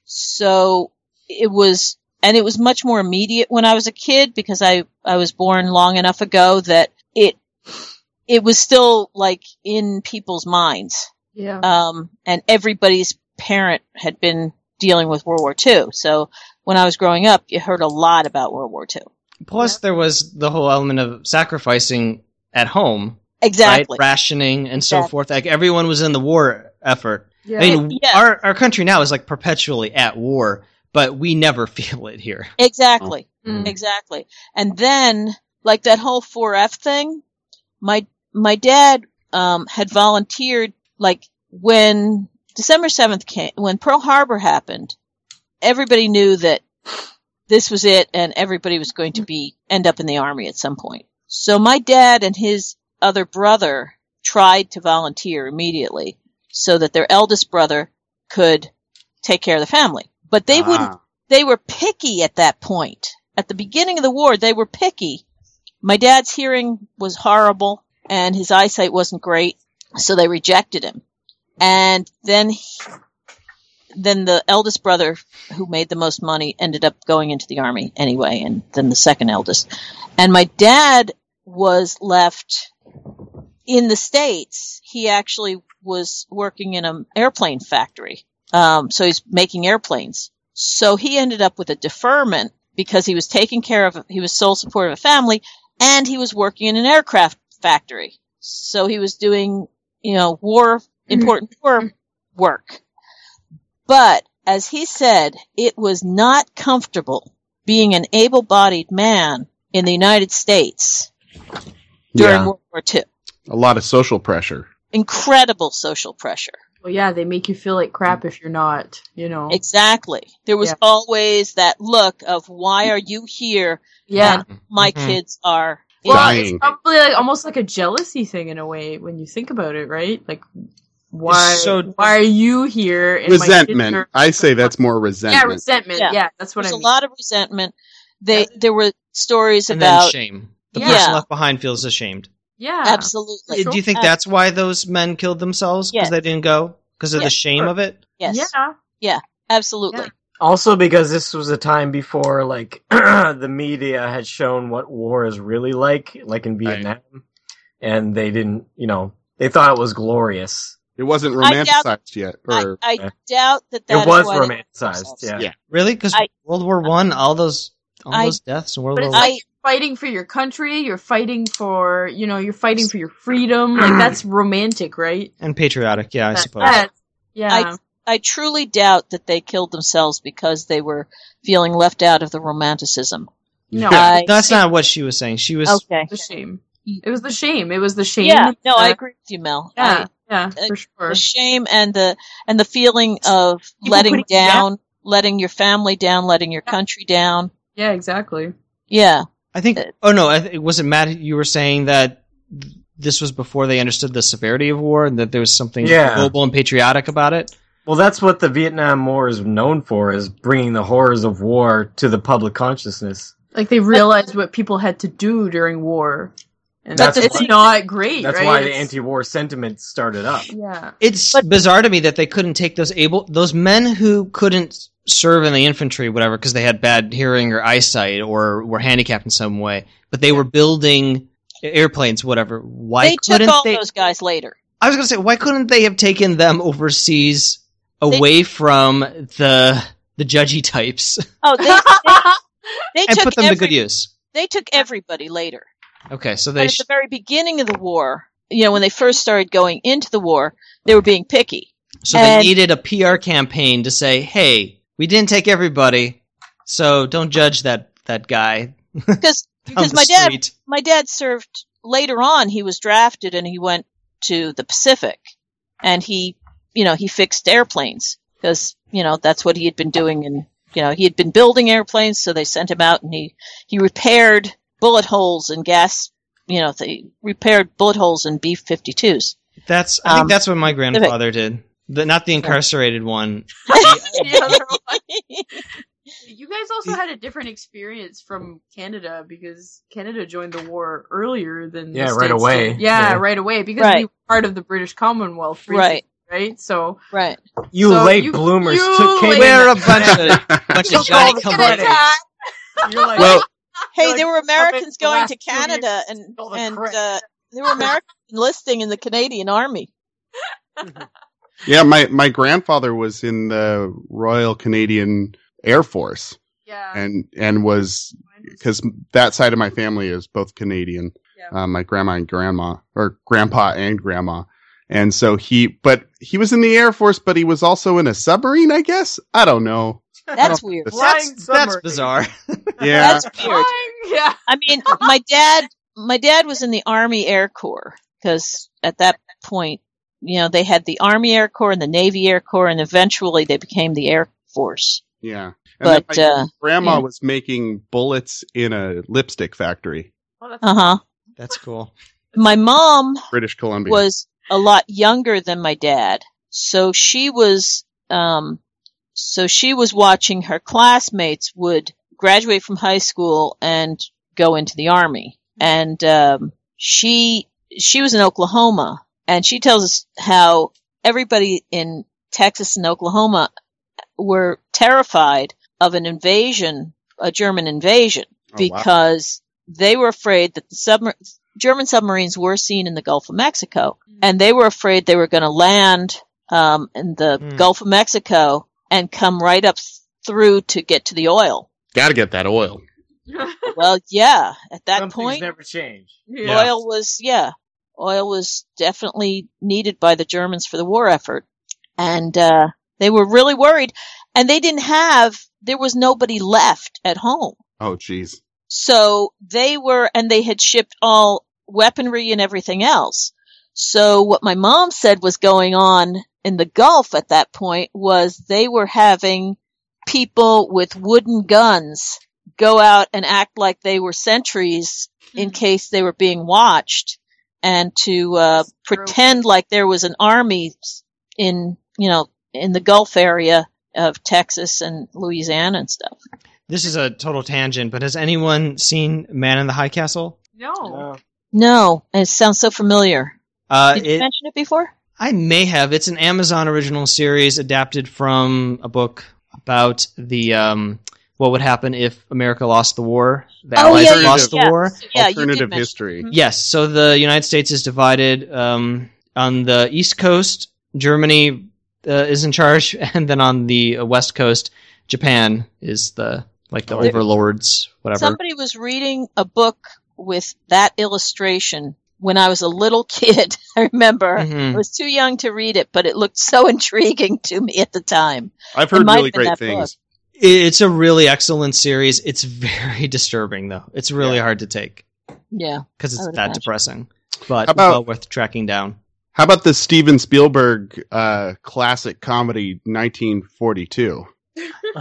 So it was, and it was much more immediate when I was a kid because I I was born long enough ago that it it was still like in people's minds. Yeah. Um, and everybody's parent had been dealing with World War II. So when I was growing up, you heard a lot about World War II. Plus, there was the whole element of sacrificing at home, Exactly. right? rationing and so Exactly. forth. Like everyone was in the war effort. Yeah. I mean, Yeah. our our country now is like perpetually at war, but we never feel it here. Exactly. Exactly. And then like that whole 4F thing, my my dad um had volunteered like when December 7th came when Pearl Harbor happened, everybody knew that this was it and everybody was going to be end up in the army at some point. So my dad and his other brother tried to volunteer immediately so that their eldest brother could take care of the family. But they wouldn't Ah. they were picky at that point. At the beginning of the war, they were picky. My dad's hearing was horrible and his eyesight wasn't great, so they rejected him. And then he- then the eldest brother who made the most money ended up going into the army anyway and then the second eldest. And my dad was left in the states. He actually was working in an airplane factory. Um, so he's making airplanes. So he ended up with a deferment because he was taking care of, he was sole support of a family and he was working in an aircraft factory. So he was doing, you know, war, important war work. But as he said, it was not comfortable being an able bodied man in the United States during Yeah, World War II. a lot of social pressure. Incredible social pressure. Well, yeah, they make you feel like crap if you're not. You know. Exactly. There was Yeah. always that look of why are you here? Yeah. Mm-hmm. and my Mhm. kids are Well, Dying. it's probably like almost like a jealousy thing in a way when you think about it, right? Like, why? so- why are you here? and my kids Resentment. are- I say that's more yeah, resentment. resentment. Yeah, that's what There's I a mean. lot of resentment. They there were stories And about then shame. The Yeah. person left behind feels ashamed. Yeah, absolutely. Do you think that's why those men killed themselves because uh, Yes. they didn't go because of Yeah, the shame sure. of it? Yes. Yeah. Yeah. Absolutely. Also, because this was a time before, like, the media had shown what war is really like, like in Vietnam, and they didn't, you know, they thought it was glorious. It wasn't I doubt- romanticized yet. I, Or I doubt that that it is was why they- romanticized. Yeah. Really? Because I- World War One, all those all I- those deaths in World But War it's One. like you're fighting for your country. You're fighting for you know. You're fighting for your freedom. Mm. Like that's romantic, right? and patriotic, yeah, I suppose. uh, yeah. I I truly doubt that they killed themselves because they were feeling left out of the romanticism. No. I- that's not what she was saying. She was okay. The shame. It was the shame. It was the shame. Mm. Yeah, no, I Uh, agree with you, Mel. Yeah, I- yeah, uh, for sure. The shame and the and the feeling of People letting putting you down. down, letting your family down, letting your country down. Yeah, exactly. Yeah, Uh, I think. Oh no, I th- was it Matt? You were saying that th- this was before they understood the severity of war and that there was something Yeah. global and patriotic about it. Well, that's what the Vietnam War is known for, is bringing the horrors of war to the public consciousness. Like they realized what people had to do during war, and That's that's it's why- not great. That's right? why the It's- anti-war sentiment started up. Yeah. It's bizarre to me that they couldn't take those able those men who couldn't serve in the infantry, whatever, because they had bad hearing or eyesight or were handicapped in some way. But they were building airplanes, whatever. Why they took couldn't all they? those guys later. I was gonna say, why couldn't they have taken them overseas, away from the the judgy types, Oh, they they, they and took put them every, to good use? They took everybody later. Okay, so but they at sh- the very beginning of the war, you know, when they first started going into the war, they were being picky. so And- they needed a PR campaign to say, "Hey, we didn't take everybody, so don't judge that that guy." because because the my dad street. my dad served later on he was drafted and he went to the pacific and he you know he fixed airplanes because you know that's what he had been doing and you know he had been building airplanes so they sent him out and he he repaired bullet holes and gas you know they repaired bullet holes in b-52s That's I Um, think that's what my grandfather did. The, not the incarcerated one. You guys also had a different experience from Canada because Canada joined the war earlier than the Yeah, right States away. did. Yeah, Yeah. right away because Right. we were part of the British Commonwealth, Right. right? Right. So right. You So late you- bloomers you took late- cake. We're a bunch of bunch of Johnny come lately. You're like, Well- hey there were americans going to canada and and uh, there were americans enlisting in the canadian army Yeah, my my grandfather was in the Royal Canadian Air Force. Yeah. And and was because that side of my family is both Canadian. Uh, my grandma and grandma, or grandpa and grandma, and so he. But he was in the Air Force, but he was also in a submarine. I guess I don't know. that's don't- weird That's, that's bizarre. Yeah, That's weird. I mean, my dad, my dad was in the Army Air Corps because at that point, you know, they had the Army Air Corps and the Navy Air Corps, and eventually they became the Air Force. yeah. And But, then my uh, grandma yeah. was making bullets in a lipstick factory, Uh huh. That's cool. My mom British Columbia. was a lot younger than my dad, so she was, um, so she was watching her classmates would graduate from high school and go into the army, and um, she she was in Oklahoma, and she tells us how everybody in Texas and Oklahoma were terrified of an invasion, a German invasion, wow. because they were afraid that the submar- German submarines were seen in the Gulf of Mexico, and they were afraid they were going to land um, in the Hmm. Gulf of Mexico and come right up through to get to the oil. Gotta get that oil. well, yeah, at that point, never change. Yeah. Oil was, yeah, oil was definitely needed by the Germans for the war effort. And, uh, they were really worried and they didn't have, there was nobody left at home. Oh, jeez. So they were, and they had shipped all weaponry and everything else. So what my mom said was going on in the Gulf at that point was they were having people with wooden guns go out and act like they were sentries in case they were being watched and to uh, pretend like there was an army in, you know, in the Gulf area of Texas and Louisiana and stuff. This is a total tangent, but has anyone seen Man in the High Castle? No. Oh. No, and it sounds so familiar. Uh, Did you it- mention it before? I may have. It's an Amazon original series adapted from a book about the um, what would happen if America lost the war. The Oh, Allies yeah, yeah, lost yeah. the war. Yeah, you did Alternative mention- history. Yes. So the United States is divided um, on the East Coast. Germany uh, is in charge, and then on the uh, West Coast, Japan is the like the There- overlords, whatever. Somebody was reading a book with that illustration when I was a little kid. I remember Mhm. Mm-hmm. I was too young to read it, but it looked so intriguing to me at the time. I've It heard might really have been great that book. things. It's a really excellent series. It's very disturbing, though. It's really hard to take Yeah, because it's I that would imagine. depressing, but How about- well worth tracking down. How about the Steven Spielberg uh, classic comedy 1942?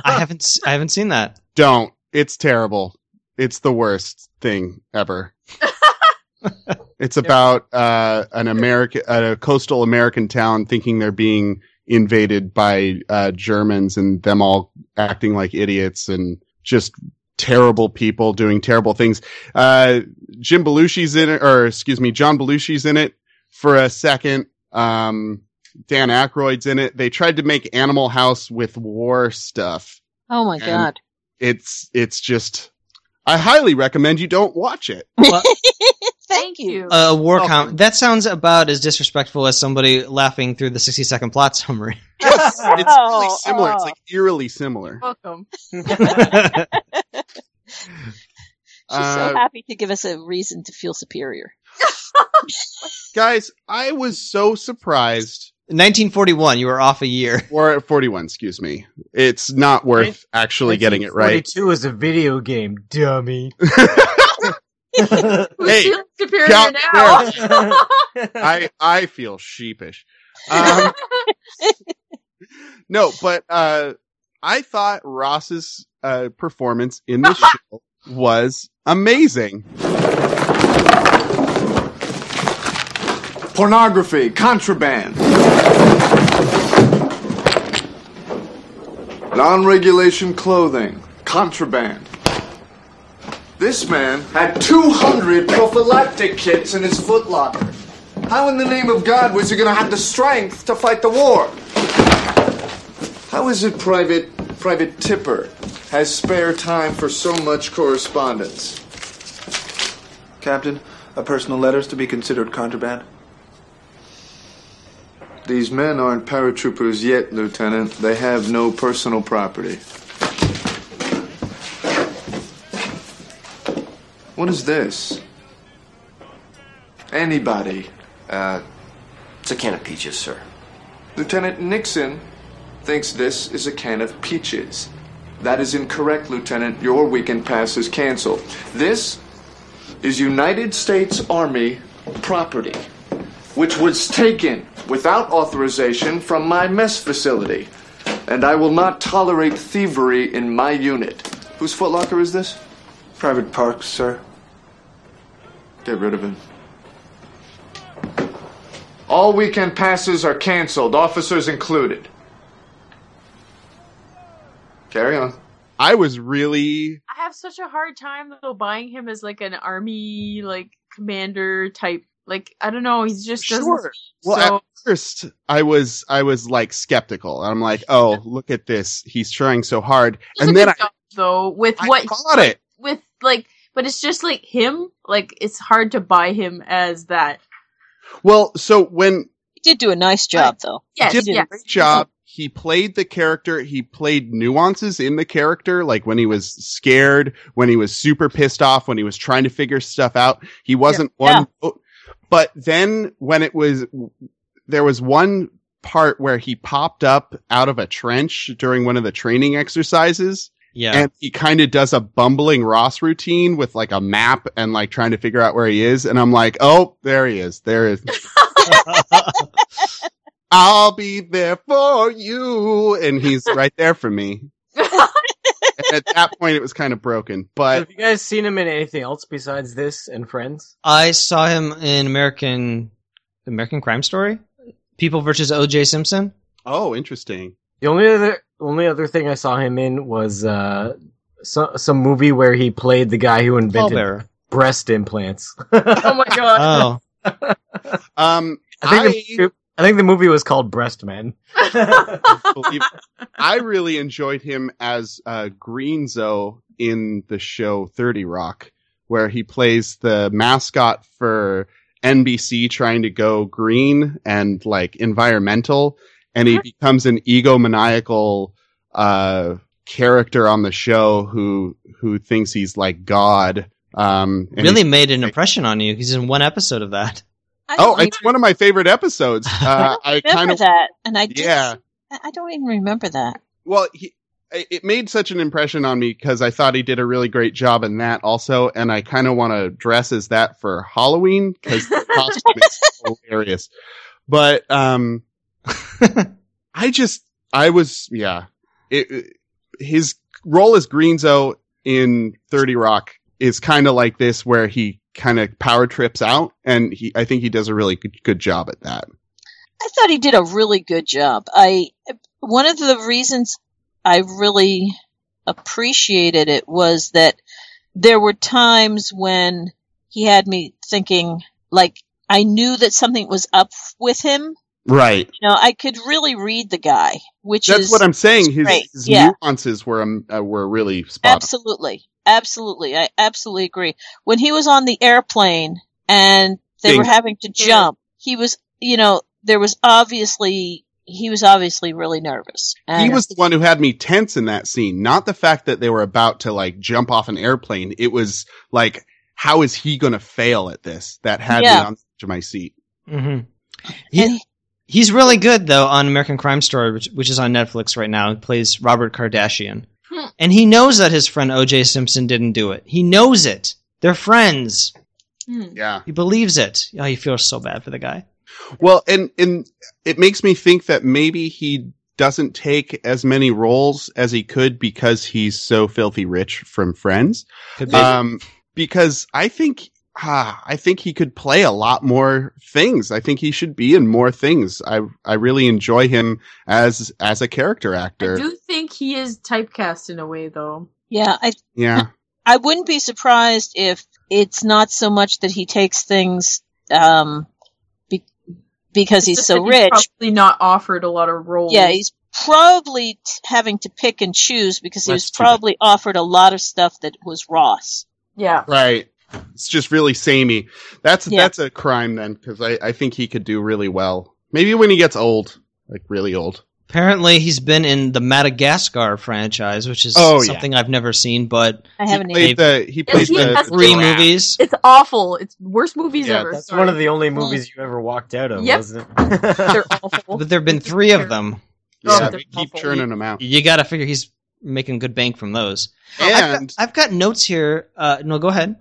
I haven't s- I haven't seen that. Don't. It's terrible. It's the worst thing ever. it's about uh, an American, a coastal American town thinking they're being invaded by uh, Germans and them all acting like idiots and just terrible people doing terrible things. Uh, Jim Belushi's in it, or excuse me, John Belushi's in it for a second. Um, Dan Aykroyd's in it. They tried to make Animal House with war stuff. Oh my And god. It's it's just. I highly recommend you don't watch it. Thank you. Uh, Oh, A Uh, war com. That sounds about as disrespectful as somebody laughing through the 60 second plot summary. Yes, it's really Oh, similar. It's oh. like eerily similar. Welcome. She's Uh, so happy to give us a reason to feel superior. Guys, I was so surprised. 1941, you were off a year. Or 41, excuse me. It's not worth actually getting it right. 42 is a video game, dummy. Hey, Feeling superior count now. I I feel sheepish. Um, no, but uh, I thought Ross's uh, performance in the show was amazing. Pornography, contraband. Non regulation clothing, contraband. This man had 200 prophylactic kits in his footlocker. How in the name of God was he going to have the strength to fight the war? How is it Private, Private Tipper has spare time for so much correspondence? Captain, a personal letter is to be considered contraband. These men aren't paratroopers yet, Lieutenant. They have no personal property. What is this? Anybody? Uh, it's a can of peaches, sir. Lieutenant Nixon thinks this is a can of peaches. That is incorrect, Lieutenant. Your weekend pass is canceled. This is United States Army property which was taken without authorization from my mess facility. And I will not tolerate thievery in my unit. Whose footlocker is this? Private Parks, sir. Get rid of him. All weekend passes are canceled, officers included. Carry on. I was really I have such a hard time though buying him as like an army like commander type. Like I don't know, he's just doesn't. Sure. well at first I was I was like skeptical. I'm like, oh, look at this. He's trying so hard. He does And a then I good job, though with what caught it. with like, but it's just like him. Like it's hard to buy him as that. Well, so when he did do a nice job though. Yes, did yes. Mm-hmm. a great job. He played the character. He played nuances in the character, like when he was scared, when he was super pissed off, when he was trying to figure stuff out. He wasn't one. But then when it was, there was one part where he popped up out of a trench during one of the training exercises. Yeah. And he kind of does a bumbling Ross routine with like a map and like trying to figure out where he is. And I'm like, oh, there he is. There is. I'll be there for you. And he's right there for me. and at that point, it was kind of broken. But Have you guys seen him in anything else besides this and Friends? I saw him in American American Crime Story, People versus O.J. Simpson. oh, interesting. The only other only other thing I saw him in was uh, so, some movie where he played the guy who invented Bearer. breast implants. oh my god. Oh, Um, Oh. I think, I, The, I think the movie was called Breast Men. believe, I really enjoyed him as uh, Greenzo in the show 30 Rock, where he plays the mascot for NBC trying to go green and like environmental. And he becomes an egomaniacal uh, character on the show who who thinks he's like God. Um, and really he's- made an impression on you. He's in one episode of that. oh, it's one of my favorite episodes. Uh, I remember kind of that, and I did, yeah. I I don't even remember that. Well, he, I- it made such an impression on me because I thought he did a really great job in that also, and I kind of want to dress as that for Halloween because the costume is hilarious. But um, I just, I was, yeah, it, it- his role as Greenzo in Thirty Rock is kind of like this, where he kind of power trips out, and he, I think he does a really good, good job at that. I thought he did a really good job. I one of the reasons I really appreciated it was that there were times when he had me thinking like I knew that something was up with him Right. You know, I could really read the guy, which That's is what I'm saying. is His, great. his yeah, nuances were um, uh, were really spot absolutely, absolutely, I absolutely agree. When he was on the airplane and they Bing. were having to jump, he was, you know, there was obviously he was obviously really nervous. on. He And- was the one who had me tense in that scene. Not the fact that they were about to like jump off an airplane. It was like, how is he going to fail at this? That had Yeah. me on the edge of my seat. hmm He, he's really good though on American Crime Story, which, which is on Netflix right now. He plays Robert Kardashian, Hmm. and he knows that his friend O.J. Simpson didn't do it. He knows it. They're friends. Hmm. Yeah. He believes it. Oh, you feel so bad for the guy. Well, and and it makes me think that maybe he doesn't take as many roles as he could because he's so filthy rich from Friends. Could be. Um, because I think ah, I think he could play a lot more things. I think he should be in more things. I I really enjoy him as as a character I actor. do think he is typecast in a way, though. yeah, I Yeah. I wouldn't be surprised if it's not so much that he takes things um, be- because he's Just so that rich. Probably not offered a lot of roles. yeah, he's probably t- having to pick and choose because he That's was too bad. probably offered a lot of stuff that was Ross. Yeah. Right. It's just really samey. That's Yeah. that's a crime then, because I, I think he could do really well. Maybe when he gets old, like really old. Apparently, he's been in the Madagascar franchise, which is Oh, yeah. something I've never seen, but I haven't he either. played the he plays he the- has to. three movies. It's awful. It's worst movies Yeah, ever. that's sorry. one of the only movies you ever walked out of, Yep. wasn't it? They're awful. But there have been three of them. Yeah, Oh, they they're keep awful. churning 'em out. You got to figure he's making good bank from those. And I've got notes here. Uh, no, go ahead.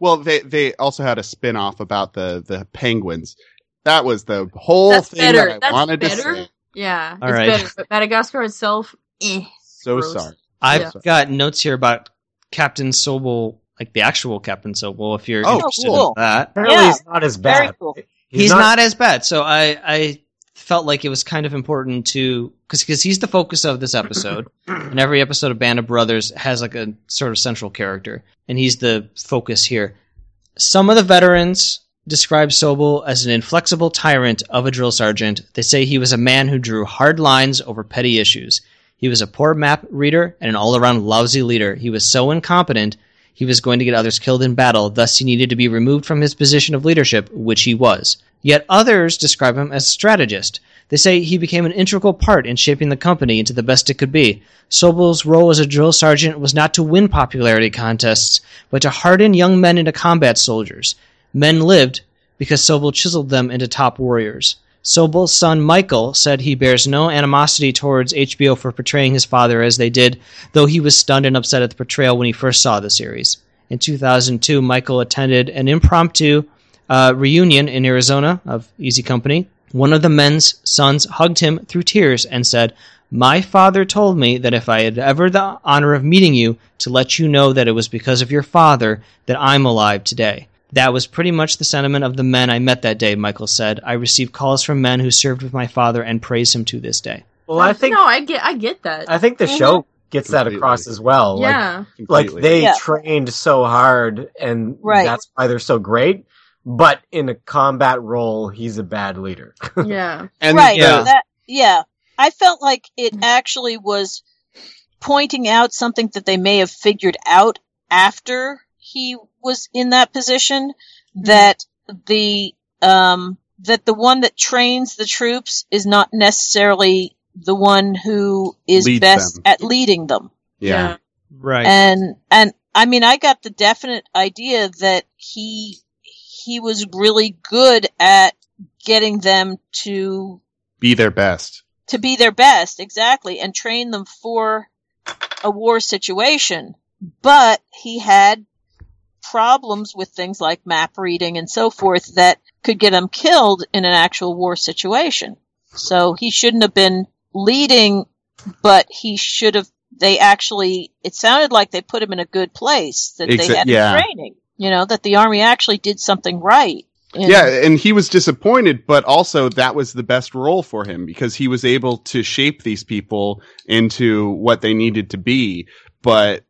well, they they also had a spin off about the the penguins. That was the whole That's thing better. that I That's wanted better. to say. Yeah. All it's right. better. But Madagascar itself, eh. So gross. sorry. I've Yeah. got notes here about Captain Sobel, like the actual Captain Sobel. If you're Oh, interested cool. in that, Apparently he's not as bad. Very cool. he's, He's not, not- as bad. So I, I felt like it was kind of important to because because he's the focus of this episode, and every episode of Band of Brothers has like a sort of central character, and he's the focus here. Some of the veterans describe Sobel as an inflexible tyrant of a drill sergeant. They say he was a man who drew hard lines over petty issues. He was a poor map reader and an all around lousy leader. He was so incompetent he was going to get others killed in battle, thus, he needed to be removed from his position of leadership, which he was. Yet others describe him as a strategist. They say he became an integral part in shaping the company into the best it could be. Sobel's role as a drill sergeant was not to win popularity contests, but to harden young men into combat soldiers. Men lived because Sobel chiseled them into top warriors. Sobel's son Michael said he bears no animosity towards HBO for portraying his father as they did, though he was stunned and upset at the portrayal when he first saw the series. In 2002, Michael attended an impromptu uh, reunion in Arizona of Easy Company. One of the men's sons hugged him through tears and said, My father told me that if I had ever the honor of meeting you, to let you know that it was because of your father that I'm alive today. That was pretty much the sentiment of the men I met that day, Michael said. I received calls from men who served with my father and praise him to this day. Well, I think no, I get, I get that. Mm-hmm. I think the show gets that across as well. Like, Yeah. like they Yeah. trained so hard, and Right. that's why they're so great. But in a combat role, he's a bad leader. yeah. And right. the- that- yeah. I felt like it actually was pointing out something that they may have figured out after he was in that position that the um that the one that trains the troops is not necessarily the one who is Leads best them. at leading them. Yeah. Right. And and I mean I got the definite idea that he he was really good at getting them to Be their best. to be their best exactly and train them for a war situation but he had problems with things like map reading and so forth that could get him killed in an actual war situation so he shouldn't have been leading but he should have they actually it sounded like they put him in a good place that they Exa- had yeah. training you know that the army actually did something right you know? Yeah, and he was disappointed, but also that was the best role for him because he was able to shape these people into what they needed to be. But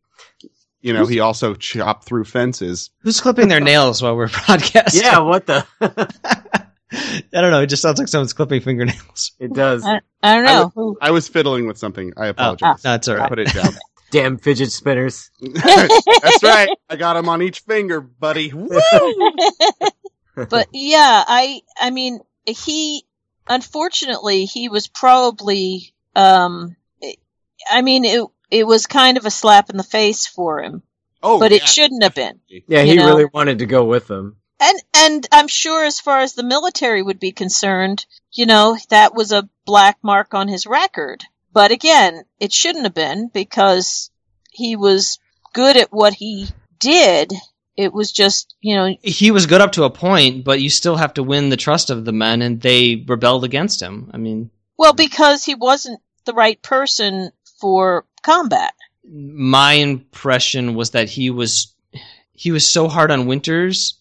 you know, he also chopped through fences. Who's clipping their nails while we're broadcasting? Yeah, what the? I don't know. It just sounds like someone's clipping fingernails. It does. I, I don't I know. was, I was fiddling with something. I apologize. Oh, no, it's all right. Put it down. Damn fidget spinners. That's right. I got them on each finger, buddy. Woo! but yeah, I I mean he unfortunately he was probably um I mean it it was kind of a slap in the face for him. Oh, but yeah, it shouldn't have been. Yeah, you he know? really wanted to go with them. And and I'm sure as far as the military would be concerned, you know, that was a black mark on his record. But again, it shouldn't have been because he was good at what he did. It was just, you know, He was good up to a point, but you still have to win the trust of the men, and they rebelled against him. I mean, well, because he wasn't the right person for combat. my impression was that he was he was so hard on Winters,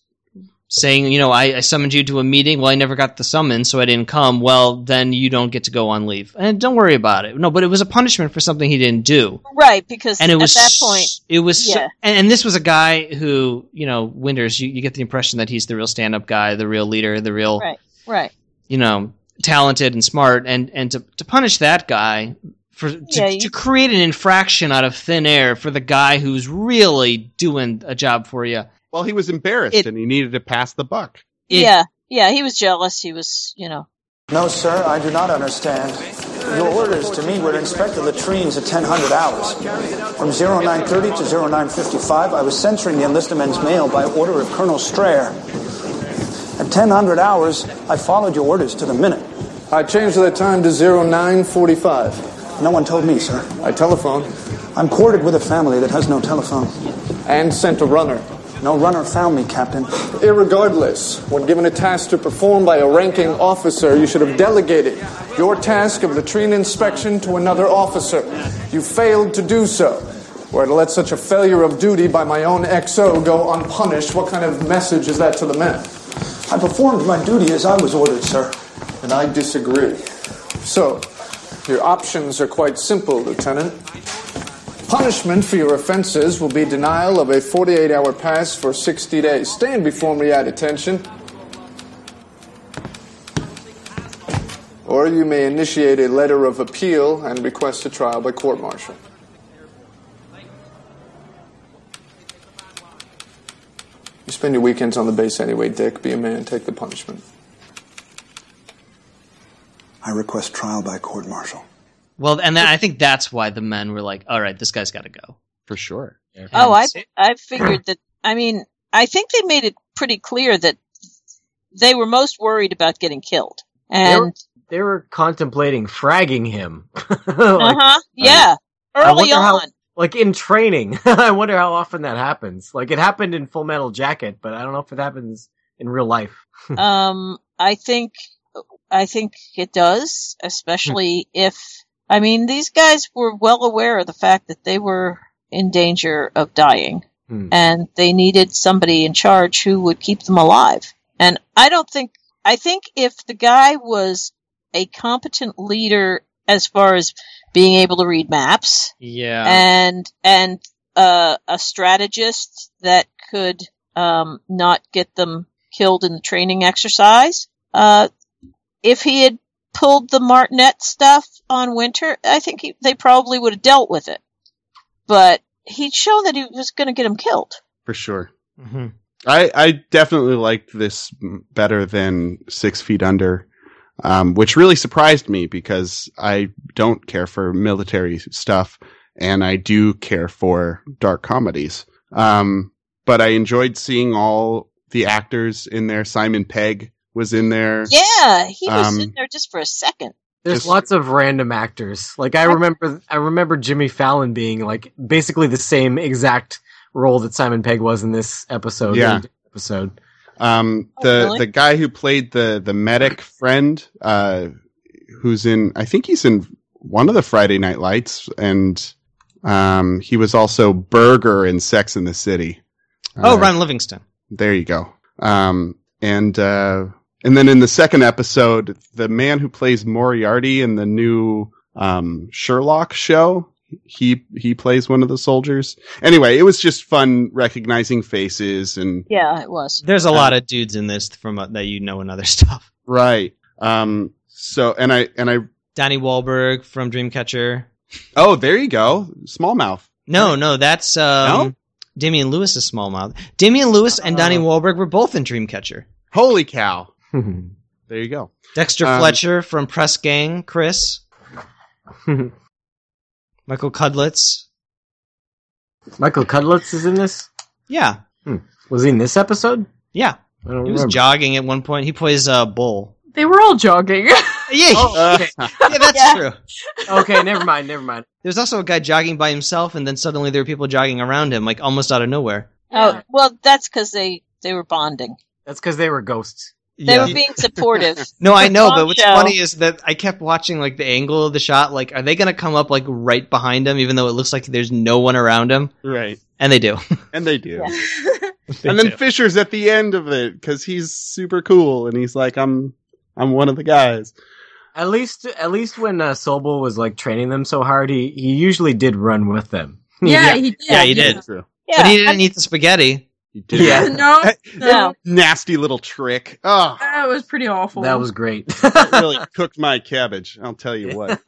saying, you know, I, I summoned you to a meeting. Well, I never got the summons, so I didn't come. Well, then you don't get to go on leave, and don't worry about it. No, but it was a punishment for something he didn't do. Right, because and it was at that s- point, it was so- yeah. and, and this was a guy who you know winters you, you get the impression that he's the real stand-up guy the real leader the real right, right. you know talented and smart and and to, to punish that guy for to, Yeah, you- to create an infraction out of thin air for the guy who's really doing a job for you well he was embarrassed and he needed to pass the buck yeah, yeah, he was jealous. He was, you know, No, sir, I do not understand. Your orders to me were to inspect the latrines at 1000 hours. From 0930 to 0955, I was censoring the enlisted men's mail by order of Colonel Strayer. At 1000 hours, I followed your orders to the minute. I changed that time to 0945. No one told me, sir. I telephoned. I'm quartered with a family that has no telephone. And sent a runner. No runner found me, Captain. Irregardless, when given a task to perform by a ranking officer, you should have delegated your task of latrine inspection to another officer. You failed to do so. Were to let such a failure of duty by my own XO go unpunished, what kind of message is that to the men? I performed my duty as I was ordered, sir. And I disagree. So, your options are quite simple, Lieutenant. Punishment for your offenses will be denial of a 48 hour pass for 60 days. Stand before me at attention. Or you may initiate a letter of appeal and request a trial by court martial. You spend your weekends on the base anyway, Dick. Be a man, take the punishment. I request trial by court martial. well and that, i think that's why the men were like all right this guy's got to go for sure Oh, I I figured that. I mean, I think they made it pretty clear that they were most worried about getting killed. They were, And they were contemplating fragging him. Like, uh huh, yeah, I early wonder on. how- like in training. I wonder how often that happens. Like it happened in Full Metal Jacket, but I don't know if it happens in real life. um, I think I think it does, especially if I mean these guys were well aware of the fact that they were in danger of dying, Hmm. and they needed somebody in charge who would keep them alive. And I don't think I think if the guy was a competent leader as far as being able to read maps, yeah and and uh, a strategist that could um, not get them killed in the training exercise. Uh, if he had pulled the martinet stuff on Winter, I think he, they probably would have dealt with it. But he'd shown that he was going to get him killed. for sure Mhm. I, I definitely liked this m- better than Six Feet Under, um, which really surprised me because I don't care for military stuff and I do care for dark comedies. Um, but I enjoyed seeing all the actors in there. Simon Pegg was in there. Yeah, he was Um, in there just for a second. There's lots of random actors. Like I remember, I remember Jimmy Fallon being like basically the same exact role that Simon Pegg was in this episode. Yeah. episode. Um, the really? the guy who played the the medic friend, uh, who's in, I think he's in one of the Friday Night Lights, and um, he was also Burger in Sex in the City. oh Uh, ron livingston There you go. Um, and uh, and then in the second episode, the man who plays Moriarty in the new um, Sherlock show, he he plays one of the soldiers. Anyway, it was just fun recognizing faces and Yeah, it was. there's a lot of dudes in this from uh, that you know and other stuff Right. Um. So and I and I. Donnie Wahlberg from Dreamcatcher. Oh, there you go. Smallmouth. No, no, that's um, Damian Lewis is Smallmouth. Damian Lewis and Donnie Wahlberg were both in Dreamcatcher. Oh. Holy cow! Uh, there you go. Dexter Um, Fletcher from Press Gang, Chris. Michael Cudlitz. Michael Cudlitz is in this. Yeah, Hmm. Was he in this episode? yeah. I He don't was remember. jogging at one point. He plays a uh, bull. They were all jogging. Yeah, yeah, that's true. Okay, never mind, never mind. There's also a guy jogging by himself, and then suddenly there are people jogging around him, like almost out of nowhere. Oh, well, that's because they they were bonding. That's because they were ghosts. They were being supportive. No, I know, Bombshell. but what's funny is that I kept watching like the angle of the shot. Like, are they going to come up like right behind him, even though it looks like there's no one around him? Right. And they do. And they do. They and then do. Fisher's at the end of it because he's super cool and he's like, "I'm, I'm one of the guys." At least, at least when uh, Sobel was like training them so hard, he, he usually did run with them. Yeah, he did. Yeah, he did. Yeah. But he didn't eat the spaghetti. Yeah. No, no. Nasty little trick. Oh, That was pretty awful. That was great. that really cooked my cabbage. I'll tell you what.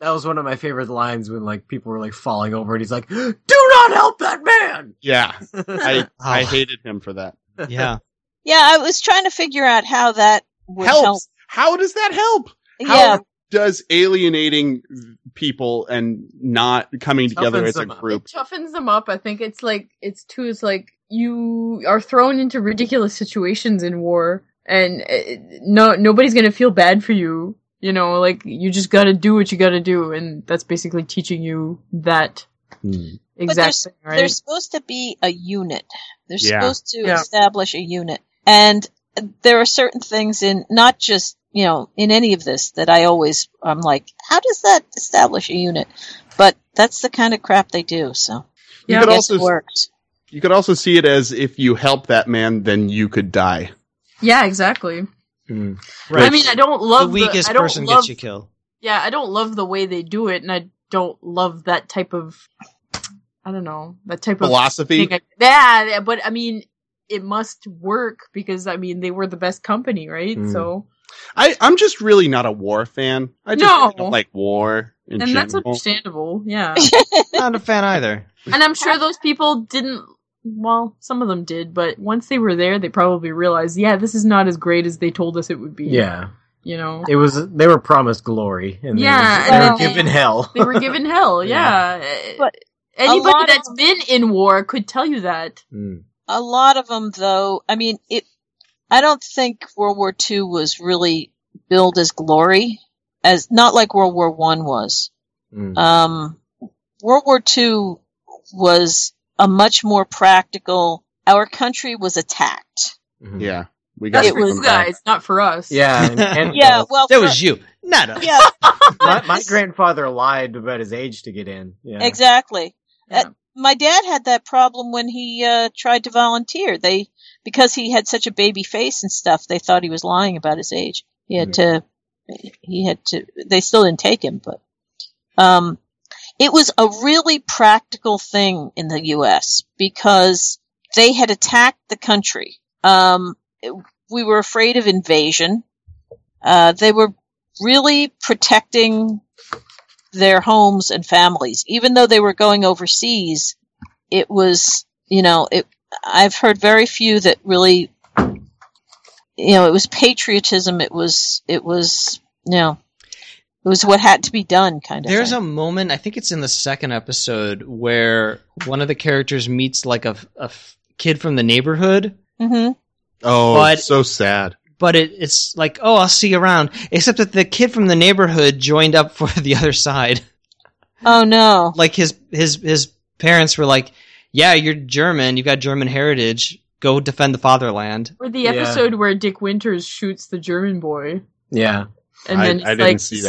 That was one of my favorite lines when like people were like falling over, and he's like, "Do not help that man." Yeah, I, I Oh. hated him for that. Yeah. Yeah, I was trying to figure out how that would Helps. help. How does that help? How Yeah, does alienating people and not coming together Toughens as a them up. group? toughens them up. I think it's like it's too. It's like you are thrown into ridiculous situations in war, and uh, no nobody's gonna feel bad for you. You know, like you just gotta do what you gotta do, and that's basically teaching you that but Hmm. they're, exact s- thing, right? they're supposed to be a unit. They're Yeah. supposed to Yeah. establish a unit, and there are certain things in not just you know in any of this that I always I'm like, how does that establish a unit? But that's the kind of crap they do. So You I could guess it also- worked. You could also see it as if you help that man, then you could die. yeah, exactly. Right. I mean, I don't The love the weakest I don't person love, gets you killed. Yeah, I don't love the way they do it, and I don't love that type of. I don't know that type of Philosophy? thing. Yeah, yeah, but I mean, it must work because I mean they were the best company, right? Mm. So, I, I'm just really not a war fan. I just No. don't like war in and that's general. understandable. Yeah, not a fan either. and I'm sure those people didn't. Well, some of them did, but once they were there, they probably realized, yeah, this is not as great as they told us it would be. Yeah, you know, it was. They were promised glory, and they Yeah, were- they were, well- given hell. They were given hell, yeah. But Anybody lot that's been in war could tell you that. Mm. A lot of them, though, I mean, it. I don't think World War II was really billed as glory, as not like World War One was. Mm. Mm. Uh, Um, World War II was a much more practical. Our country was attacked. Mm-hmm. Yeah, we got That's it for you guys, not for us. Yeah, and- and- Yeah, well, that for- was you, not us. Yeah, my, my grandfather lied about his age to get in. Yeah. exactly. Uh, my dad had that problem when he uh, tried to volunteer. They because he had such a baby face and stuff, they thought he was lying about his age. He had to. He had to. They still didn't take him, but um, it was a really practical thing in the U.S. because they had attacked the country. Um, it- we were afraid of invasion. Uh, they were really protecting their homes and families, even though they were going overseas. It was, you know, it. I've heard very few that really, you know, it was patriotism. It was, it was, you know, it was what had to be done, kind of. There's thing. a moment, I think it's in the second episode, where one of the characters meets like a, a f- kid from the neighborhood, Mm-hmm. Mhm. Oh, But- so sad. but it, it's like, oh, I'll see you around. Except that the kid from the neighborhood joined up for the other side. Oh no! Like his his his parents were like, yeah, you're German, you've got German heritage. Go defend the fatherland. Or the Yeah. episode where Dick Winters shoots the German boy. Yeah. And then it's like sees-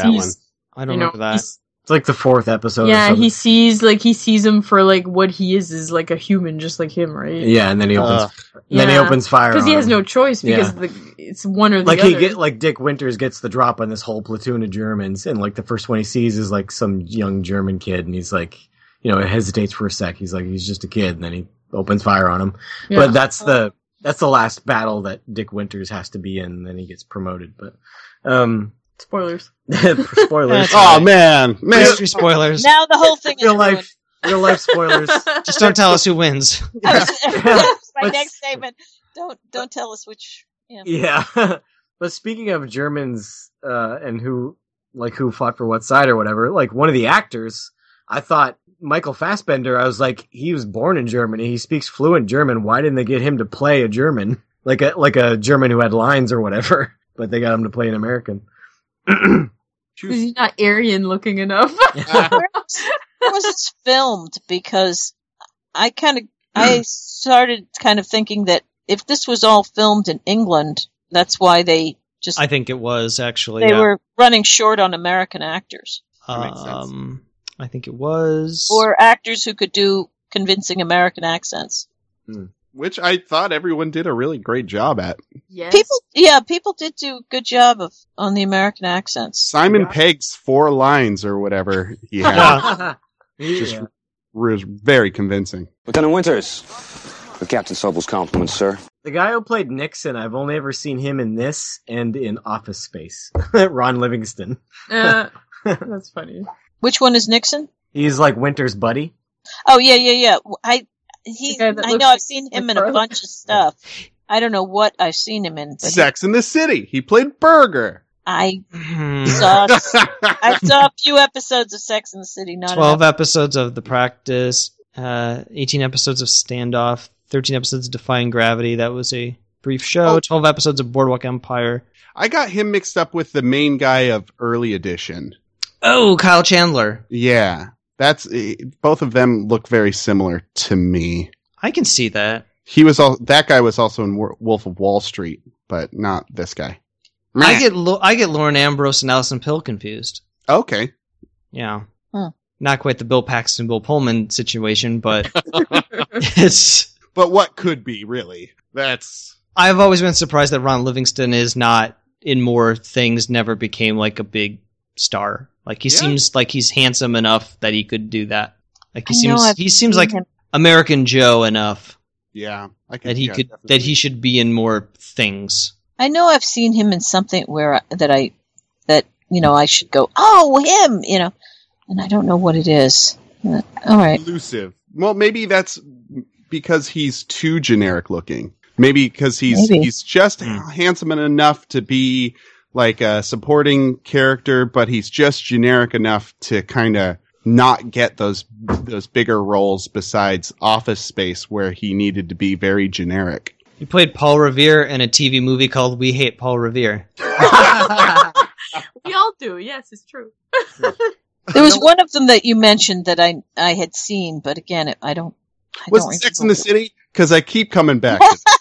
I don't you know, remember that. It's like the fourth episode. or Yeah, something. he sees like he sees him for like what he is is like a human, just like him, right? Yeah, and then he opens. Then he opens fire because he on has him. no choice because Yeah. the, it's one or the like other. he get like Dick Winters gets the drop on this whole platoon of Germans, and like the first one he sees is like some young German kid, and he's like, you know, hesitates for a sec. He's like, he's just a kid, and then he opens fire on him. Yeah. But that's the that's the last battle that Dick Winters has to be in, and then he gets promoted. But um, Spoilers. spoilers. oh man, man. History spoilers. Now the whole thing is real life, real life spoilers. Just don't tell us who wins. my next statement. Don't don't tell us which. Yeah. Yeah. but speaking of Germans uh, and who like who fought for what side or whatever, like one of the actors, I thought Michael Fassbender, I was like, he was born in Germany. He speaks fluent German. Why didn't they get him to play a German? Like a like a German who had lines or whatever, but they got him to play an American. Is he not Aryan looking enough? Where was this filmed? Because I kind of Hmm. I started kind of thinking that if this was all filmed in England, that's why they just I think it was actually. they yeah. were running short on American actors Um, I think it was. or actors who could do convincing American accents. Which I thought everyone did a really great job at. Yes. People, yeah, people did do a good job of on the American accents. Simon Pegg's four lines or whatever he had just was very convincing. Lieutenant Winters, with Captain Sobel's compliments, sir. the guy who played Nixon, I've only ever seen him in this and in Office Space. Ron Livingston. Uh, that's funny. Which one is Nixon? He's like Winter's buddy. Oh yeah, yeah, yeah. Well, I he I guy that know looks I've like- seen like him in a Garland. bunch of stuff. I don't know what I've seen him in, but he- Sex in the City. He played Burger. I Hmm. saw I saw a few episodes of Sex in the City. Not 12 enough. episodes of The Practice, uh, 18 episodes of Standoff, 13 episodes of Defying Gravity. That was a brief show. 12 episodes of Boardwalk Empire. I got him mixed up with the main guy of early edition. Oh, Kyle Chandler. Yeah, that's eh, both of them look very similar to me. I can see that. He was all that guy was also in Wor- Wolf of Wall Street, but not this guy. I get Lo- I get Lauren Ambrose and Allison Pill confused. Hmm. Okay, Yeah. Huh. Not quite the Bill Paxton, Bill Pullman situation, but it's. but what could be really? That's I've always been surprised that Ron Livingston is not in more things. Never became like a big star. Like he Yeah. seems like he's handsome enough that he could do that. Like he I know seems I've he seems seen like him. American Joe enough yeah. I that he yeah, could that he should be in more things. I know I've seen him in something where I, that I that you know I should go oh him you know, and I don't know what it is. Uh, All right, elusive. Well, maybe that's because he's too generic looking. Maybe because he's Maybe. he's just Hmm. handsome enough to be like a supporting character, but he's just generic enough to kind of not get those those bigger roles besides Office Space, where he needed to be very generic. He played Paul Revere in a TV movie called We Hate Paul Revere. We all do. Yes, it's true. there was one of them that you mentioned that I I had seen, but again it, I don't. I Was don't it Sex in remember. the City? Because I keep coming back. to it.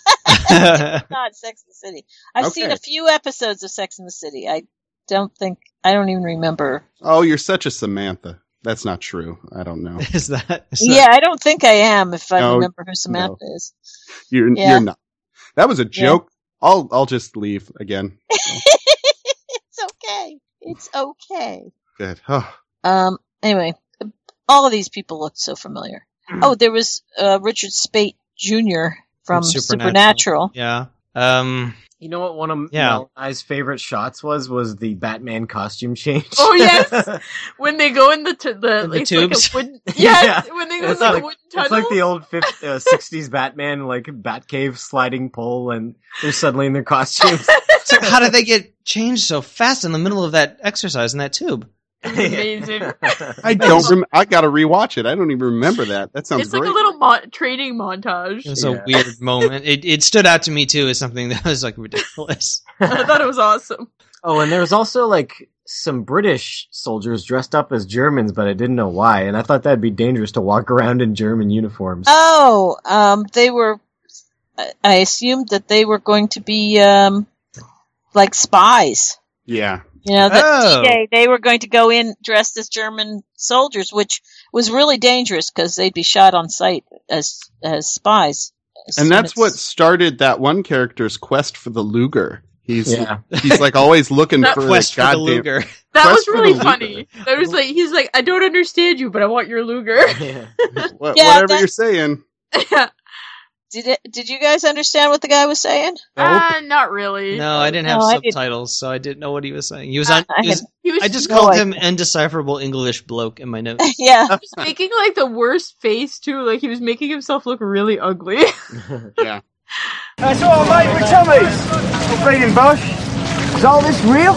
It's not Sex in the City. I've seen Okay. a few episodes of Sex in the City. I don't think I don't even remember. oh, you're such a Samantha. That's not true. I don't know. Is that? is yeah, I don't think I am. If I No, remember who Samantha is, You're Yeah. you're not. That was a joke. I'll I'll just leave again. it's okay. It's okay. Good. Oh, Um. Anyway, all of these people looked so familiar. Hmm. Oh, there was uh, Richard Spate Jr. from Supernatural. Yeah. Um. You know what one of Yeah. yeah. I's favorite shots was was the Batman costume change. Oh yes, when they go in the t- the, the it's tubes? Like a wooden, yes, when they go in it's like, like, a wooden it's tunnel. like the old 50, uh, 60s Batman, like Batcave sliding pole, and they're suddenly in their costumes. So how did they get changed so fast in the middle of that exercise in that tube? Amazing. I don't. Rem- I gotta rewatch it. I don't even remember that. That sounds it's great. like a little mo- training montage. It was a weird moment. It it stood out to me too as something that was like ridiculous. I thought it was awesome. oh, and there was also like some British soldiers dressed up as Germans, but I didn't know why, and I thought that'd be dangerous to walk around in German uniforms. Oh, um, they were. I- I assumed that they were going to be um, like spies. yeah. You know, that Oh. D-Day, they were going to go in dressed as German soldiers, which was really dangerous because they'd be shot on sight as as spies. As soon And that's as- what started that one character's quest for the Luger. He's Yeah. he's like always looking That for Quest the for the goddamn. Luger. That Quest was for the really Luger. funny. That was like he's like, I don't understand you, but I want your Luger. Yeah. Wha- Yeah, whatever that- you're saying. Did it, did you guys understand what the guy was saying? Ah, not really. No, I didn't have No, I didn't. subtitles, so I didn't know what he was saying. He was Ah, on. I he was- had- he was- I just no called idea. him indecipherable English bloke in my notes. yeah. He was making like the worst face too. Like he was making himself look really ugly. yeah. That's all, mate. But tell me, feeding bush. Is all this real?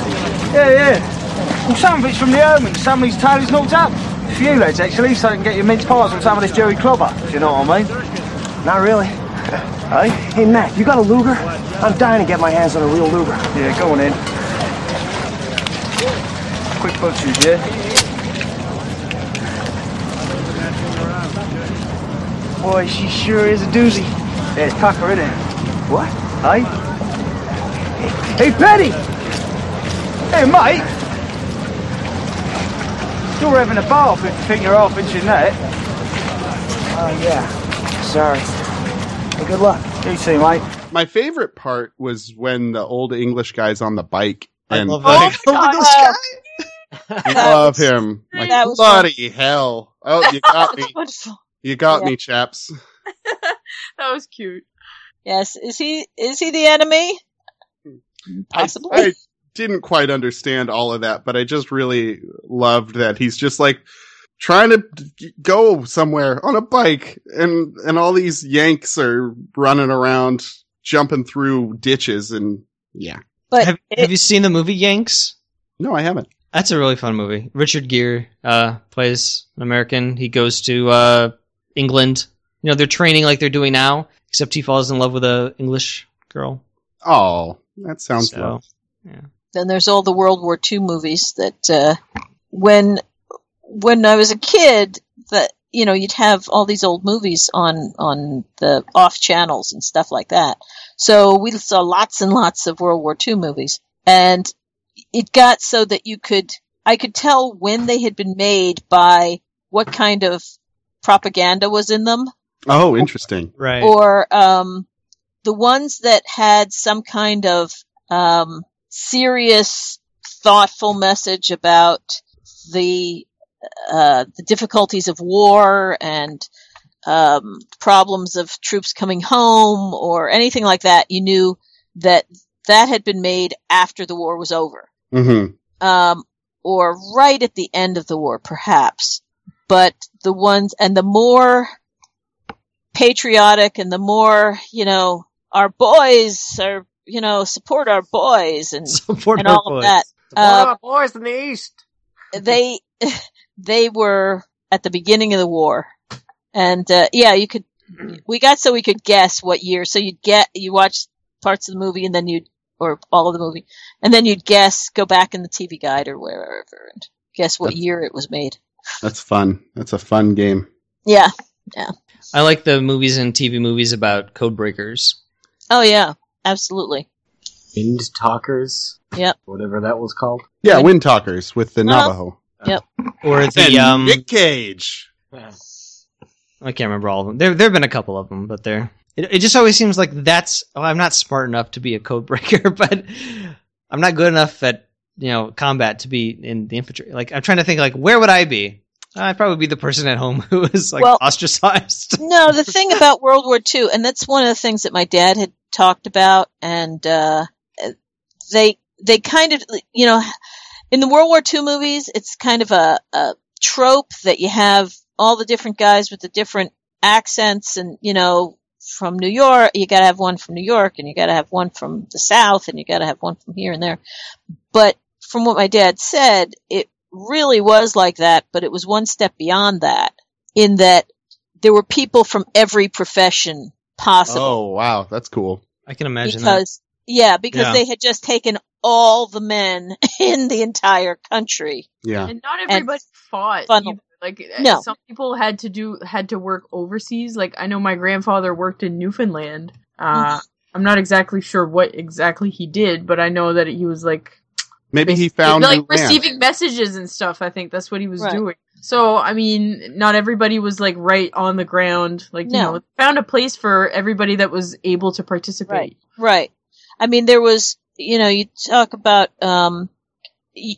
Yeah, yeah. Well, some of it's from the Omens, some of these tailors knocked up. A few lads, actually, so I can get your mince pies from some of this Jerry Clobber, if you know what I mean. Not really. hey? Hey, Mac, you got a Luger? I'm dying to get my hands on a real Luger. Yeah, go on in. Quick buck shoes, yeah? Boy, she sure is a doozy. Yeah, it's cocker, isn't it? What? Hey? Hey, Petty! Hey, mate! You're having a bath if you think you're half inching that. Oh, yeah. Sorry. Well, good luck. You too, mate. My favorite part was when the old English guy's on the bike. And love Oh, like, that. I love him. Like, That was bloody hell. Oh, you got me. Wonderful. You got Yeah. me, chaps. that was cute. Yes, is he is he the enemy? I, Possibly. I didn't quite understand all of that, but I just really loved that he's just like trying to g- go somewhere on a bike and and all these yanks are running around jumping through ditches and yeah. But have, have you seen the movie Yanks? No, I haven't. That's a really fun movie. Richard Gere uh, plays an American. He goes to uh, England. You know, they're training like they're doing now, except he falls in love with a English girl. Oh, that sounds lovely. Then there's all the World War II movies that uh, when when I was a kid, that you know you'd have all these old movies on on the off channels and stuff like that. So we saw lots and lots of World War II movies, and it got so that you could I could tell when they had been made by what kind of propaganda was in them. Oh, interesting. Right. or um, the ones that had some kind of um, serious, thoughtful message about the uh, the difficulties of war and um, problems of troops coming home or anything like that. You knew that that had been made after the war was over hmm um, or right at the end of the war, perhaps. But the ones, and the more patriotic and the more, you know, our boys are, you know, support our boys and, Support and our all of boys. that. Support Uh, our boys in the east. they, they were at the beginning of the war. And, uh, yeah, you could, we got so we could guess what year. So you'd get, you watch parts of the movie and then you'd, or all of the movie, and then you'd guess, go back in the TV guide or wherever and guess what year it was made. That's fun. That's a fun game. Yeah. Yeah. I like the movies and TV movies about code breakers. Oh yeah, absolutely. Wind talkers, Yep. whatever that was called. Yeah, Wind Talkers with the Well, Navajo. Yep. Or the And um, Nick Cage. I can't remember all of them. There, there have been a couple of them, but they're. It, it just always seems like that's. Oh, I'm not smart enough to be a code breaker, but I'm not good enough at you know combat to be in the infantry. Like I'm trying to think, like where would I be? I'd probably be the person at home who is like Well- ostracized. no, the thing about World War II, and that's one of the things that my dad had talked about, and uh, they they kind of you know in the World War II movies, it's kind of a, a trope that you have all the different guys with the different accents, and you know from New York, you got to have one from New York, and you got to have one from the South, and you got to have one from here and there. But from what my dad said, it really was like that, but it was one step beyond that in that there were people from every profession possible Oh, wow. That's cool. I can imagine because yeah because Yeah. they had just taken all the men in the entire country Yeah. And not everybody fought. funnel. either. Like No. some people had to do had to work overseas. Like I know my grandfather worked in Newfoundland. Uh, I'm not exactly sure what exactly he did, but I know that he was like Maybe he found like new land. receiving messages and stuff. I think that's what he was Right. doing. So I mean, not everybody was like right on the ground. Like No. you know, found a place for everybody that was able to participate. right right i mean there was you know you talk about um y-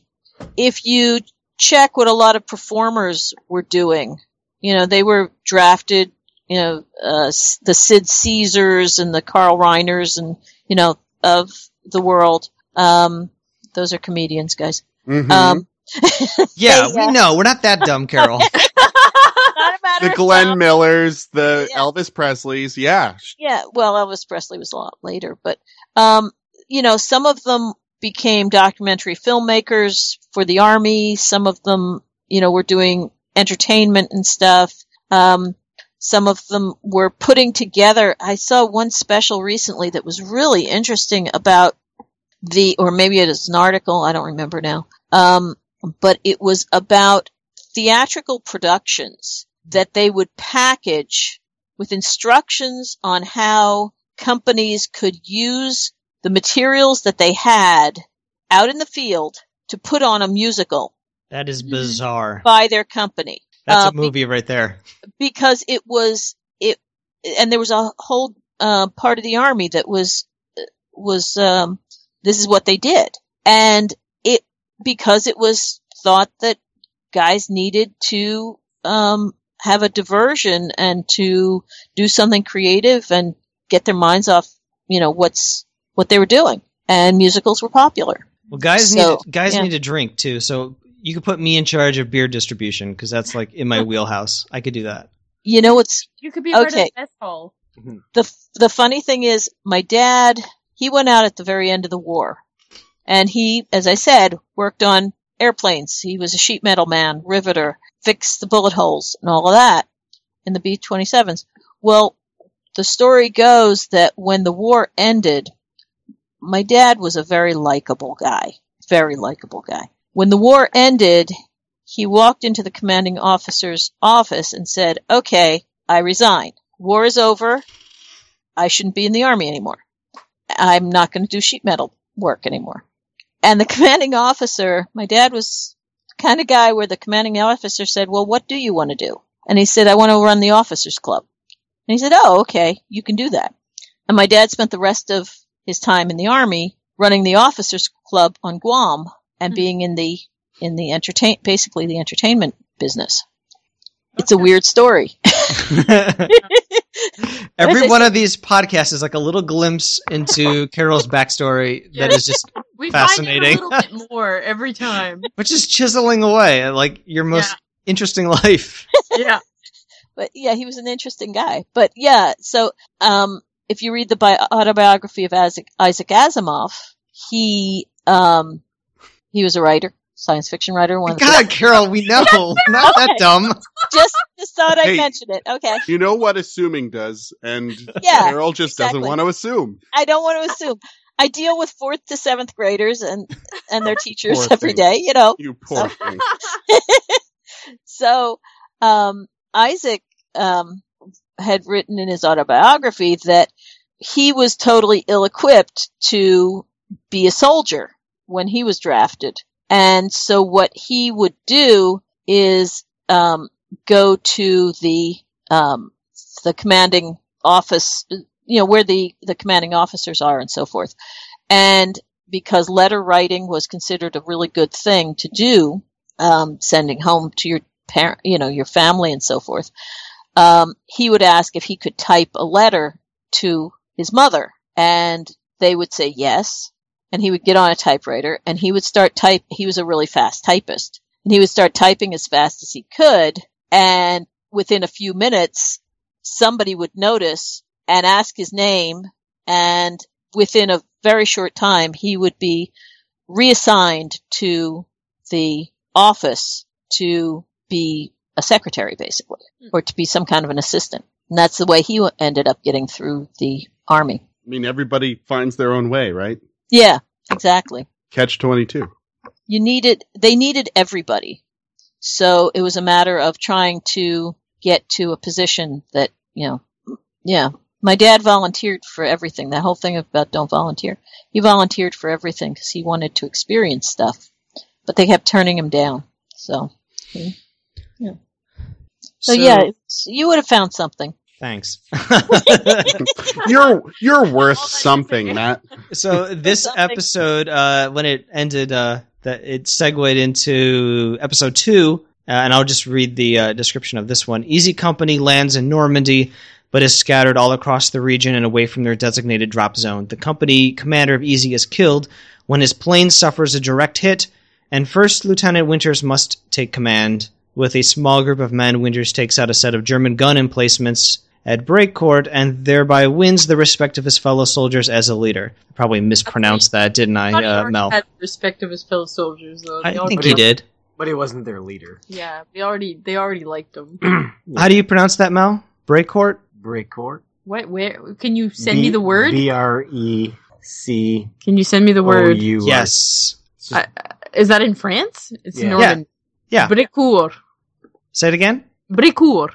if you check what a lot of performers were doing you know they were drafted you know, uh, S- the Sid Caesars and the Carl Reiners and, you know, of the world. Um, those are comedians, guys. Mm-hmm. Um, yeah, we know. We're not that dumb, Carol. the Glenn Millers, the Elvis Presleys. Yeah. yeah, well, Elvis Presley was a lot later, but, um, you know, some of them became documentary filmmakers for the army. Some of them, you know, were doing entertainment and stuff. Um, some of them were putting together. I saw one special recently that was really interesting about the, or maybe it is an article. I don't remember now. Um, but it was about theatrical productions that they would package with instructions on how companies could use the materials that they had out in the field to put on a musical that is bizarre. by their company. That's Uh, a movie right there. because it was it and there was a whole uh, part of the army that was was um, this is what they did and it because it was thought that guys needed to um, have a diversion and to do something creative and get their minds off you know what's what they were doing and musicals were popular Well, guys So, need guys yeah. need a drink too. So you could put me in charge of beer distribution because that's like in my wheelhouse. I could do that. you know it's You could be part Okay. of the S hall. the the funny thing is my dad he went out at the very end of the war and he as i said worked on airplanes he was a sheet metal man riveter fixed the bullet holes and all of that in the b-27s well the story goes that when the war ended my dad was a very likable guy very likable guy when the war ended he walked into the commanding officer's office and said okay i resign war is over I shouldn't be in the army anymore. I'm not going to do sheet metal work anymore. And the commanding officer, my dad was the kind of guy where the commanding officer said, well, what do you want to do? And he said, I want to run the officers club. And he said, oh, okay, you can do that. And my dad spent the rest of his time in the army running the officers club on Guam and being in the, in the entertain, basically the entertainment business. It's a weird story. Every one of these podcasts is like a little glimpse into Carol's backstory that is just We fascinating. find out a little bit more every time. Which is chiseling away at like your most interesting life. yeah. But yeah, he was an interesting guy. But yeah, so um, if you read the bi- autobiography of Isaac, Isaac Asimov, he um, he was a writer, science fiction writer. One of the- God, Carol, we know. Not that dumb. Just, just thought Hey. I'd mention it. Okay. You know what assuming does, and Yeah, Carol just exactly. doesn't want to assume. I don't want to assume. I deal with fourth to seventh graders and and their teachers Poor every thing. day. You know. You poor thing. So um, Isaac um, had written in his autobiography that he was totally ill-equipped to be a soldier when he was drafted, and so what he would do is um, go to the um, the commanding office, you know, where the, the commanding officers are and so forth. And because letter writing was considered a really good thing to do, um, sending home to your parent, you know, your family and so forth, um, he would ask if he could type a letter to his mother. And they would say yes. And he would get on a typewriter and he would start type. He was a really fast typist. And he would start typing as fast as he could. And within a few minutes, somebody would notice and ask his name and within a very short time he would be reassigned to the office to be a secretary basically or to be some kind of an assistant and that's the way he ended up getting through the army I mean, everybody finds their own way, right? yeah exactly Catch 22. you needed they needed everybody so it was a matter of trying to get to a position that you know yeah my dad volunteered for everything that whole thing about don't volunteer he volunteered for everything because he wanted to experience stuff but they kept turning him down so yeah So- so, yeah it's- you would have found something Thanks. you're you're worth something, Matt. So this episode, uh, when it ended, uh, that it segued into episode two, Uh, and I'll just read the uh, description of this one. Easy Company lands in Normandy, but is scattered all across the region and away from their designated drop zone. The company commander of Easy is killed when his plane suffers a direct hit, and First Lieutenant Winters must take command. With a small group of men, Winters takes out a set of German gun emplacements at Breakcourt and thereby wins the respect of his fellow soldiers as a leader. I probably mispronounced that, didn't I, Thought he uh, already Mel? had the respect of his fellow soldiers, though. I They already- think he did. But he wasn't their leader. Yeah, they already they already liked him. How do you pronounce that, Mel? Breakcourt? Breakcourt. what? Where? Can you send me the word? B R E C. Can you send me the word? Yes. I- is that in France? It's Yeah. northern. Yeah. Brécourt. Say it again. Brécourt.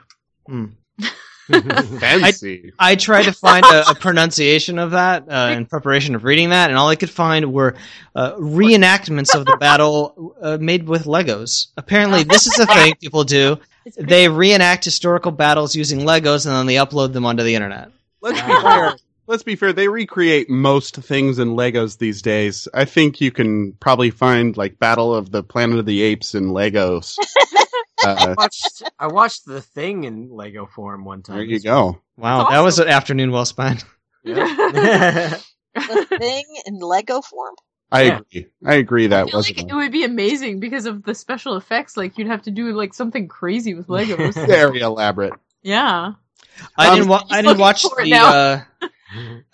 Fancy. I, I tried to find a, a pronunciation of that uh, in preparation of reading that, and all I could find were uh, reenactments of the battle uh, made with Legos. Apparently, this is a thing people do. They reenact historical battles using Legos, and then they upload them onto the internet. Let's be fair. Let's be fair. They recreate most things in Legos these days. I think you can probably find like Battle of the Planet of the Apes in Legos. I Uh, watched, I watched the thing in Lego form one time. there you go. Wow, that was an afternoon well spent. the thing in Lego form. I agree. I agree. That wasn't. It would be amazing because of the special effects. Like you'd have to do like something crazy with Legos. very elaborate. yeah. Um, Um, I didn't. Wa- I didn't watch for it the. now. Uh,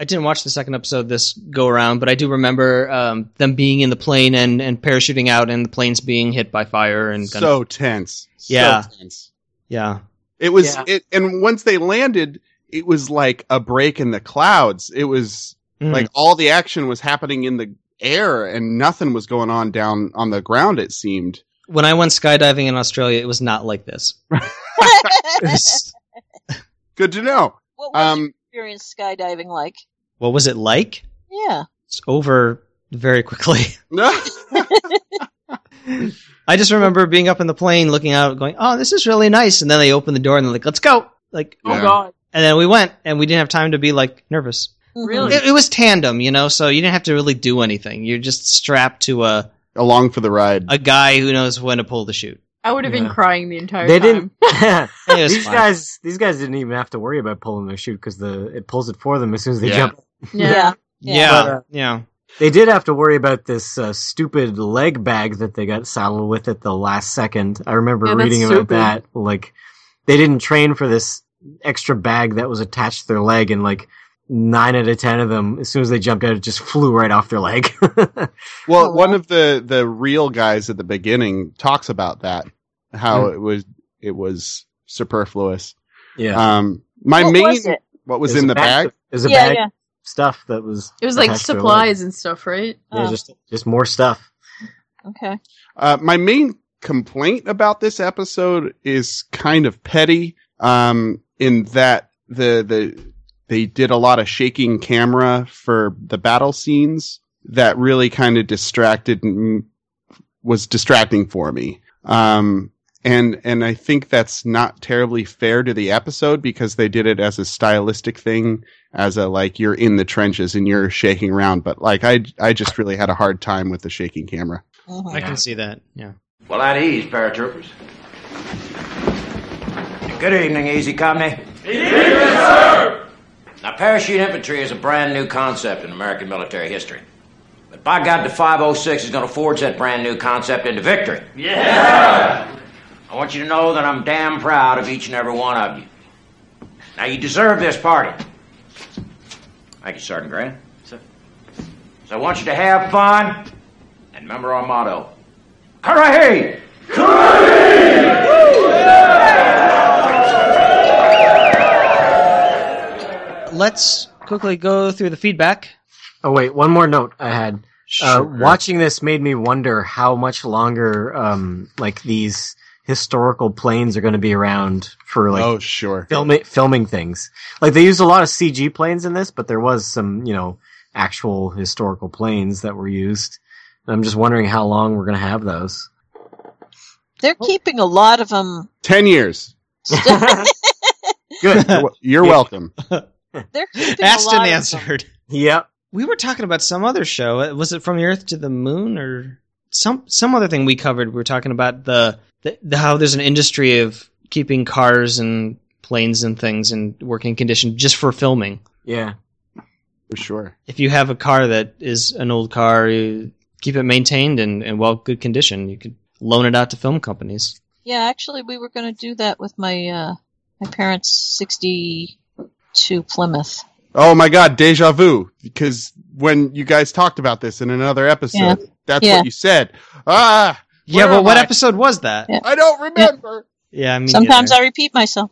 I didn't watch the second episode this go around, but I do remember um, them being in the plane and, and parachuting out, and the planes being hit by fire and guns. So tense. So Yeah. tense. yeah. It was Yeah. it, and once they landed, it was like a break in the clouds. It was Hmm. Mm. like all the action was happening in the air, and nothing was going on down on the ground. It seemed. When I went skydiving in Australia, it was not like this. Good to know. What was Um, your experience skydiving like? What was it like? Yeah. It's over very quickly. No. I just remember being up in the plane, looking out, going, "Oh, this is really nice." And then they opened the door and they're like, "Let's go!" Like, Oh, Yeah. God. And then we went, and we didn't have time to be like nervous. Really? It, it was tandem, you know, so you didn't have to really do anything. You're just strapped to a along for the ride, a guy who knows when to pull the chute. I would have been Yeah. crying the entire They time. didn't. was these fine. guys, these guys didn't even have to worry about pulling their chute because the it pulls it for them as soon as they Yeah. jump. Yeah. Yeah, But, uh, yeah. They did have to worry about this uh, stupid leg bag that they got saddled with at the last second. I remember Yeah, that's reading stupid. about that. Like, they didn't train for this extra bag that was attached to their leg, and like nine out of ten of them, as soon as they jumped out, it just flew right off their leg. Oh, Well, one of the the real guys at the beginning talks about that how Hmm. it was it was superfluous. Yeah. Um. My What main was it? what was It was in a the bag? bag- it was a Yeah, bag yeah. of stuff that was. It was like attached to their leg. supplies and stuff, right? Um, Yeah, just just more stuff. okay. Uh, my main complaint about this episode is kind of petty, um, in that the the they did a lot of shaking camera for the battle scenes that really kind of distracted m- was distracting for me. Um, and and I think that's not terribly fair to the episode because they did it as a stylistic thing, as a like you're in the trenches and you're shaking around. But like I I just really had a hard time with the shaking camera. Oh I can see that. Yeah. Well, at ease, paratroopers. Good evening, Easy Company. Now, parachute infantry is a brand new concept in American military history. But by God, the 506 is going to forge that brand new concept into victory. I want you to know that I'm damn proud of each and every one of you. Now, you deserve this party. Thank you, Sergeant Grant. Sir. So I want you to have fun and remember our motto Hurry! Let's quickly go through the feedback. Oh wait, one more note I had. Uh, Sure. watching this made me wonder how much longer, um, like these historical planes are going to be around for like Oh, sure filming filming things. Like they used a lot of CG planes in this, but there was some you know actual historical planes that were used. And I'm just wondering how long we're going to have those. They're keeping a lot of them. Ten years. Good. You're, you're welcome. They're keeping a Aston lot answered. Yep. We were talking about some other show. Uh, Was it From the Earth to the Moon or some some other thing we covered. We were talking about the, the, the how there's an industry of keeping cars and planes and things in working condition just for filming. Yeah. For sure. If you have a car that is an old car, you keep it maintained and in well good condition. You could loan it out to film companies. Yeah, actually, we were going to do that with my uh, my parents' '62 Plymouth. Oh my god, deja vu! Because when you guys talked about this in another episode, Yeah. that's Yeah. what you said. Ah, Yeah, where but am what I? episode was that? Yeah, I don't remember. I mean, Sometimes I repeat myself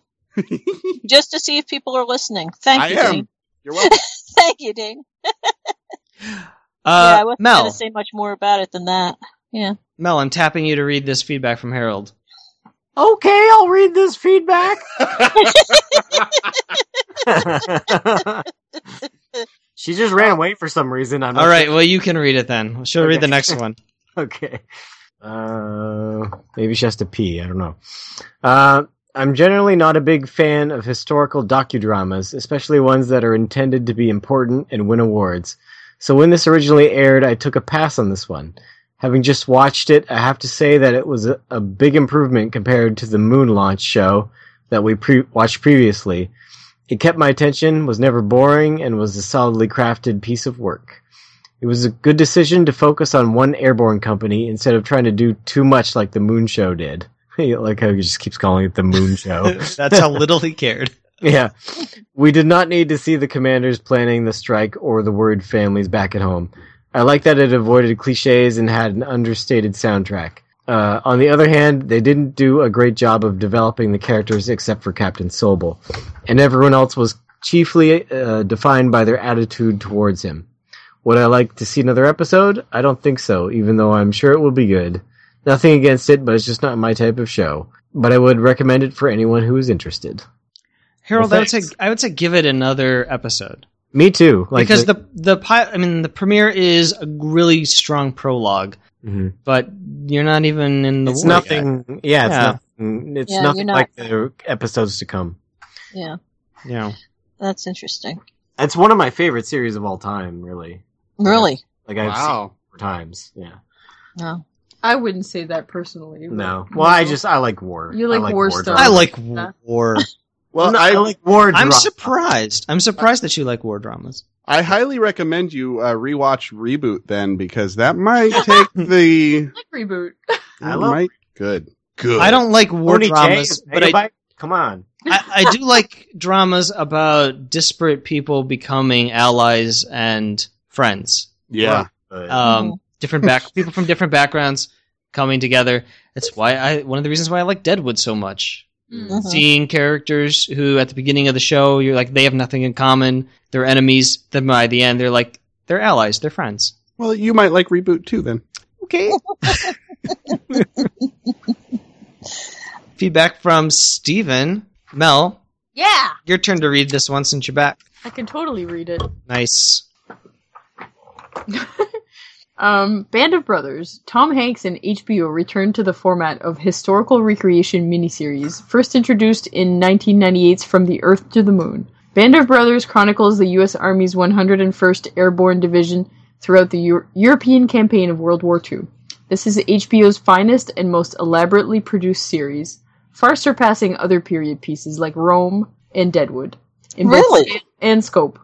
just to see if people are listening. Thank I you, am. Dean. You're welcome. Thank you, Dean. yeah, I Uh, wasn't Mel, going to say much more about it than that. Yeah. Mel, I'm tapping you to read this feedback from Harold. Okay, I'll read this feedback. she just ran away for some reason. I'm not All right, sure- well, you can read it then. She'll read the next one. okay. Uh, maybe she has to pee. I don't know. Uh, I'm generally not a big fan of historical docudramas, especially ones that are intended to be important and win awards. So when this originally aired, I took a pass on this one. Having just watched it, I have to say that it was a, a big improvement compared to the moon launch show that we pre- watched previously. It kept my attention, was never boring, and was a solidly crafted piece of work. It was a good decision to focus on one airborne company instead of trying to do too much like the Moon Show did. like how he just keeps calling it the Moon Show. That's how little he cared. yeah. We did not need to see the commanders planning the strike or the worried families back at home. I like that it avoided cliches and had an understated soundtrack. Uh, on the other hand, they didn't do a great job of developing the characters except for Captain Sobel, and everyone else was chiefly uh, defined by their attitude towards him. Would I like to see another episode? I don't think so, even though I'm sure it will be good. Nothing against it, but it's just not my type of show. But I would recommend it for anyone who is interested. Harold, Well, I would say I would say give it another episode Me too. Like because the the, pi- I mean the premiere is a really strong prologue, Mhm. but you're not even in the it's war nothing. yet. Yeah, it's Yeah. nothing. It's Yeah, you're nothing not- like the episodes to come. Yeah. Yeah, That's interesting. it's one of my favorite series of all time. Really, Really? like I've Wow. seen it four times. Yeah. No. I wouldn't say that personally. but- No. Well, I just I like war. You like I war drama. stuff. I like war. Well, No, I, like war. I'm drama. surprised. I'm surprised that you like war dramas. I highly recommend you uh, rewatch reboot then because that might take the reboot. I love- might good good. I don't like war Tony J dramas, is but I, Megabyte? Come on. I I do like dramas about disparate people becoming allies and friends. Yeah. Mm-hmm. um, different back people from different backgrounds coming together. That's why I one of the reasons why I like Deadwood so much. Mhm. Mm-hmm. Seeing characters who at the beginning of the show you're like they have nothing in common, they're enemies. Then by the end they're like they're allies, they're friends. Well, you might like reboot too then. Okay. Feedback from Steven. Mel, Yeah, your turn to read this one since you're back. I can totally read it. Nice. Um, Band of Brothers. Tom Hanks and HBO returned to the format of historical recreation miniseries, first introduced in 1998's From the Earth to the Moon. Band of Brothers chronicles the U.S. Army's 101st Airborne Division throughout the Euro- European campaign of World War II. This is HBO's finest and most elaborately produced series, far surpassing other period pieces like Rome and Deadwood. in both Really? span And scope.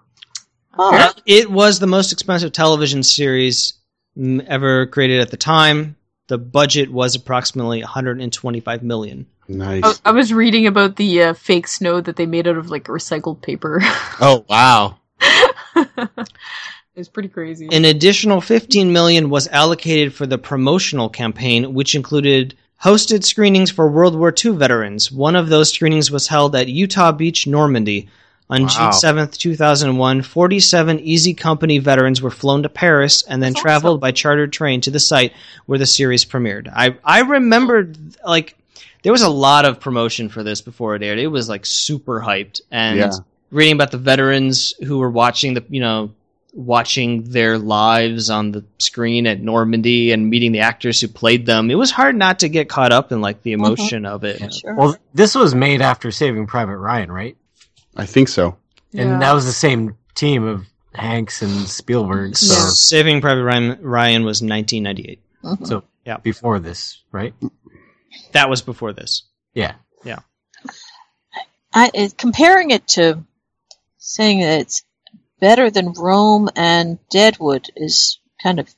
Uh, It was the most expensive television series mm, ever created at the time. The budget was approximately 125 million. Nice. I, I was reading about the uh, fake snow that they made out of like recycled paper. Oh wow. it's pretty crazy. An additional 15 million was allocated for the promotional campaign, which included hosted screenings for World War II veterans. One of those screenings was held at Utah Beach, Normandy. On Wow. June 7th, 2001, 47 Easy Company veterans were flown to Paris and then traveled by chartered train to the site where the series premiered. I I remembered like there was a lot of promotion for this before it aired. It was like super hyped and Yeah. reading about the veterans who were watching the you know watching their lives on the screen at Normandy and meeting the actors who played them. It was hard not to get caught up in like the emotion of it. Well, this was made after Saving Private Ryan, right? I think so. Yeah. And that was the same team of Hanks and Spielberg. So Saving Private Ryan, Ryan was 1998. So yeah. before this, right? That was before this. Yeah. Yeah. I, it, comparing it to saying that it's better than Rome and Deadwood is kind of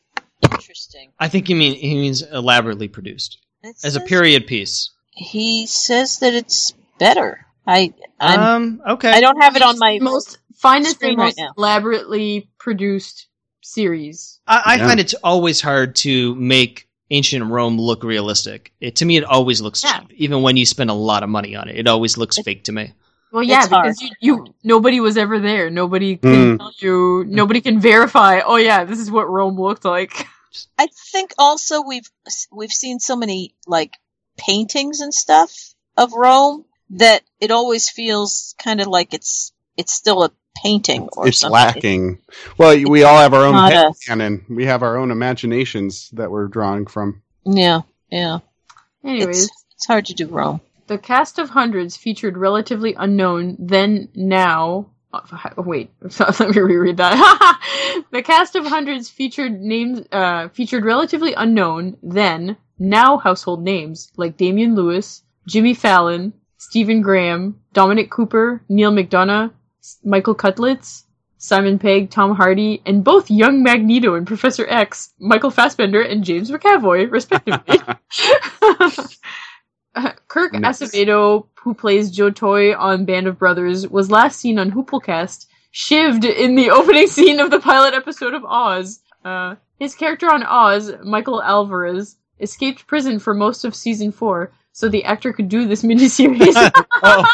interesting. I think you mean he means elaborately produced It as a says- period piece. He says that it's better. I I'm, Um, okay. I don't have it on my most finest screen and right most now. elaborately produced series. I, I Yeah. find it's always hard to make ancient Rome look realistic. It, to me, it always looks cheap, even when you spend a lot of money on it. It always looks fake to me. Well, yeah, It's hard. because you, you nobody was ever there. Nobody can tell you. Nobody can verify. Oh yeah, this is what Rome looked like. I think also we've we've seen so many like paintings and stuff of Rome that it always feels kind of like it's it's still a painting or it's something. lacking. Well, we all have our own not head us. canon. We have our own imaginations that we're drawing from. Yeah, yeah. Anyways, it's, it's hard to do Rome. The cast of hundreds featured relatively unknown then now. oh, wait, let me reread that. the cast of hundreds featured names uh, featured relatively unknown then now household names like Damian Lewis, Jimmy Fallon, Stephen Graham, Dominic Cooper, Neil McDonough, S- Michael Cutlitz, Simon Pegg, Tom Hardy, and both young Magneto and Professor X, Michael Fassbender and James McAvoy, respectively. Uh, Kirk Nice. Acevedo, who plays Joe Toy on Band of Brothers, was last seen on Hooplecast, shivved in the opening scene of the pilot episode of Oz. Uh, his character on Oz, Michael Alvarez, escaped prison for most of season four, so the actor could do this miniseries. I,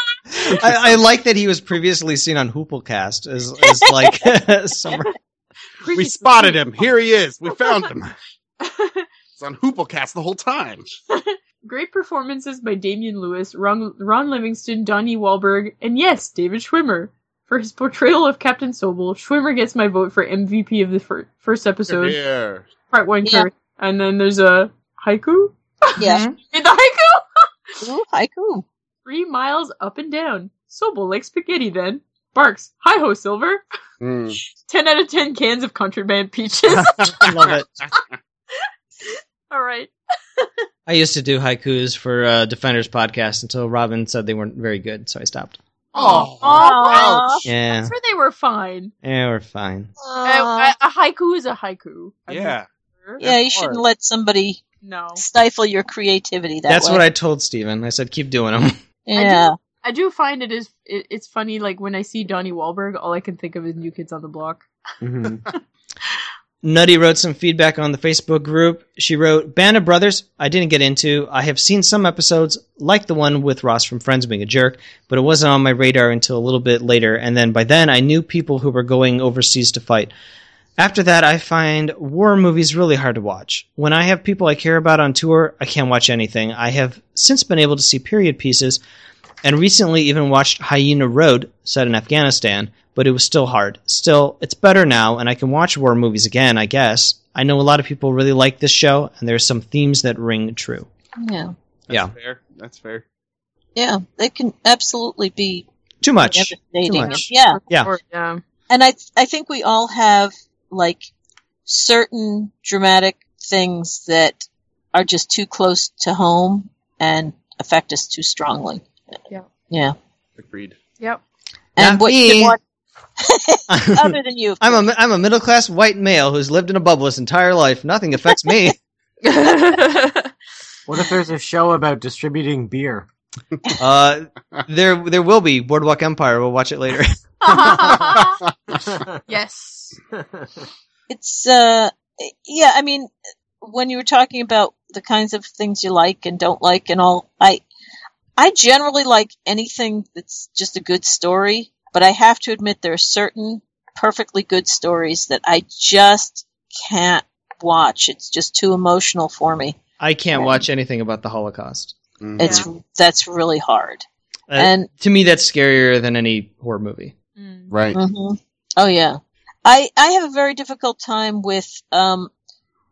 I like that he was previously seen on Hooplecast as, as like summer. We spotted him. Here he is. Oh, We found him. it's on Hooplecast the whole time. Great performances by Damian Lewis, Ron, Ron Livingston, Donnie Wahlberg, and yes, David Schwimmer. For his portrayal of Captain Sobel, Schwimmer gets my vote for MVP of the fir- first episode. Here. Part one, Yeah. Kurt. And then there's a haiku. Yeah. Mm-hmm. Read the haiku! haiku. Three miles up and down. Sobel like spaghetti then. Barks, hi ho, Silver. 10 out of 10 cans of contraband peaches. Love it. All right. I used to do haikus for uh, Defenders podcast until Robin said they weren't very good, so I stopped. Oh, Yeah. That's where they were fine. Yeah, we're fine. Uh, a, a haiku is a haiku. I'm Yeah. sure. Yeah, you shouldn't let somebody no. stifle your creativity that That's way. what I told Steven. I said, keep doing them. Yeah. I do find it is it, it's funny. Like when I see Donnie Wahlberg, all I can think of is New Kids on the Block. Nutty wrote some feedback on the Facebook group. She wrote, Band of Brothers, I didn't get into. I have seen some episodes, like the one with Ross from Friends being a jerk, but it wasn't on my radar until a little bit later, and then by then I knew people who were going overseas to fight. After that, I find war movies really hard to watch. When I have people I care about on tour, I can't watch anything. I have since been able to see period pieces, and recently even watched Hyena Road, set in Afghanistan, but it was still hard. Still, it's better now, and I can watch war movies again, I guess. I know a lot of people really like this show, and there's some themes that ring true. Yeah. yeah. Fair. That's fair. Yeah, they can absolutely be Too much. devastating. Too much. Yeah. Yeah. yeah. And I I think we all have like certain dramatic things that are just too close to home and affect us too strongly. Yeah. Yeah. Agreed. Yep. And Not what you me. want other than you. of I'm a, I'm a middle class white male who's lived in a bubble his entire life. Nothing affects me. What if there's a show about distributing beer? uh, there there will be Boardwalk Empire. We'll watch it later. Uh-huh. yes. It's uh yeah, I mean when you were talking about the kinds of things you like and don't like and all I I generally like anything that's just a good story, but I have to admit there are certain perfectly good stories that I just can't watch. It's just too emotional for me. I can't watch anything about the Holocaust. Mm. It's that's really hard. Uh, and- to me, that's scarier than any horror movie. Right. hmm Oh yeah, I I have a very difficult time with um,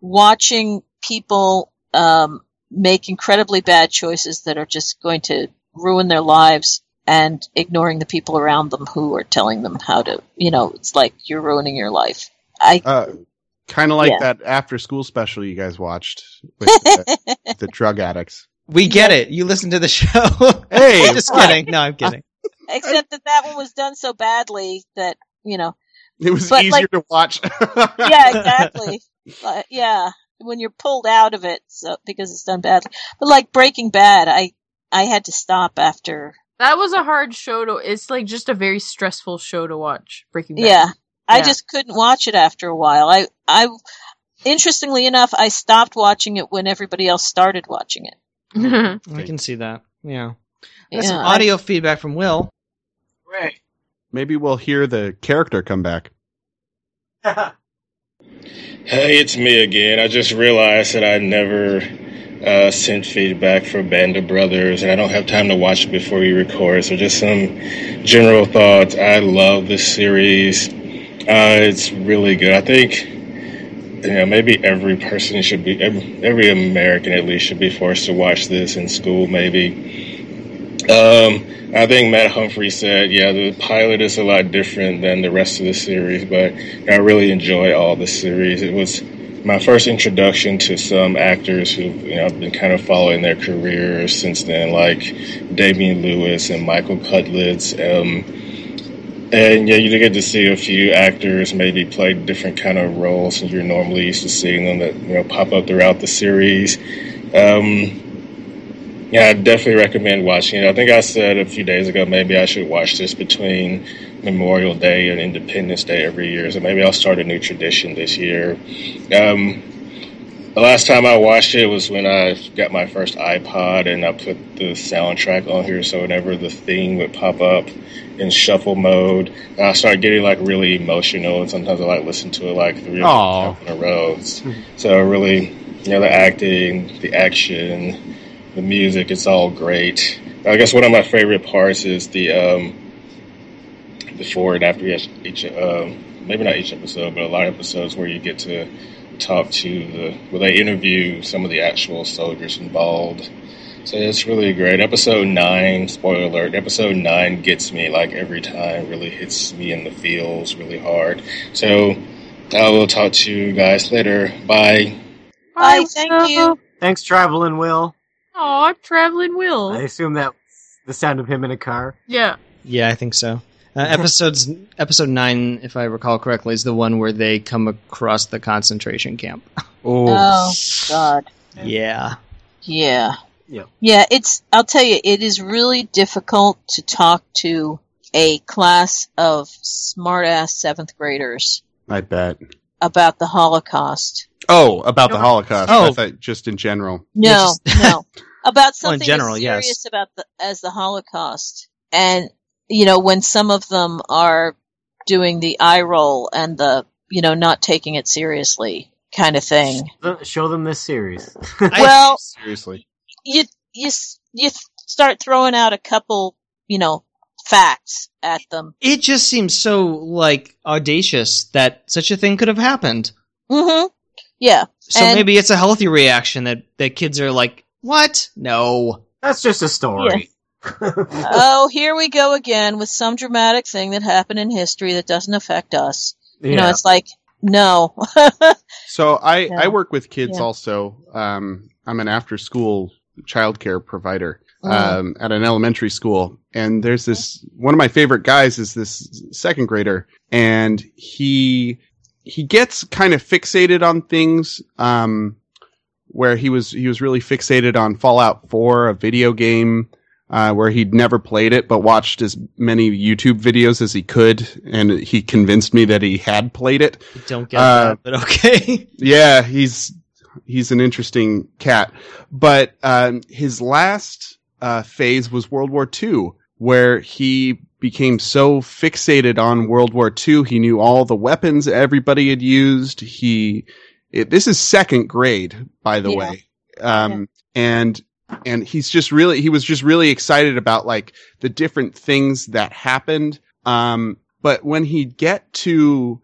watching people um, make incredibly bad choices that are just going to ruin their lives and ignoring the people around them who are telling them how to. You know, it's like you're ruining your life. I Uh, Kind of like Yeah. that after school special you guys watched with the, the drug addicts. We get it. You listen to the show. Hey. just kidding. No, I'm kidding. Except that that one was done so badly that you know. It was But, easier like- to watch. yeah, exactly. Uh, yeah, when you're pulled out of it, so because it's done badly. But like Breaking Bad, I I had to stop after. That was a hard show to. It's like just a very stressful show to watch. Breaking Bad. Yeah, I just couldn't watch it after a while. I I interestingly enough, I stopped watching it when everybody else started watching it. I can see that. Yeah. Yeah. That's some audio feedback from Will. Maybe we'll hear the character come back. Hey, it's me again. I just realized that I never uh, sent feedback for Band of Brothers, and I don't have time to watch it before you record. So, just some general thoughts. I love this series. Uh, it's really good. I think you know maybe every person should be every, every American at least should be forced to watch this in school. Maybe. Um, I think Matt Humphrey said, yeah, the pilot is a lot different than the rest of the series, but I really enjoy all the series. It was my first introduction to some actors who you know, I've been kind of following their careers since then, like Damian Lewis and Michael Cutlitz. Um, and yeah, you do get to see a few actors maybe play different kind of roles than you're normally used to seeing them that you know pop up throughout the series. Um, yeah, I definitely recommend watching it. I think I said a few days ago maybe I should watch this between Memorial Day and Independence Day every year, so maybe I'll start a new tradition this year. Um, the last time I watched it was when I got my first iPod and I put the soundtrack on here, so whenever the theme would pop up in shuffle mode, I started getting like really emotional, and sometimes I like listen to it like three or Aw. four times in a row. It's- So really, you know, the acting, the action the music it's all great i guess one of my favorite parts is the um before and after each, each um maybe not each episode but a lot of episodes where you get to talk to the where they interview some of the actual soldiers involved so it's really great episode 9 spoiler alert episode 9 gets me like every time really hits me in the feels really hard so i will talk to you guys later bye Bye, thank you. Thanks, traveling Will. Oh, traveling will. I assume that was the sound of him in a car. yeah. Yeah, I think so. Uh, episodes episode nine, if I recall correctly, is the one where they come across the concentration camp. Oh God. yeah. Yeah. Yeah. Yeah, it's I'll tell you, it is really difficult to talk to a class of smart ass seventh graders I bet. about the Holocaust. Oh, about the Holocaust. Oh. I thought just in general. No, no. About Well, in something general, as yes. serious about the as the Holocaust. And you know, when some of them are doing the eye roll and the you know, not taking it seriously kind of thing. Uh, Show them this series. Well- seriously. you you s- you start throwing out a couple, you know, facts at them. It just seems so like audacious that such a thing could have happened. hmm Yeah. So And- maybe it's a healthy reaction that that kids are like, "What? No, that's just a story." oh, here we go again with some dramatic thing that happened in history that doesn't affect us. You know, Yeah. it's like no. So I Yeah. I work with kids Yeah. also. Um, I'm an after school childcare provider Mm. Oh. um, at an elementary school, and there's this one of my favorite guys is this second grader, and he he gets kind of fixated on things. Um, where he was he was really fixated on Fallout 4, a video game uh, where he'd never played it but watched as many YouTube videos as he could, and he convinced me that he had played it. don't get Uh, that." But okay. yeah, he's he's an interesting cat. But um, his last uh, phase was World War II, where he became so fixated on World War II, he knew all the weapons everybody had used. He it, this is second grade, by the Yeah. way, um, and and he's just really he was just really excited about like the different things that happened. Um, but when he'd get to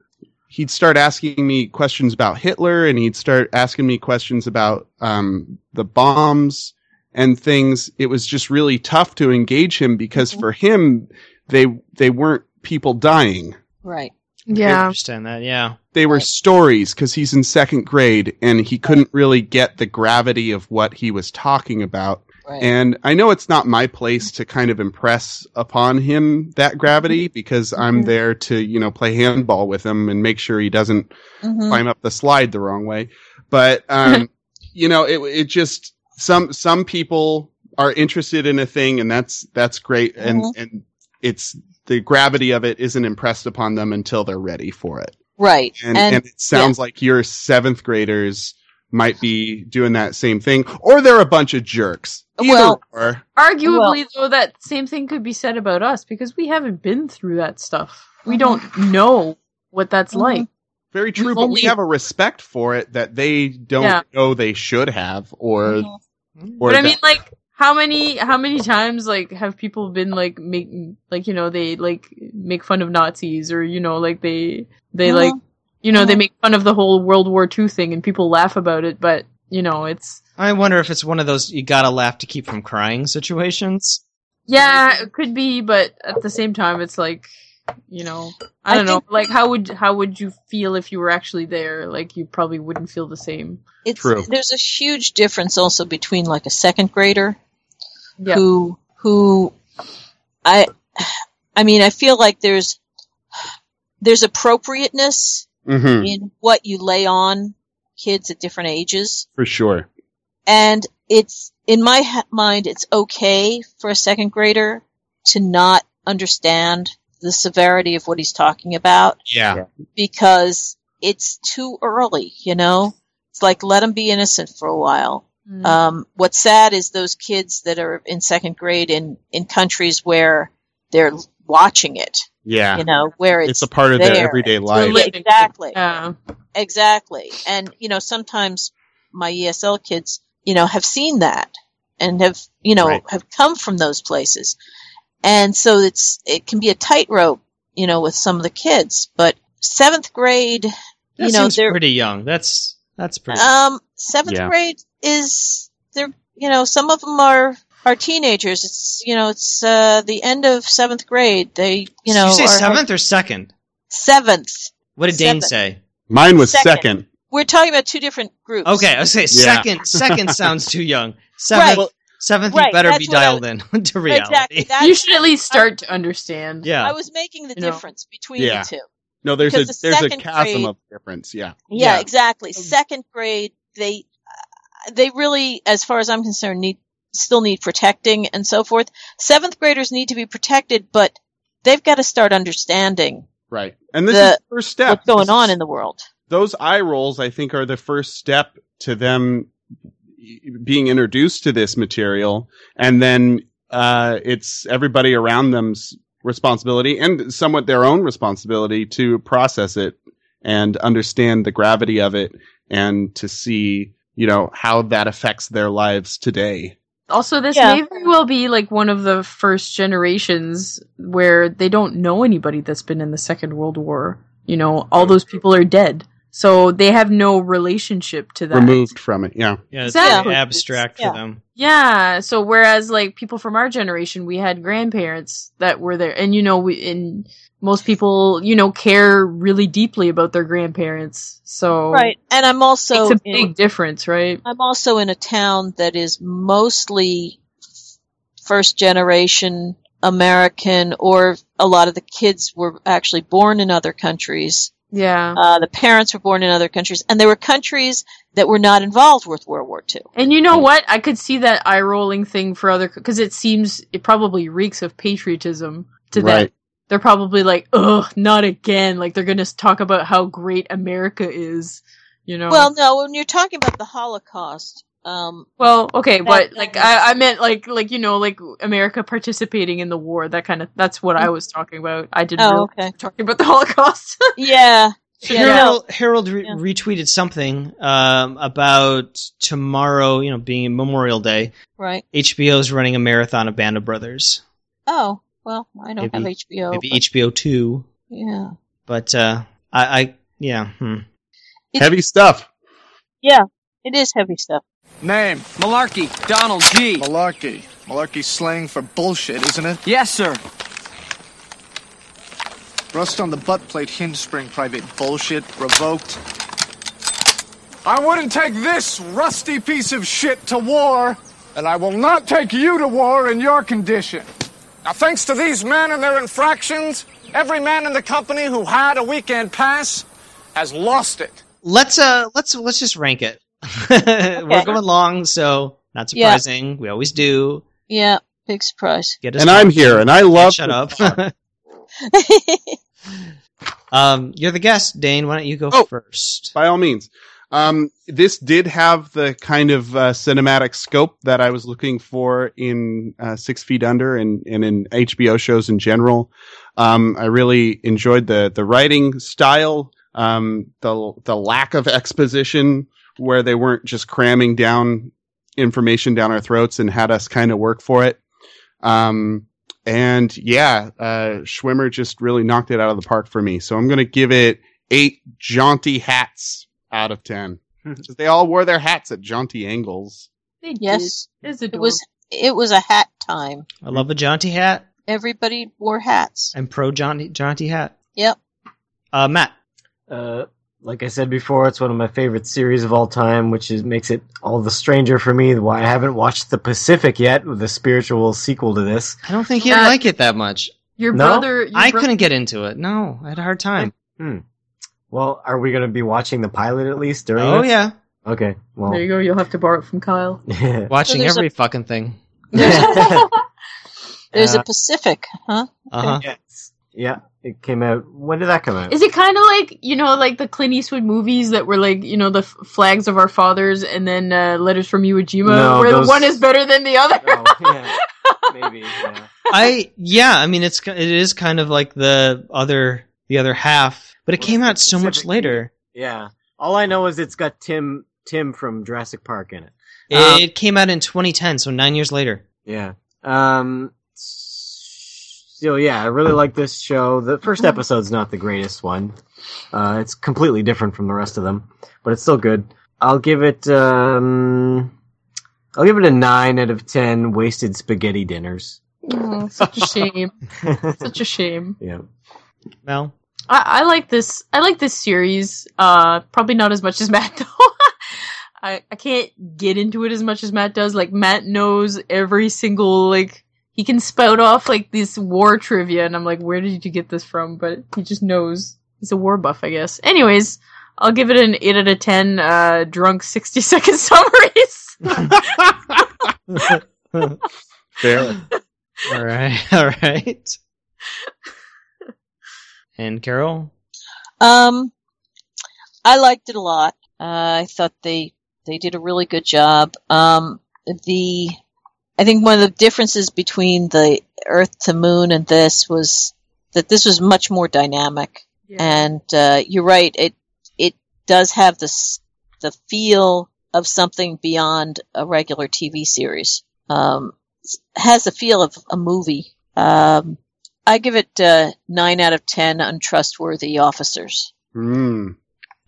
he'd start asking me questions about Hitler and he'd start asking me questions about um, the bombs and things. It was just really tough to engage him because for him, they they weren't people dying. right. Yeah. I understand that. Yeah. They were stories because he's in second grade and he couldn't really get the gravity of what he was talking about. Right. And I know it's not my place to kind of impress upon him that gravity because I'm Mhm. there to, you know, play handball with him and make sure he doesn't Mhm. climb up the slide the wrong way. But um, you know, it it just some some people are interested in a thing, and that's that's great, and Mhm. and it's the gravity of it isn't impressed upon them until they're ready for it. Right. And and, it sounds like your seventh graders might be doing that same thing, or they're a bunch of jerks. Either Well- or. Arguably, though, that same thing could be said about us because we haven't been through that stuff. Mm-hmm. We don't know what that's like. Very true, but we only- have a respect for it that they don't Yeah. know they should have, or Mm-hmm. or But I that- mean, like, how many how many times like have people been like make like you know they like make fun of Nazis or you know like they they Mhm. like you know they Mhm. make fun of the whole World War II thing and people laugh about it, but you know it's I wonder if it's one of those you gotta laugh to keep from crying situations. Yeah, it could be, but at the same time, it's like, you know, I I don't know. think- Like, how would how would you feel if you were actually there? Like, you probably wouldn't feel the same. It's there's a huge difference also between like a second grader Yeah. who who I I mean I feel like there's there's appropriateness Mhm. in what you lay on kids at different ages for sure. and it's in my ha- mind it's okay for a second grader to not understand the severity of what he's talking about Yeah. because it's too early, you know? It's like let them be innocent for a while. Mm. Um, what's sad is those kids that are in second grade in, in countries where they're watching it, Yeah. you know, where it's, it's a part of their there. everyday It's life. really- Exactly. Exactly. And, you know, sometimes my ESL kids, you know, have seen that and have, you know, Right. have come from those places. And so it's, it can be a tightrope, you know, with some of the kids, but seventh grade, That you know, seems they're, pretty young. That's that's pretty. um, seventh Yeah. grade is they're you know some of them are are teenagers. It's you know it's uh, the end of seventh grade. They you know Did you say are- seventh or second? seventh. What did Dane Seventh. say? Mine was Second. second. We're talking about two different groups. Okay, I was say Yeah. second. Second sounds too young. Seventh, Right. seventh, Right, you better that's be what I- dialed in to reality. Exactly. That's, You should at least start to understand. Yeah. I was making the You know. difference between Yeah. the two. No, there's Because a the there's a second chasm grade- of difference. Yeah. Yeah, exactly. Second grade, they uh, they really, as far as I'm concerned, need still need protecting and so forth. Seventh graders need to be protected, but they've got to start understanding Right. And this the- is the first step. what's going This on is- in the world. Those eye rolls, I think, are the first step to them being introduced to this material, and then uh, it's everybody around them's responsibility and somewhat their own responsibility to process it and understand the gravity of it, and to see, you know, how that affects their lives today. Also, this Yeah. may very well be like one of the first generations where they don't know anybody that's been in the Second World War. You know, all those people are dead, so they have no relationship to that. Removed from it, yeah. Yeah, it's Exactly. very abstract Yeah. for them. Yeah. So whereas like people from our generation, we had grandparents that were there, and you know, we and most people, you know, care really deeply about their grandparents. So Right. And I'm also it's a in- big difference, right? I'm also in a town that is mostly first generation American, or a lot of the kids were actually born in other countries. Yeah. Uh, the parents were born in other countries, and they were countries that were not involved with World War II. And you know what? I could see that eye rolling thing for other because it seems it probably reeks of patriotism to them. Right. They're probably like, ugh, not again. Like they're gonna talk about how great America is, you know. Well, no, when you're talking about the Holocaust, um, Well, okay, That- but that like makes I, I meant like like you know like America participating in the war that kind of that's what I was talking about. I didn't. Mm. Oh, realize okay. we were talking about the Holocaust. yeah. Harold, Harold re- retweeted something um, about tomorrow, you know, being Memorial Day. Right. HBO's running a marathon of Band of Brothers. Oh, well, I don't have HBO. Maybe Oh, but- HBO two, yeah. but uh, I, I, yeah, hmm. heavy stuff. Yeah. It is heavy stuff. Name? Malarkey. Donald G. Malarkey. Malarkey slang for bullshit, isn't it? Yes, sir. Rust on the butt plate hinge spring, private bullshit, revoked. I wouldn't take this rusty piece of shit to war, and I will not take you to war in your condition. Now, thanks to these men and their infractions, every man in the company who had a weekend pass has lost it. Let's uh let's let's just rank it. We're going long, so not Yeah. surprising. We always do. Yeah, big surprise. Get us And I'm here, and I love. Shut up. um, you're the guest, Dane. Why don't you go first? Oh, By all means. Um, this did have the kind of uh, cinematic scope that I was looking for in uh, Six Feet Under and, and in HBO shows in general. Um, I really enjoyed the the writing style, um, the the lack of exposition, where they weren't just cramming down information down our throats and had us kind of work for it. Um, and yeah, uh, Schwimmer just really knocked it out of the park for me. So I'm going to give it eight jaunty hats out of 10. 'Cause they all wore their hats at jaunty angles. yes, it was it was a hat time. I love a jaunty hat. Everybody wore hats. I'm pro jaunty jaunty hat. Yep. Uh, Matt. Uh, like I said before, it's one of my favorite series of all time, which is makes it all the stranger for me. Why I haven't watched The Pacific yet, the spiritual sequel to this. I don't think you'd Matt, like it that much. Uh, your No? brother- your I bro- couldn't get into it. No, I had a hard time. Hmm. Well, are we going to be watching the pilot at least during? Oh, this? yeah. Okay. Well, There you go. You'll have to borrow it from Kyle. So Watching there's every a- fucking thing. There's Uh, a Pacific, huh? Uh-huh. yeah, it came out. When did that come out? Is it kind of like you know, like the Clint Eastwood movies that were like you know the f- flags of our fathers and then uh, letters from Iwo Jima, No, where those- the one is better than the other? maybe. Yeah. I yeah, I mean it's ki- it is kind of like the other the other half, but it came out so much later. Yeah. All I know is it's got Tim Tim from Jurassic Park in it. Um, It came out in 2010, so 9 years later. Yeah. Um. So yeah, I really like this show. The first episode's not the greatest one. Uh, it's completely different from the rest of them, but it's still good. I'll give it. Um, I'll give it a nine out of ten. Wasted spaghetti dinners. Oh, such a shame. such a shame. Yeah. Mel. I, I like this. I like this series. Uh, probably not as much as Matt though. I I can't get into it as much as Matt does. Like Matt knows every single like he can spout off like this war trivia, and I'm like, where did you get this from? But he just knows. He's a war buff, I guess. Anyways, I'll give it an eight out of ten. Uh, drunk sixty second summaries. Fair. all right. All right. And Carol, Um, I liked it a lot. Uh, I thought they they did a really good job. Um, the I think one of the differences between the Earth to Moon and this was that this was much more dynamic. And uh, you're right; it it does have this the feel of something beyond a regular TV series. Um, has the feel of a movie. Um, I give it uh, nine out of ten untrustworthy officers. Mm.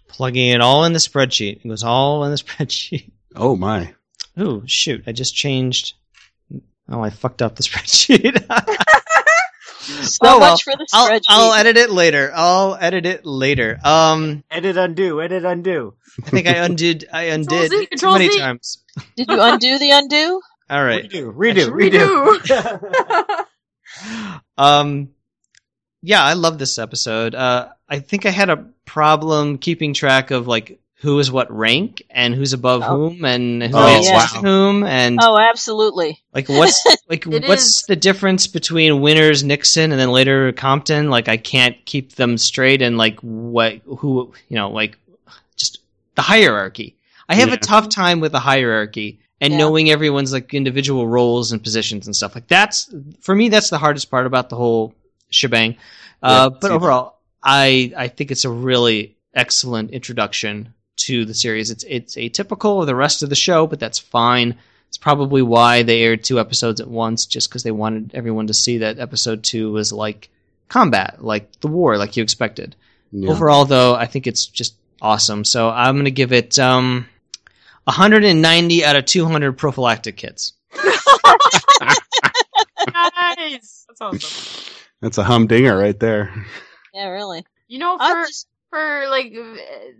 plugging it all in the spreadsheet. It was all in the spreadsheet. Oh my. Oh shoot, I just changed Oh, I fucked up the spreadsheet. So Oh, well. much for the I'll, spreadsheet. I'll edit it later. I'll edit it later. Um, edit undo, edit undo. I think I undid. I undid Z, too many Control Z. times. Did you undo the undo? All right. Redo, redo, Um, yeah, I love this episode. Uh, I think I had a problem keeping track of like who is what rank and who's above whom and who Oh, answers yeah. to whom and oh, absolutely. like what's like It what's is. the difference between winners Nixon and then later Compton? Like I can't keep them straight and like what who you know like just the hierarchy. I have Yeah. a tough time with the hierarchy and knowing everyone's like individual roles and positions and stuff. Like that's for me that's the hardest part about the whole shebang. uh, Yeah, but see. overall, I I think it's a really excellent introduction to the series. It's it's atypical of the rest of the show, but that's fine. It's probably why they aired two episodes at once, just because they wanted everyone to see that episode two was like combat, like the war, like you expected. Yeah. Overall, though, I think it's just awesome. So I'm gonna give it um, 190 out of 200 prophylactic kits. nice. That's awesome. That's a humdinger right there. Yeah, really. You know, for for like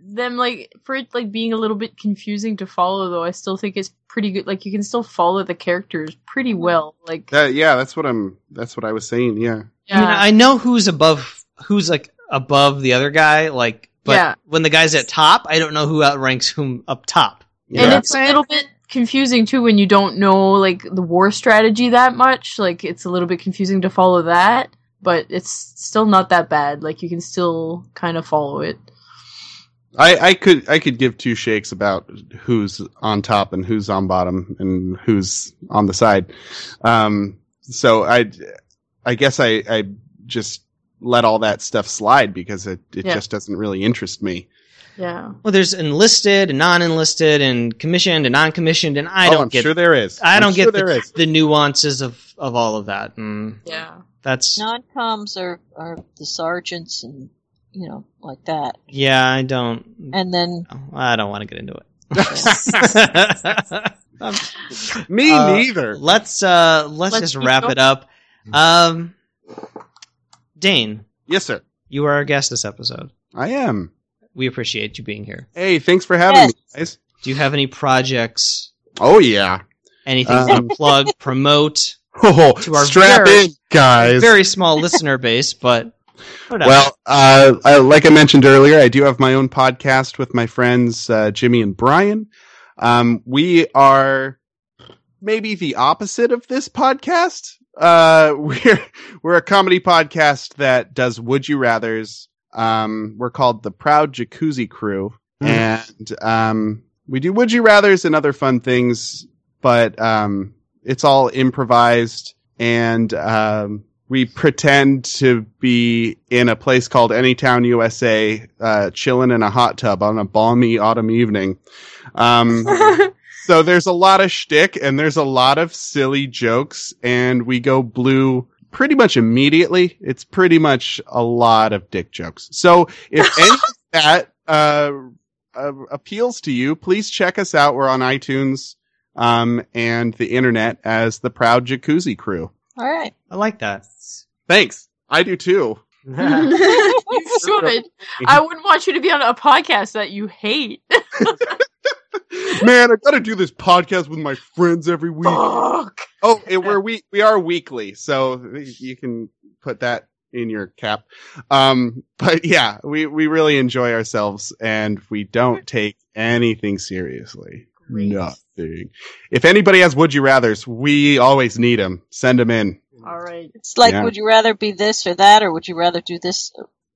them, like for it like being a little bit confusing to follow, though, I still think it's pretty good. Like you can still follow the characters pretty Mm-hmm. well. Like That, yeah, that's what I'm. That's what I was saying. Yeah. I mean, I know who's above, who's like above the other guy, like, but Yeah. when the guy's at top, I don't know who outranks whom up top. And it's a little bit confusing too when you don't know like the war strategy that much. Like it's a little bit confusing to follow that, but it's still not that bad. Like you can still kind of follow it. I, I could I could give two shakes about who's on top and who's on bottom and who's on the side. Um, so I I guess I, I just let all that stuff slide because it, it Yeah. just doesn't really interest me. Yeah. Well, there's enlisted and non-enlisted and commissioned and non-commissioned, and I Oh, don't I'm get. sure there is. I I'm don't sure get there the, is. the nuances of of all of that. Mm. Yeah. That's Non-coms are are the sergeants and you know like that, yeah. I don't. Oh, and then I don't want to get into it. Me Uh, neither. Let's uh let's, Let's just keep wrap going. it up. Um, Dane. Yes, sir. You are our guest this episode. I am. We appreciate you being here. Hey, thanks for having me, guys. Do you have any projects? Oh yeah. Anything Um, to plug, promote? Oh, to our strap very- in, guys. Very small listener base, but whatever. Well, uh, I, like I mentioned earlier, I do have my own podcast with my friends uh, Jimmy and Brian. Um, we are maybe the opposite of this podcast. Uh, we're we're a comedy podcast that does would you rather's. Um, we're called the Proud Jacuzzi Crew, and um, we do would you rather's and other fun things. But um, it's all improvised and um, we pretend to be in a place called Anytown, USA, uh, chilling in a hot tub on a balmy autumn evening. Um, so there's a lot of shtick and there's a lot of silly jokes, and we go blue pretty much immediately. It's pretty much a lot of dick jokes. So if any of that uh, uh, appeals to you, please check us out. We're on iTunes um, and the internet as the Proud Jacuzzi Crew. all right. I like that. Thanks. I do too. you should. I wouldn't want you to be on a podcast that you hate. Man, I gotta do this podcast with my friends every week. Oh, it, we're we we are weekly, so you can put that in your cap. Um, but yeah, we we really enjoy ourselves, and we don't take anything seriously. Nothing. If anybody has would you rather's, we always need them. Send them in. All right. It's like, Yeah. would you rather be this or that, or would you rather do this?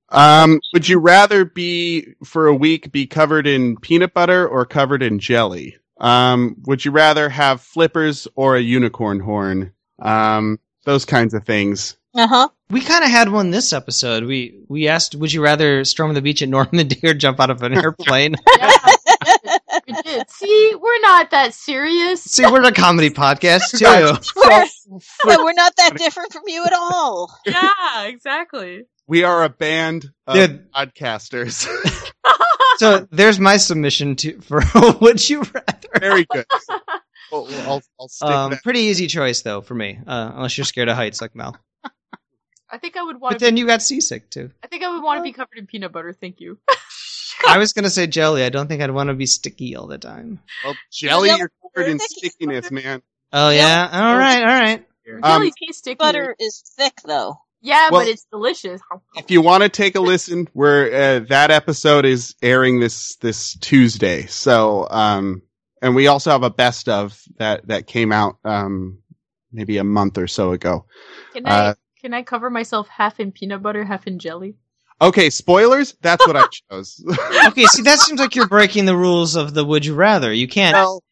Um, would you rather be for a week be covered in peanut butter or covered in jelly? Um, would you rather have flippers or a unicorn horn? Um, those kinds of things. Uh huh. We kind of had one this episode. We we asked, would you rather storm the beach at Normandy or jump out of an airplane? We did. See, we're not that serious. See, we're a comedy podcast too. We're, we're not that different from you at all. Yeah, exactly. We are a band of Yeah. podcasters. so there's my submission to for would you rather. Very good. Well, I'll, I'll stick Um, that. pretty easy choice though for me, uh, unless you're scared of heights like Mel. I think I would want. But To then be, you got seasick too. I think I would want to be covered in peanut butter. Thank you. I was gonna say jelly. I don't think I'd want to be sticky all the time. Well, jelly, Jelly you're covered in stickiness, man. Oh yeah. All right. All right. Um, Butter is thick though. Yeah, Well- but it's delicious. if you want to take a listen, we're uh, that episode is airing this this Tuesday. So, um, and we also have a best of that that came out um maybe a month or so ago. Can I Uh, can I cover myself half in peanut butter, half in jelly? Okay, spoilers. That's what I chose. Okay. See, that seems like you're breaking the rules of the would you rather. You can't. Well,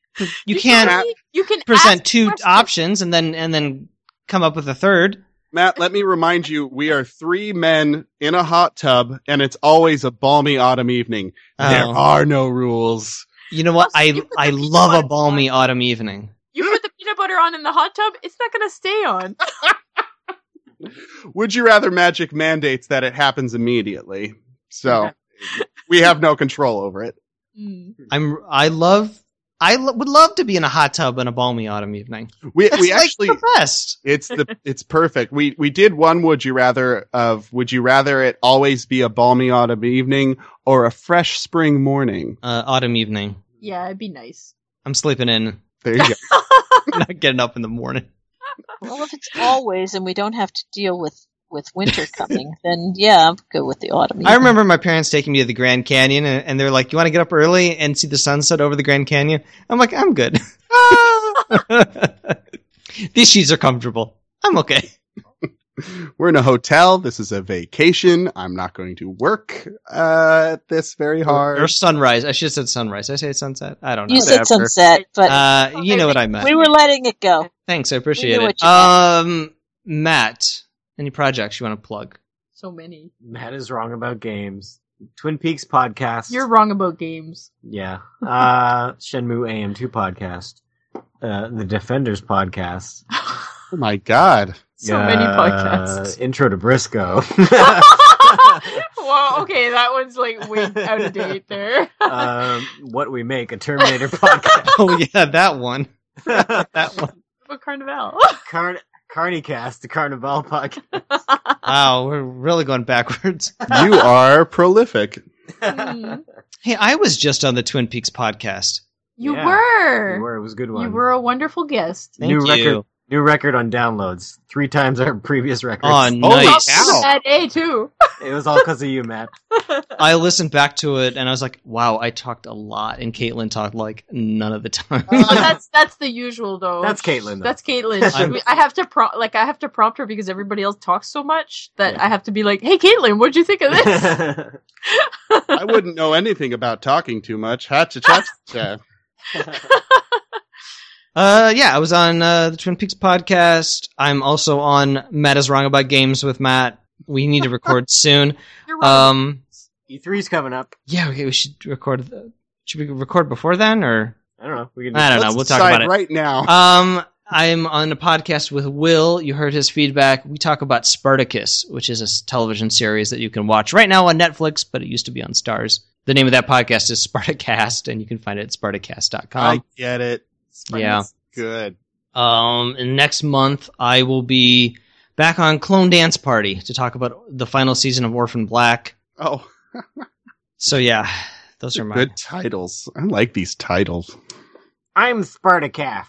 you, can't really- you can present ask two questions. options and then and then come up with a third. Matt, let me remind you, we are three men in a hot tub, and it's always a balmy autumn evening. There Oh. are no rules. You know what? I I love a balmy autumn evening. You put the peanut butter on in the hot tub, it's not gonna stay on. Would you rather magic mandates that it happens immediately? So we have no control over it. I'm I love I l- would love to be in a hot tub on a balmy autumn evening. We It's we like actually the best. It's the it's perfect. We we did one would you rather of would you rather it always be a balmy autumn evening or a fresh spring morning? Uh, autumn evening. Yeah, it'd be nice. I'm sleeping in. There you go. Not getting up in the morning. Well, if it's always and we don't have to deal with with winter coming, then yeah, I'm good with the autumn. I remember my parents taking me to the Grand Canyon, and, and they're like, "You want to get up early and see the sunset over the Grand Canyon?" I'm like, "I'm good. These sheets are comfortable. I'm okay." We're in a hotel. This is a vacation. I'm not going to work uh, this very hard. Or sunrise. I should have said sunrise. Did I say sunset. I don't know. You said Whatever. sunset, but uh, you know what I meant. we were letting it go. Thanks, I appreciate We knew it. what you Um, Matt, any projects you want to plug? So many. Matt is wrong about games. Twin Peaks podcast. You're wrong about games. Yeah. Uh, Shenmue AM2 podcast. Uh, the Defenders podcast. Uh, Oh my god. So many podcasts. Intro to Briscoe. Whoa, okay, that one's like way out of date there. um, what we make a Terminator podcast. oh yeah, that one. that one. But Carnival. Carn Carnicast, the Carnival podcast. Wow, we're really going backwards. You are prolific. Mm-hmm. Hey, I was just on the Twin Peaks podcast. You were. You were. It was a good You one. were a wonderful guest. Thank new you. record. New record on downloads. Three times our previous record. Oh, nice. At A too. It was all because of you, Matt. I listened back to it and I was like, wow, I talked a lot, and Caitlin talked like none of the time. Oh, Well, that's that's the usual though. That's Caitlyn, though. That's I'm- Caitlin. I have to pro- like I have to prompt her because everybody else talks so much that I have to be like, "Hey, Caitlin, what'd you think of this?" I wouldn't know anything about talking too much. Ha cha cha cha. Uh, yeah, I was on uh, the Twin Peaks podcast. I'm also on Matt is wrong about games with Matt. We need to record soon. You're right. Um, E E3's coming up. yeah, okay, we should record. The, should we record before then, or I don't know. We can. I don't know. Let's We'll talk decide about it right now. Um, I'm on a podcast with Will. You heard his feedback. We talk about Spartacus, which is a s- television series that you can watch right now on Netflix, but it used to be on Stars. The name of that podcast is Spartacast, and you can find it at spartacast.com. I get it. Yeah. Good. Um, and next month I will be back on Clone Dance Party to talk about the final season of Orphan Black. Oh. So yeah, those are my Good titles. I like these titles. I'm Spartacast.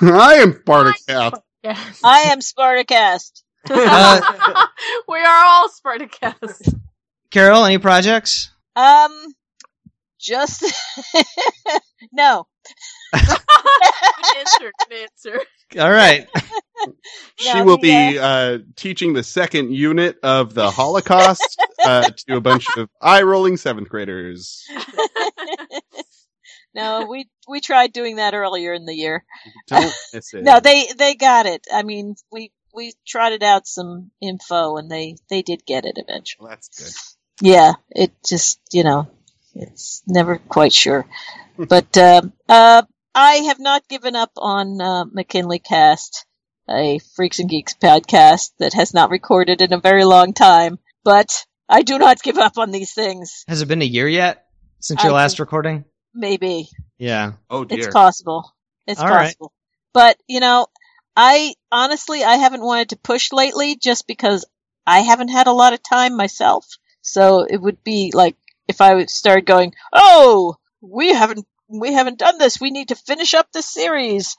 I am Barticat. Yes. I am Spartacast. Uh, we are all Spartacus. Carol, any projects? Um, just no, Good answer. Good answer. All right. she will be uh, teaching the second unit of the Holocaust uh, to a bunch of eye rolling seventh graders. no. We we tried doing that earlier in the year. Don't miss it. No, they they got it. I mean, we we trotted out some info, and they they did get it eventually. that's Yeah, it just you know, it's never quite sure. But uh, uh, I have not given up on uh, McKinley Cast, a Freaks and Geeks podcast that has not recorded in a very long time. But I do not give up on these things. Has it been a year yet since your I last think- recording? Maybe Yeah. Oh it's possible. It's All right. possible. But you know, I honestly I haven't wanted to push lately just because I haven't had a lot of time myself. So it would be like if I would start going, "Oh, we haven't we haven't done this. We need to finish up this series."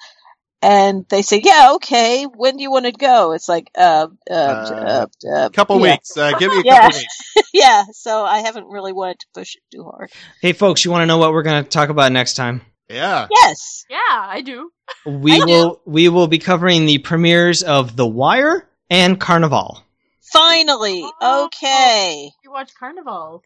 And they say, "Yeah, okay. When do you want to go?" It's like, uh, uh, uh, uh, couple yeah. weeks. Uh, give me a Yeah. couple weeks. yeah. So I haven't really wanted to push it too hard. Hey, folks, you want to know what we're going to talk about next time? Yeah. Yes. Yeah, I do. We will we will be covering the premieres of The Wire and Carnival. Finally. Okay. Oh, You watch Carnival.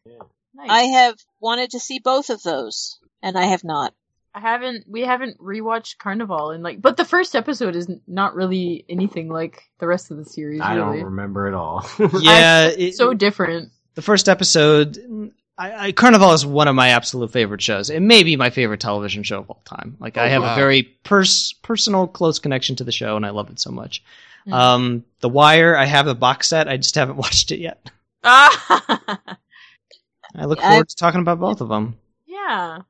Nice. I have wanted to see both of those, and I have not. I haven't. We haven't rewatched Carnival and like, but the first episode is n- not really anything like the rest of the series. I really, don't remember at all. Uh, Yeah, it- so different. the first episode. I, I, Carnival is one of my absolute favorite shows. It may be my favorite television show of all time. Like I Oh, have a wow. very pers- personal, close connection to the show, and I love it so much. Mm. Um, the Wire. I have the box set. I just haven't watched it yet. I look Yeah, I- forward to talking about both of them. Yeah.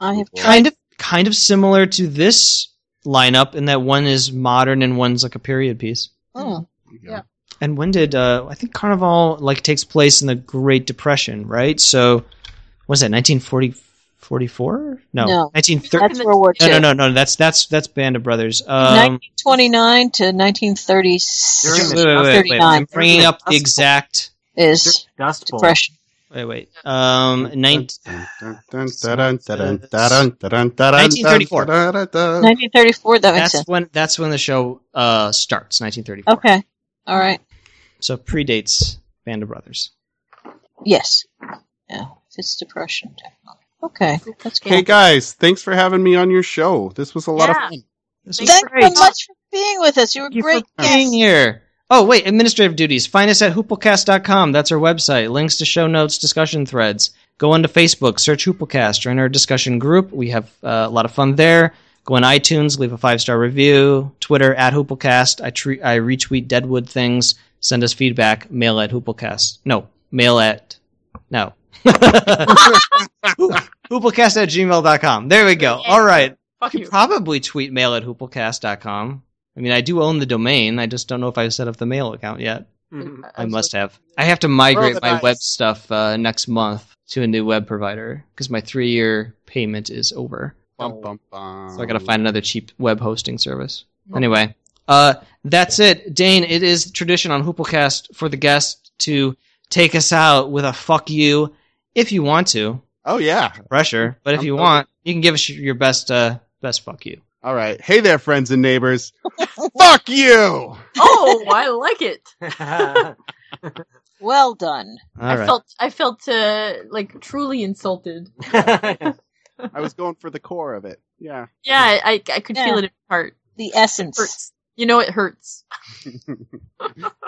I have Kind of kind of similar to this lineup in that one is modern and one's like a period piece. Oh, yeah. And when did uh, I think Carnival like takes place in the Great Depression, right? So was that 1940 44? No. No. 1930. That's World War No, II. no, no, no, that's that's that's Band of Brothers. Um 1929 to 1936. wait, wait, wait, wait, wait. I'm bringing up the exact is depression. Wait, wait. Um, nine- 1934. Uh, 1934. That makes that's sense. when that's when the show uh, starts. 1934. Okay. All right. So predates Band of Brothers. Yes. Yeah. It's depression. Okay. That's cool. Hey guys, thanks for having me on your show. This was a lot of fun. Thanks so much for being with us. You were great. guest. Being here. Oh wait, administrative duties. Find us at hooplecast.com. That's our website. Links to show notes, discussion threads. Go onto Facebook, search Hooplecast, join our discussion group. We have uh, a lot of fun there. Go on iTunes, leave a five star review. Twitter at Hooplecast. I tre- I retweet Deadwood things. Send us feedback. Mail at Hooplecast. No, mail at no. Hooplecast at gmail.com. There we go. All right. Fuck you could probably tweet mail at hooplecast.com. I mean, I do own the domain. I just don't know if I've set up the mail account yet. I must have. I have to Roll the migrate my dice. web stuff uh, next month to a new web provider because my three year payment is over. Bum, bum, bum. So I got to find another cheap web hosting service. Anyway, uh, that's it. Dane, it is tradition on Hooplecast for the guest to take us out with a fuck you if you want to. Oh, yeah. Pressure. But if you open. want, you can give us your best, uh, best fuck you. All right. Hey there, friends and neighbors. Fuck you. Oh, I like it. well done. All I right. felt I felt uh, like truly insulted. I was going for the core of it. Yeah. Yeah, I I could feel it in my heart. The essence. hurts. You know it hurts.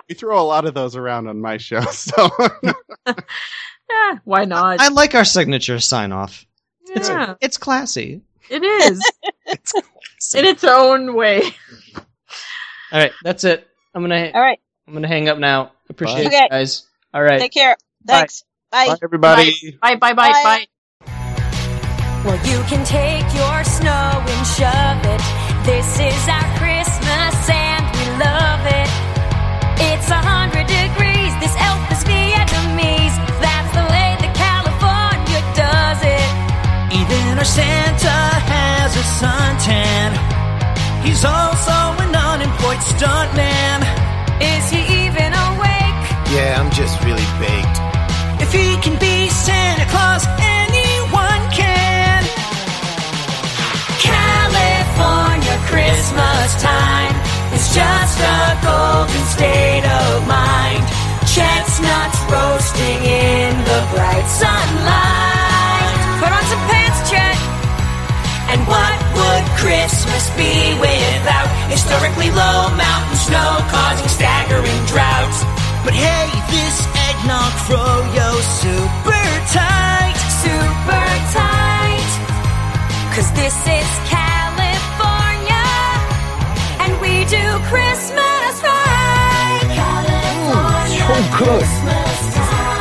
We throw a lot of those around on my show, so Yeah, why not? I like our signature sign off. yeah, It's classy. it is. in its own way. All right, that's it. I'm gonna. All right. I'm gonna hang up now. Appreciate Okay. you guys. All right. Take care. Thanks. Bye. Bye, everybody. Bye. Bye. Bye. Bye. bye. Well, you can take your snow and shove it. This is our Christmas and we love it. It's a hundred degrees. This elf is Vietnamese. That's the way that California does it. Even our Santa has a suntan. He's also an unemployed stuntman. Is he even awake? Yeah, I'm just really baked. If he can be Santa Claus, anyone can. California Christmas time is just a golden state of mind. Chestnuts roasting in the bright sunlight. Put on some pants, Chet. And what would Christmas be without historically low mountain snow causing staggering droughts? But hey, this eggnog froyo super tight, super tight. Cause this is California, and we do Christmas right. California. good.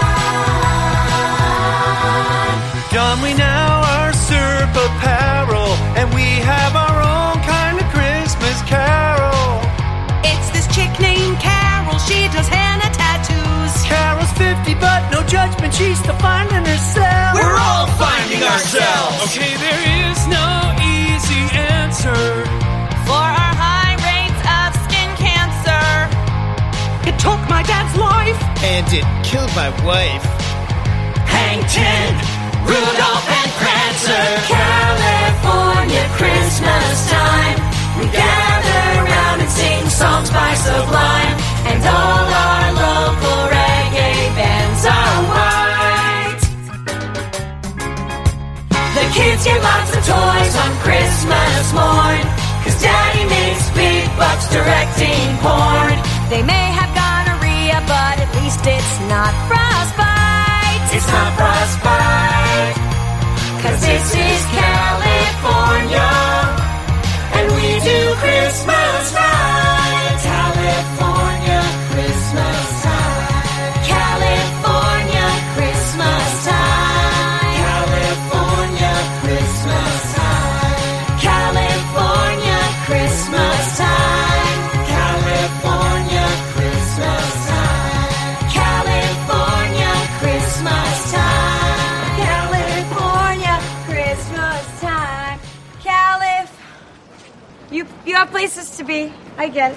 Don we now our syrup apparel, and we have our own kind of Christmas carol. It's this chick named Carol, she does henna tattoos. Carol's 50, but no judgment, she's still finding herself. We're all finding ourselves. Okay, there is no easy answer. For our high rates of skin cancer. It took my dad's life. And it killed my wife. Hang ten, Rudolph and Prancer. California Christmas time. We gather round and sing songs by Sublime. And all our local reggae bands are white. The kids get lots of toys on Christmas morn. Cause daddy makes big bucks directing porn. They may have gonorrhea, but at least it's not frostbite. It's not frostbite. Cause this is California. And we do Christmas right. California Christmas time. California Christmas time. California Christmas time. again,